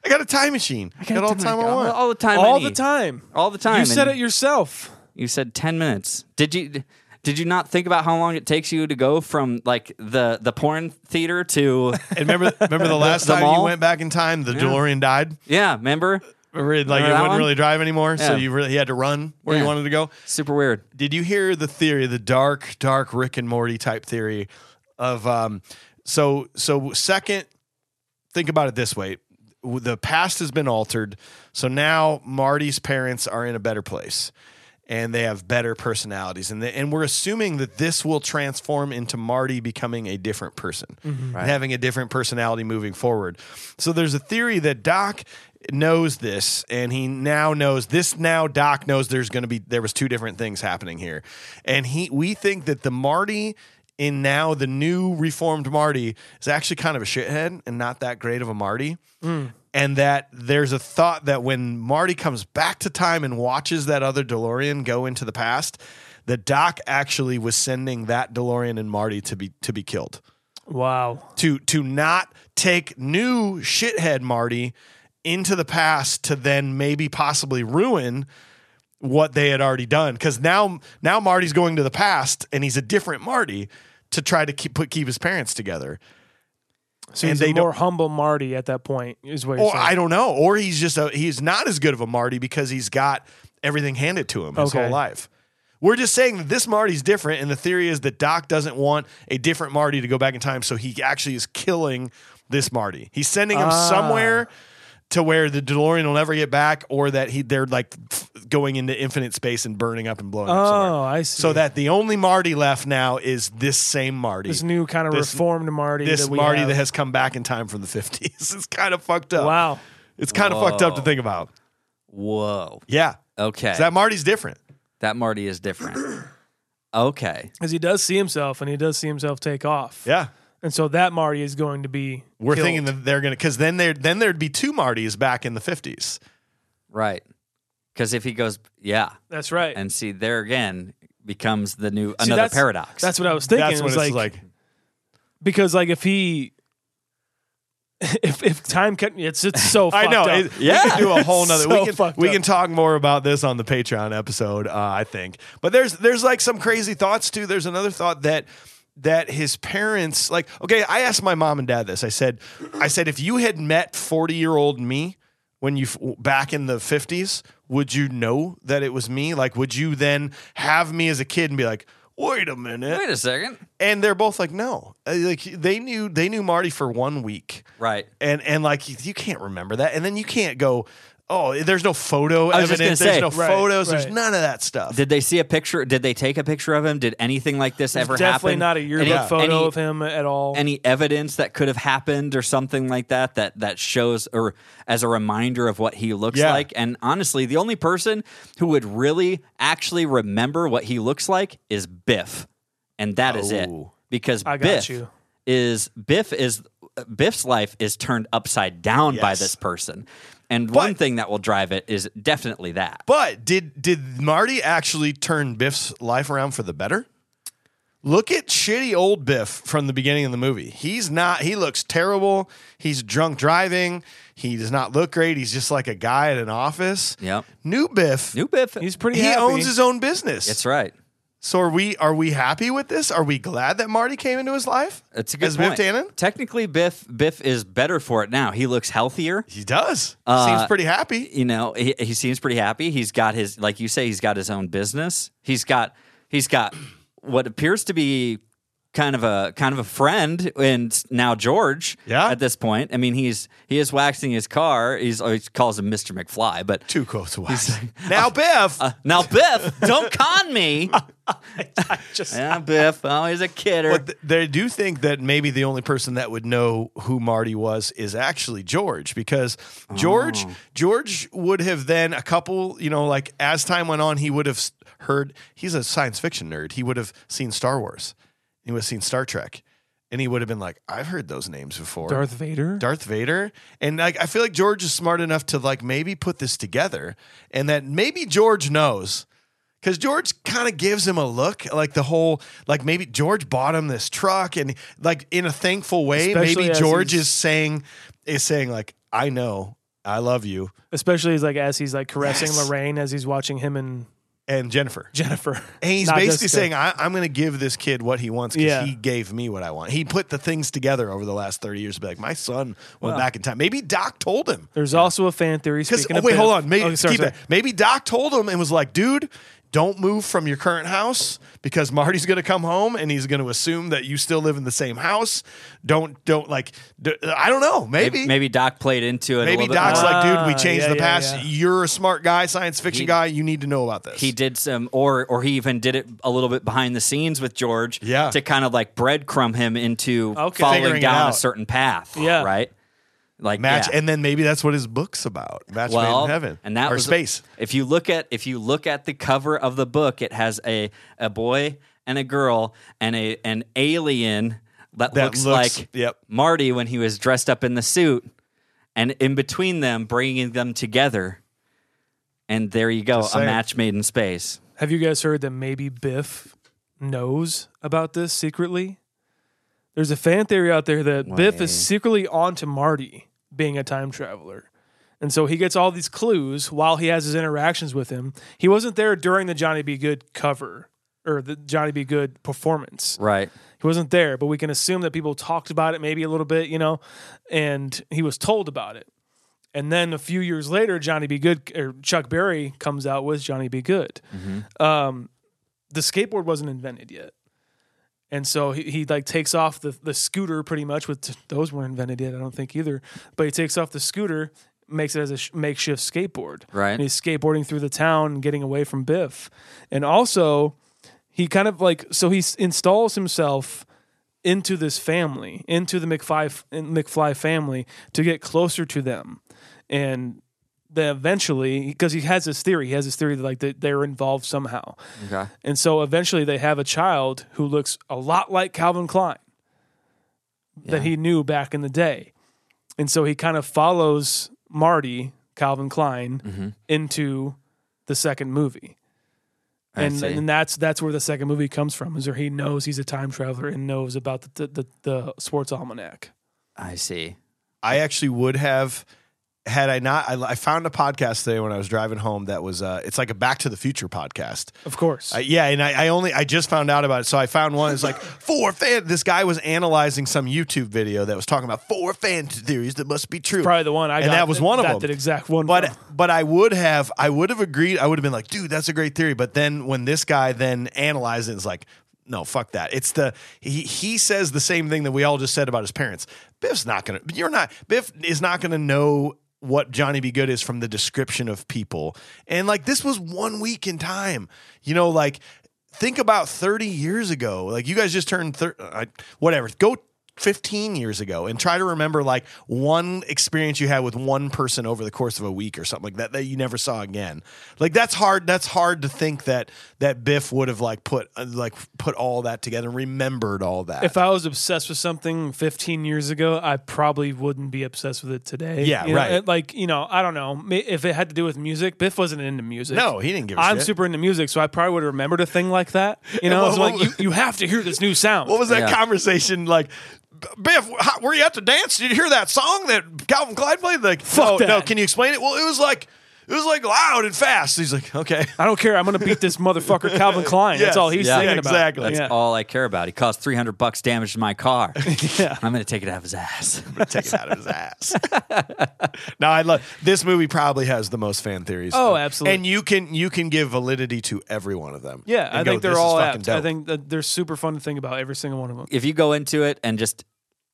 I got a time machine. I got all the time I all, want. all the time I All the need. time. all the time You said and it yourself. you said 10 minutes did you did you not think about how long it takes you to go from like the the porn theater to And remember, remember the last the time you mall? went back in time, the DeLorean died. yeah remember Or it- Like Remember it that wouldn't one? really drive anymore, so Yeah. you really you had to run where you Yeah. wanted to go. super weird Did you hear the theory, the dark, dark Rick and Morty type theory of um? So so second, think about it this way: W- the past has been altered, so now Marty's parents are in a better place. And they have better personalities, and they, and we're assuming that this will transform into Marty becoming a different person, and having a different personality moving forward. So there's a theory that Doc knows this and he now knows this now doc knows there's going to be there was two different things happening here and he we think that the marty in now the new reformed marty is actually kind of a shithead and not that great of a marty and that there's a thought that when marty comes back to time and watches that other delorean go into the past that doc actually was sending that delorean and marty to be to be killed Wow. to to not take new shithead Marty into the past to then maybe possibly ruin what they had already done because now now Marty's going to the past and he's a different Marty to try to keep put keep his parents together. So And he's they a more don't- humble Marty at that point, is what you're Or saying. I don't know. Or he's just a, he's not as good of a Marty because he's got everything handed to him his Okay. whole life. We're just saying that this Marty's different, and the theory is that Doc doesn't want a different Marty to go back in time, so he actually is killing this Marty. He's sending him Ah. somewhere to where the DeLorean will never get back, or that he they're like f- going into infinite space and burning up and blowing up oh, somewhere. I see. So that the only Marty left now is this same Marty. this new kind of this- reformed Marty. this that we Marty have. that has come back in time from the 50s. It's kind of fucked up. Wow. It's kind of fucked up to think about. whoa Yeah. okay So that Marty's different. that marty is different okay Because he does see himself and he does see himself take off. Yeah. And so that Marty is going to be. We're killed. thinking that they're gonna because then there then there'd be two Martys back in the fifties. right because if he goes yeah That's right. and see there again becomes the new See, another that's- paradox That's what I was thinking. That's It what was it's like, because like if he if if time kept it's it's so I fucked know. up. It, we can do a whole nother. So we can fucked we up. can talk more about this on the Patreon episode, uh, I think. But there's there's like some crazy thoughts too. There's another thought that that his parents like. Okay, I asked my mom and dad this. I said, I said if you had met forty year old me when you f- back in the fifties, would you know that it was me? Like, would you then have me as a kid and be like? Wait a minute. wait a second and they're both like no Uh, like they knew they knew marty for one week right and and like you, you can't remember that and then you can't go oh there's no photo I was just evidence gonna there's say. no Right, photos right. there's none of that stuff Did they see a picture? Did they take a picture of him? Did anything like this ever definitely happen? not a yearbook Any- photo any- of him at all. Any evidence that could have happened or something like that that that shows or as a reminder of what he looks Yeah. like? And honestly, the only person who would really actually remember what he looks like is Biff, and that is it. Because Oh. I got Biff you. is Biff is Biff's life is turned upside down by Yes. this person. And one thing that will drive it is definitely that. but did did marty actually turn biff's life around for the better look at shitty old biff from the beginning of the movie he's not he looks terrible he's drunk driving he does not look great he's just like a guy at an office Yep. new biff New Biff, He's pretty he happy. owns his own business That's right. So are we are we happy with this? Are we glad that Marty came into his life? That's a good As point. Biff Tannen? Technically, Biff Biff is better for it now. He looks healthier. He does. Uh, Seems pretty happy. You know, he, he seems pretty happy. He's got his, like you say, he's got his own business. He's got he's got what appears to be kind of a kind of a friend, and now George. Yeah. At this point, I mean, he's he is waxing his car. He's oh, he calls him Mister McFly, but uh, Too close to wax. Now Biff. now Biff, don't con me. yeah, Biff. Oh, he's a kidder. But th- they do think that maybe the only person that would know who Marty was is actually George, because George George would have then a couple, you know, like as time went on, he would have s- heard. He's a science fiction nerd. He would have seen Star Wars. He would have seen Star Trek, and he would have been like, "I've heard those names before." Darth Vader. Darth Vader. And like I feel like George is smart enough to like maybe put this together and that maybe George knows. Cause George kind of gives him a look, like the whole, like maybe George bought him this truck, and like in a thankful way, Especially maybe as George he's- is saying, is saying like, I know, I love you, Especially as like as he's like caressing Yes. Lorraine as he's watching him and and Jennifer, Jennifer. and he's Not basically Jessica. saying, I, I'm going to give this kid what he wants because Yeah. he gave me what I want. He put the things together over the last thirty years. To be like, my son went Wow. back in time. Maybe Doc told him. There's also a fan theory. Because Speaking oh, of wait, Biff- hold on. Maybe, Oh, sorry, keep sorry. that. Maybe Doc told him and was like, "Dude, don't move from your current house because Marty's going to come home and he's going to assume that you still live in the same house. Don't don't like. D- I don't know. Maybe maybe, Doc played into it. a Maybe little bit Doc's more. like, dude, we Ah, changed yeah, the yeah, past. yeah. You're a smart guy, science fiction He- guy. You need to know about this. he did some or or he even did it a little bit behind the scenes with George Yeah. to kind of like breadcrumb him into Okay. following Figuring it down a out. certain path. Yeah. Right? Like match, yeah. and then maybe that's what his book's about. Match made well, in heaven and that or was space. If you look at if you look at the cover of the book, it has a a boy and a girl and a an alien that, That looks, looks- like yep. Marty when he was dressed up in the suit, and in between them, bringing them together, and there you go, a saying. match made in space. Have you guys heard that maybe Biff knows about this secretly? There's a fan theory out there that Biff is secretly onto Marty being a time traveler. And so he gets all these clues while he has his interactions with him. He wasn't there during the Johnny B. Good cover or the Johnny B. Good performance. Right. He wasn't there, but we can assume that people talked about it maybe a little bit, you know, and he was told about it. And then a few years later, Johnny B. Good or Chuck Berry comes out with Johnny B. Good. Um, the skateboard wasn't invented yet, and so he, he like takes off the the scooter pretty much. With those weren't invented yet, I don't think either. But he takes off the scooter, makes it as a sh- makeshift skateboard. Right. and he's skateboarding through the town, and getting away from Biff, and also he kind of like so he s- installs himself into this family, into the McFly McFly family to get closer to them, and then eventually because he has this theory, he has this theory that like that they're involved somehow, Okay. and so eventually they have a child who looks a lot like Calvin Klein that he knew back in the day, and so he kind of follows Marty Calvin Klein Mm-hmm. into the second movie I and see. and that's that's where the second movie comes from is where he knows he's a time traveler and knows about the the, the, the sports almanac. I see. I actually would have had I not. I, I found a podcast today when I was driving home that was. Uh, it's like a Back to the Future podcast. Of course, Uh, yeah, and I, I only I just found out about it, so I found one. It's like four fan. This guy was analyzing some YouTube video that was talking about four fan theories that must be true. probably the one I and got, that was one of got them. That exact one, But from. but I would have I would have agreed. I would have been like, dude, that's a great theory. But then when this guy then analyzed it, it's like. No, fuck that. It's the he he says the same thing that we all just said about his parents. Biff's not gonna you're not Biff is not gonna know what Johnny B. Good is from the description of people. And like this was one week in time. You know, like think about 30 years ago like you guys just turned thir- I, whatever go 15 years ago and try to remember like one experience you had with one person over the course of a week or something like that that you never saw again like that's hard that's hard to think that that biff would have like put uh, like put all that together and remembered all that if I was obsessed with something 15 years ago, I probably wouldn't be obsessed with it today. Yeah, You know, right. it- like you know, I don't know Ma- if it had to do with music. Biff wasn't into music. No, he didn't give a I'm shit. super into music, so I probably would have remembered a thing like that. You know, what- it's what like was- you, you have to hear this new sound. what was that Yeah. conversation like "B- Biff, how, were you at the dance? Did you hear that song that Calvin Klein played? Like, Fuck no, no. that. Can you explain it? Well, it was like it was like loud and fast. He's like, okay. I don't care. I'm going to beat this motherfucker Calvin Klein. Yes. That's all he's Yeah. thinking Yeah, about. exactly. That's yeah. all I care about. He caused 300 bucks damage to my car. I'm going to take it out of his ass. Take it out of his ass. now I love this movie. Probably has the most fan theories. Oh, absolutely. And you can you can give validity to every one of them. Yeah, And I go, think they're "This is all fucking apt. I dope." think that they're super fun to think about every single one of them. if you go into it and just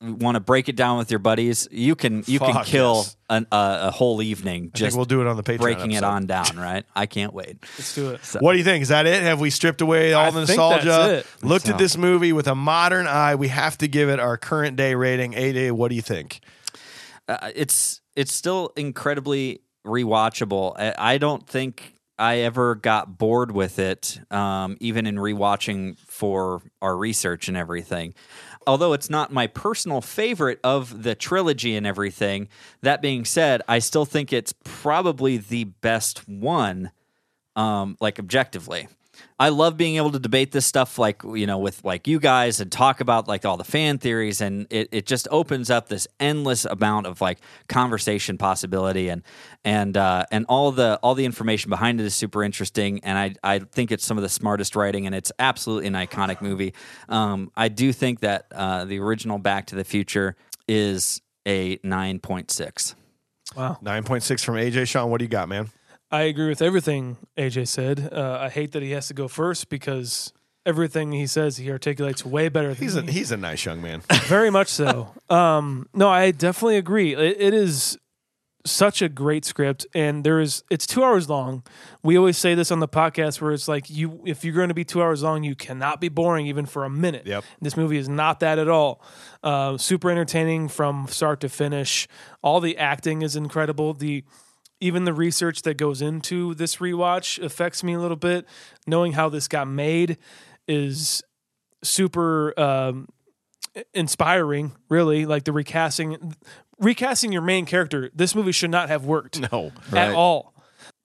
want to break it down with your buddies, you can you can Fuck, kill yes. an, a a whole evening. I think Just we'll do it on the Patreon. breaking it episode. on down. Right? I can't wait. Let's do it. What do you think? Is that it? Have we stripped away all I the think that's nostalgia? it. Looked at this movie with a modern eye. We have to give it our current day rating. A day. What do you think? Uh, it's it's still incredibly rewatchable. I, I don't think I ever got bored with it, um, even in rewatching for our research and everything. Although it's not my personal favorite of the trilogy and everything. That being said, I still think it's probably the best one. um, like objectively. I love being able to debate this stuff, like you know, with like you guys, and talk about like all the fan theories, and it, it just opens up this endless amount of like conversation possibility, and and uh, and all the all the information behind it is super interesting, and I I think it's some of the smartest writing, and it's absolutely an iconic movie. Um, I do think that uh, the original Back to the Future is a nine point six. Nine point six from AJ Sean. What do you got, man? I agree with everything AJ said. Uh, I hate that he has to go first because everything he says he articulates way better than He's a me. he's a nice young man. Very much so. Um, no, I definitely agree. It, it is such a great script, and there is it's two hours long. We always say this on the podcast, where it's like you if you're going to be two hours long, you cannot be boring even for a minute. Yep. This movie is not that at all. Uh, super entertaining from start to finish. All the acting is incredible. The even the research that goes into this rewatch affects me a little bit. Knowing how this got made is super um, inspiring really like the recasting recasting your main character this movie should not have worked no. at Right. all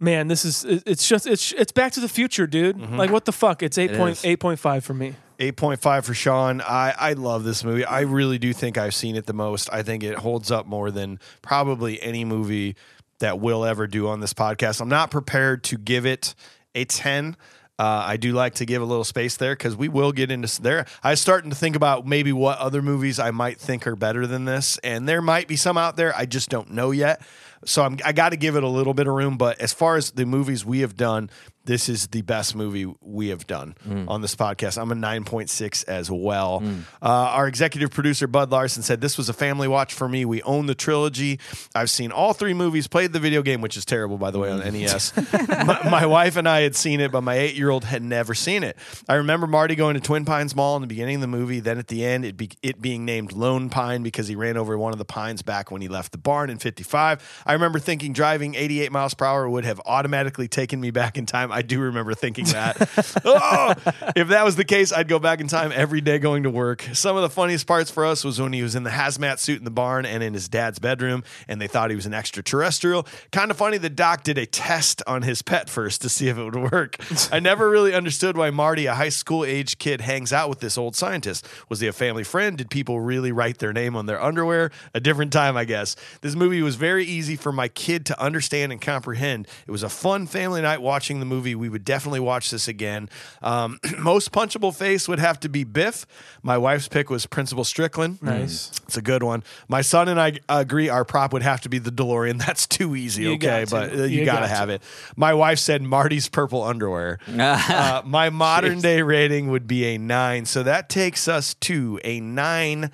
man this is it- it's just it's it's back to the future dude Mm-hmm. like what the fuck it's 8 point is. 8.5 for me 8.5 for Sean. I, I love this movie. I really do think I've seen it the most. I think it holds up more than probably any movie that we'll ever do on this podcast. I'm not prepared to give it a 10. Uh, I do like to give a little space there because we will get into s- there. I was starting to think about maybe what other movies I might think are better than this, and there might be some out there. I just don't know yet. So I'm, I got to give it a little bit of room. But as far as the movies we have done, this is the best movie we have done on this podcast. I'm a 9.6 as well. Uh, our executive producer, Bud Larson, said this was a family watch for me. We own the trilogy. I've seen all three movies, played the video game, which is terrible, by the way, on NES. my, my wife and I had seen it, but my eight year old had never seen it. I remember Marty going to Twin Pines Mall in the beginning of the movie, then at the end, it, be, it being named Lone Pine because he ran over one of the pines back when he left the barn in 55. I remember thinking driving 88 miles per hour would have automatically taken me back in time. I do remember thinking that. oh, if that was the case, I'd go back in time every day going to work. Some of the funniest parts for us was when he was in the hazmat suit in the barn and in his dad's bedroom, and they thought he was an extraterrestrial. Kind of funny that Doc did a test on his pet first to see if it would work. I never really understood why Marty, a high school age kid, hangs out with this old scientist. Was he a family friend? Did people really write their name on their underwear? A different time, I guess. This movie was very easy for my kid to understand and comprehend. It was a fun family night watching the movie. We would definitely watch this again. Um, most punchable face would have to be Biff. My wife's pick was Principal Strickland. Mm. nice It's a good one. My son and I agree our prop would have to be the DeLorean. That's too easy, You okay? got to. But uh, you, You got to got to. have it. My wife said Marty's purple underwear. uh, my modern day rating would be a 9. So that takes us to a 9.18.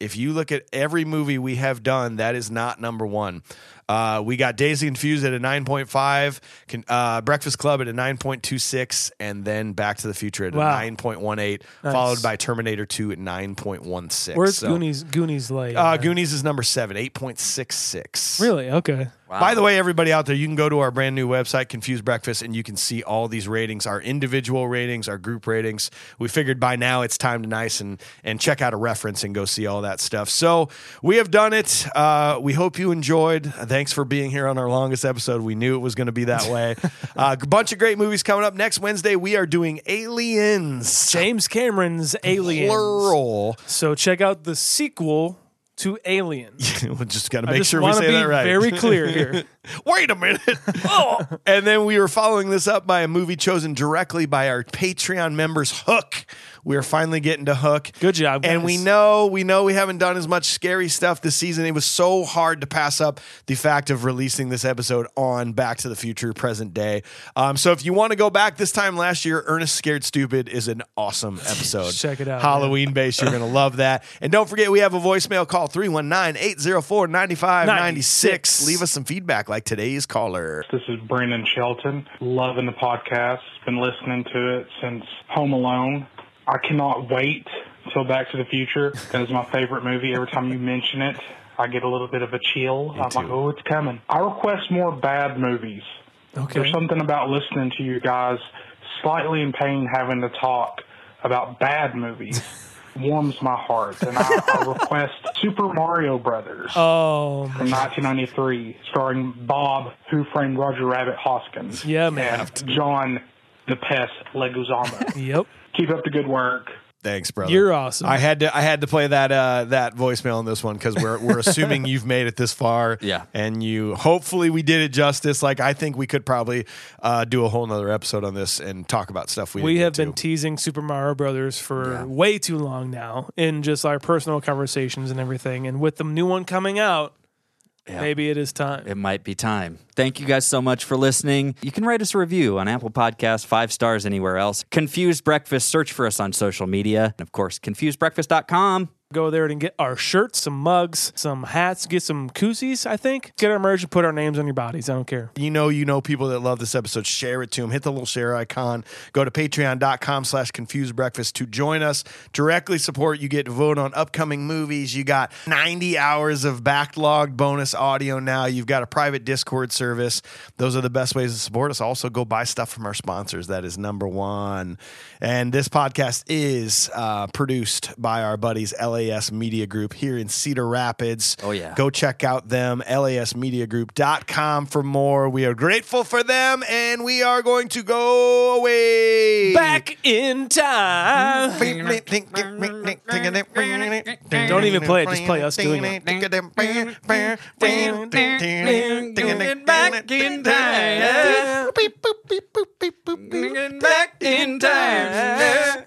If you look at every movie we have done, that is not number 1. Uh, we got Daisy Confused at a 9.5, con- uh, Breakfast Club at a 9.26, and then Back to the Future at Wow. a 9.18, followed by Terminator 2 at 9.16. where's So- goonies goonies lay Uh, Goonies is number seven, 8.66. really okay By the way, everybody out there, you can go to our brand new website, Confused Breakfast, and you can see all these ratings, our individual ratings, our group ratings. We figured by now it's time to nice and and check out a reference and go see all that stuff. So we have done it. Uh, we hope you enjoyed. Thanks for being here on our longest episode. We knew it was going to be that way. A bunch of great movies coming up next Wednesday. We are doing Aliens, james cameron's aliens plural. so check out the sequel to Alien. we just got to I make just sure we wanna say be that right. very clear here. Wait a minute. oh. And then we were following this up by a movie chosen directly by our Patreon members, Hook. We are finally getting to Hook. Good job, And guys. we know, we know we haven't done as much scary stuff this season. It was so hard to pass up the fact of releasing this episode on Back to the Future present day. Um, so if you want to go back this time last year, Ernest Scared Stupid is an awesome episode. Check it out, Halloween. Halloween base. You're going to love that. And don't forget, we have a voicemail call 319 804 9596. Leave us some feedback like today's caller. This is Brandon Shelton, loving the podcast. Been listening to it since Home Alone. I cannot wait till Back to the Future. That is my favorite movie. Every time you mention it, I get a little bit of a chill. I'm like, oh, it's coming. I request more bad movies. Okay. There's something about listening to you guys slightly in pain having to talk about bad movies. Warms my heart, and I, I request Super Mario Brothers Oh, from 1993, starring Bob, Who Framed Roger Rabbit Hoskins. Yeah, man. And John the Pest Leguizamo. yep. Keep up the good work. Thanks, brother. You're awesome. I had to I had to play that uh, that voicemail in this one because we're we're assuming you've made it this far, Yeah. And you hopefully we did it justice. Like I think we could probably uh, do a whole nother episode on this and talk about stuff we we didn't have get been to. teasing Super Mario Brothers for way too long now in just our personal conversations and everything. And with the new one coming out, maybe it is time. it might be time. Thank you guys so much for listening. You can write us a review on Apple Podcasts, five stars anywhere else. Confused Breakfast, search for us on social media. And of course, confusedbreakfast.com. Go there and get our shirts, some mugs, some hats, get some koozies, I think. Get our merch and put our names on your bodies. I don't care. you know you know people that love this episode share it to them hit the little share icon go to patreon.com slash confused breakfast to join us directly support you get to vote on upcoming movies you got 90 hours of backlogged bonus audio now you've got a private discord service those are the best ways to support us also go buy stuff from our sponsors that is number one and this podcast is uh, produced by our buddies las media group here in cedar rapids Oh, yeah. go check out them lasmediagroup.com for more we are grateful for them and we are going to go away Back in time. don't even play it, just play us doing it. Back in time. Back in time.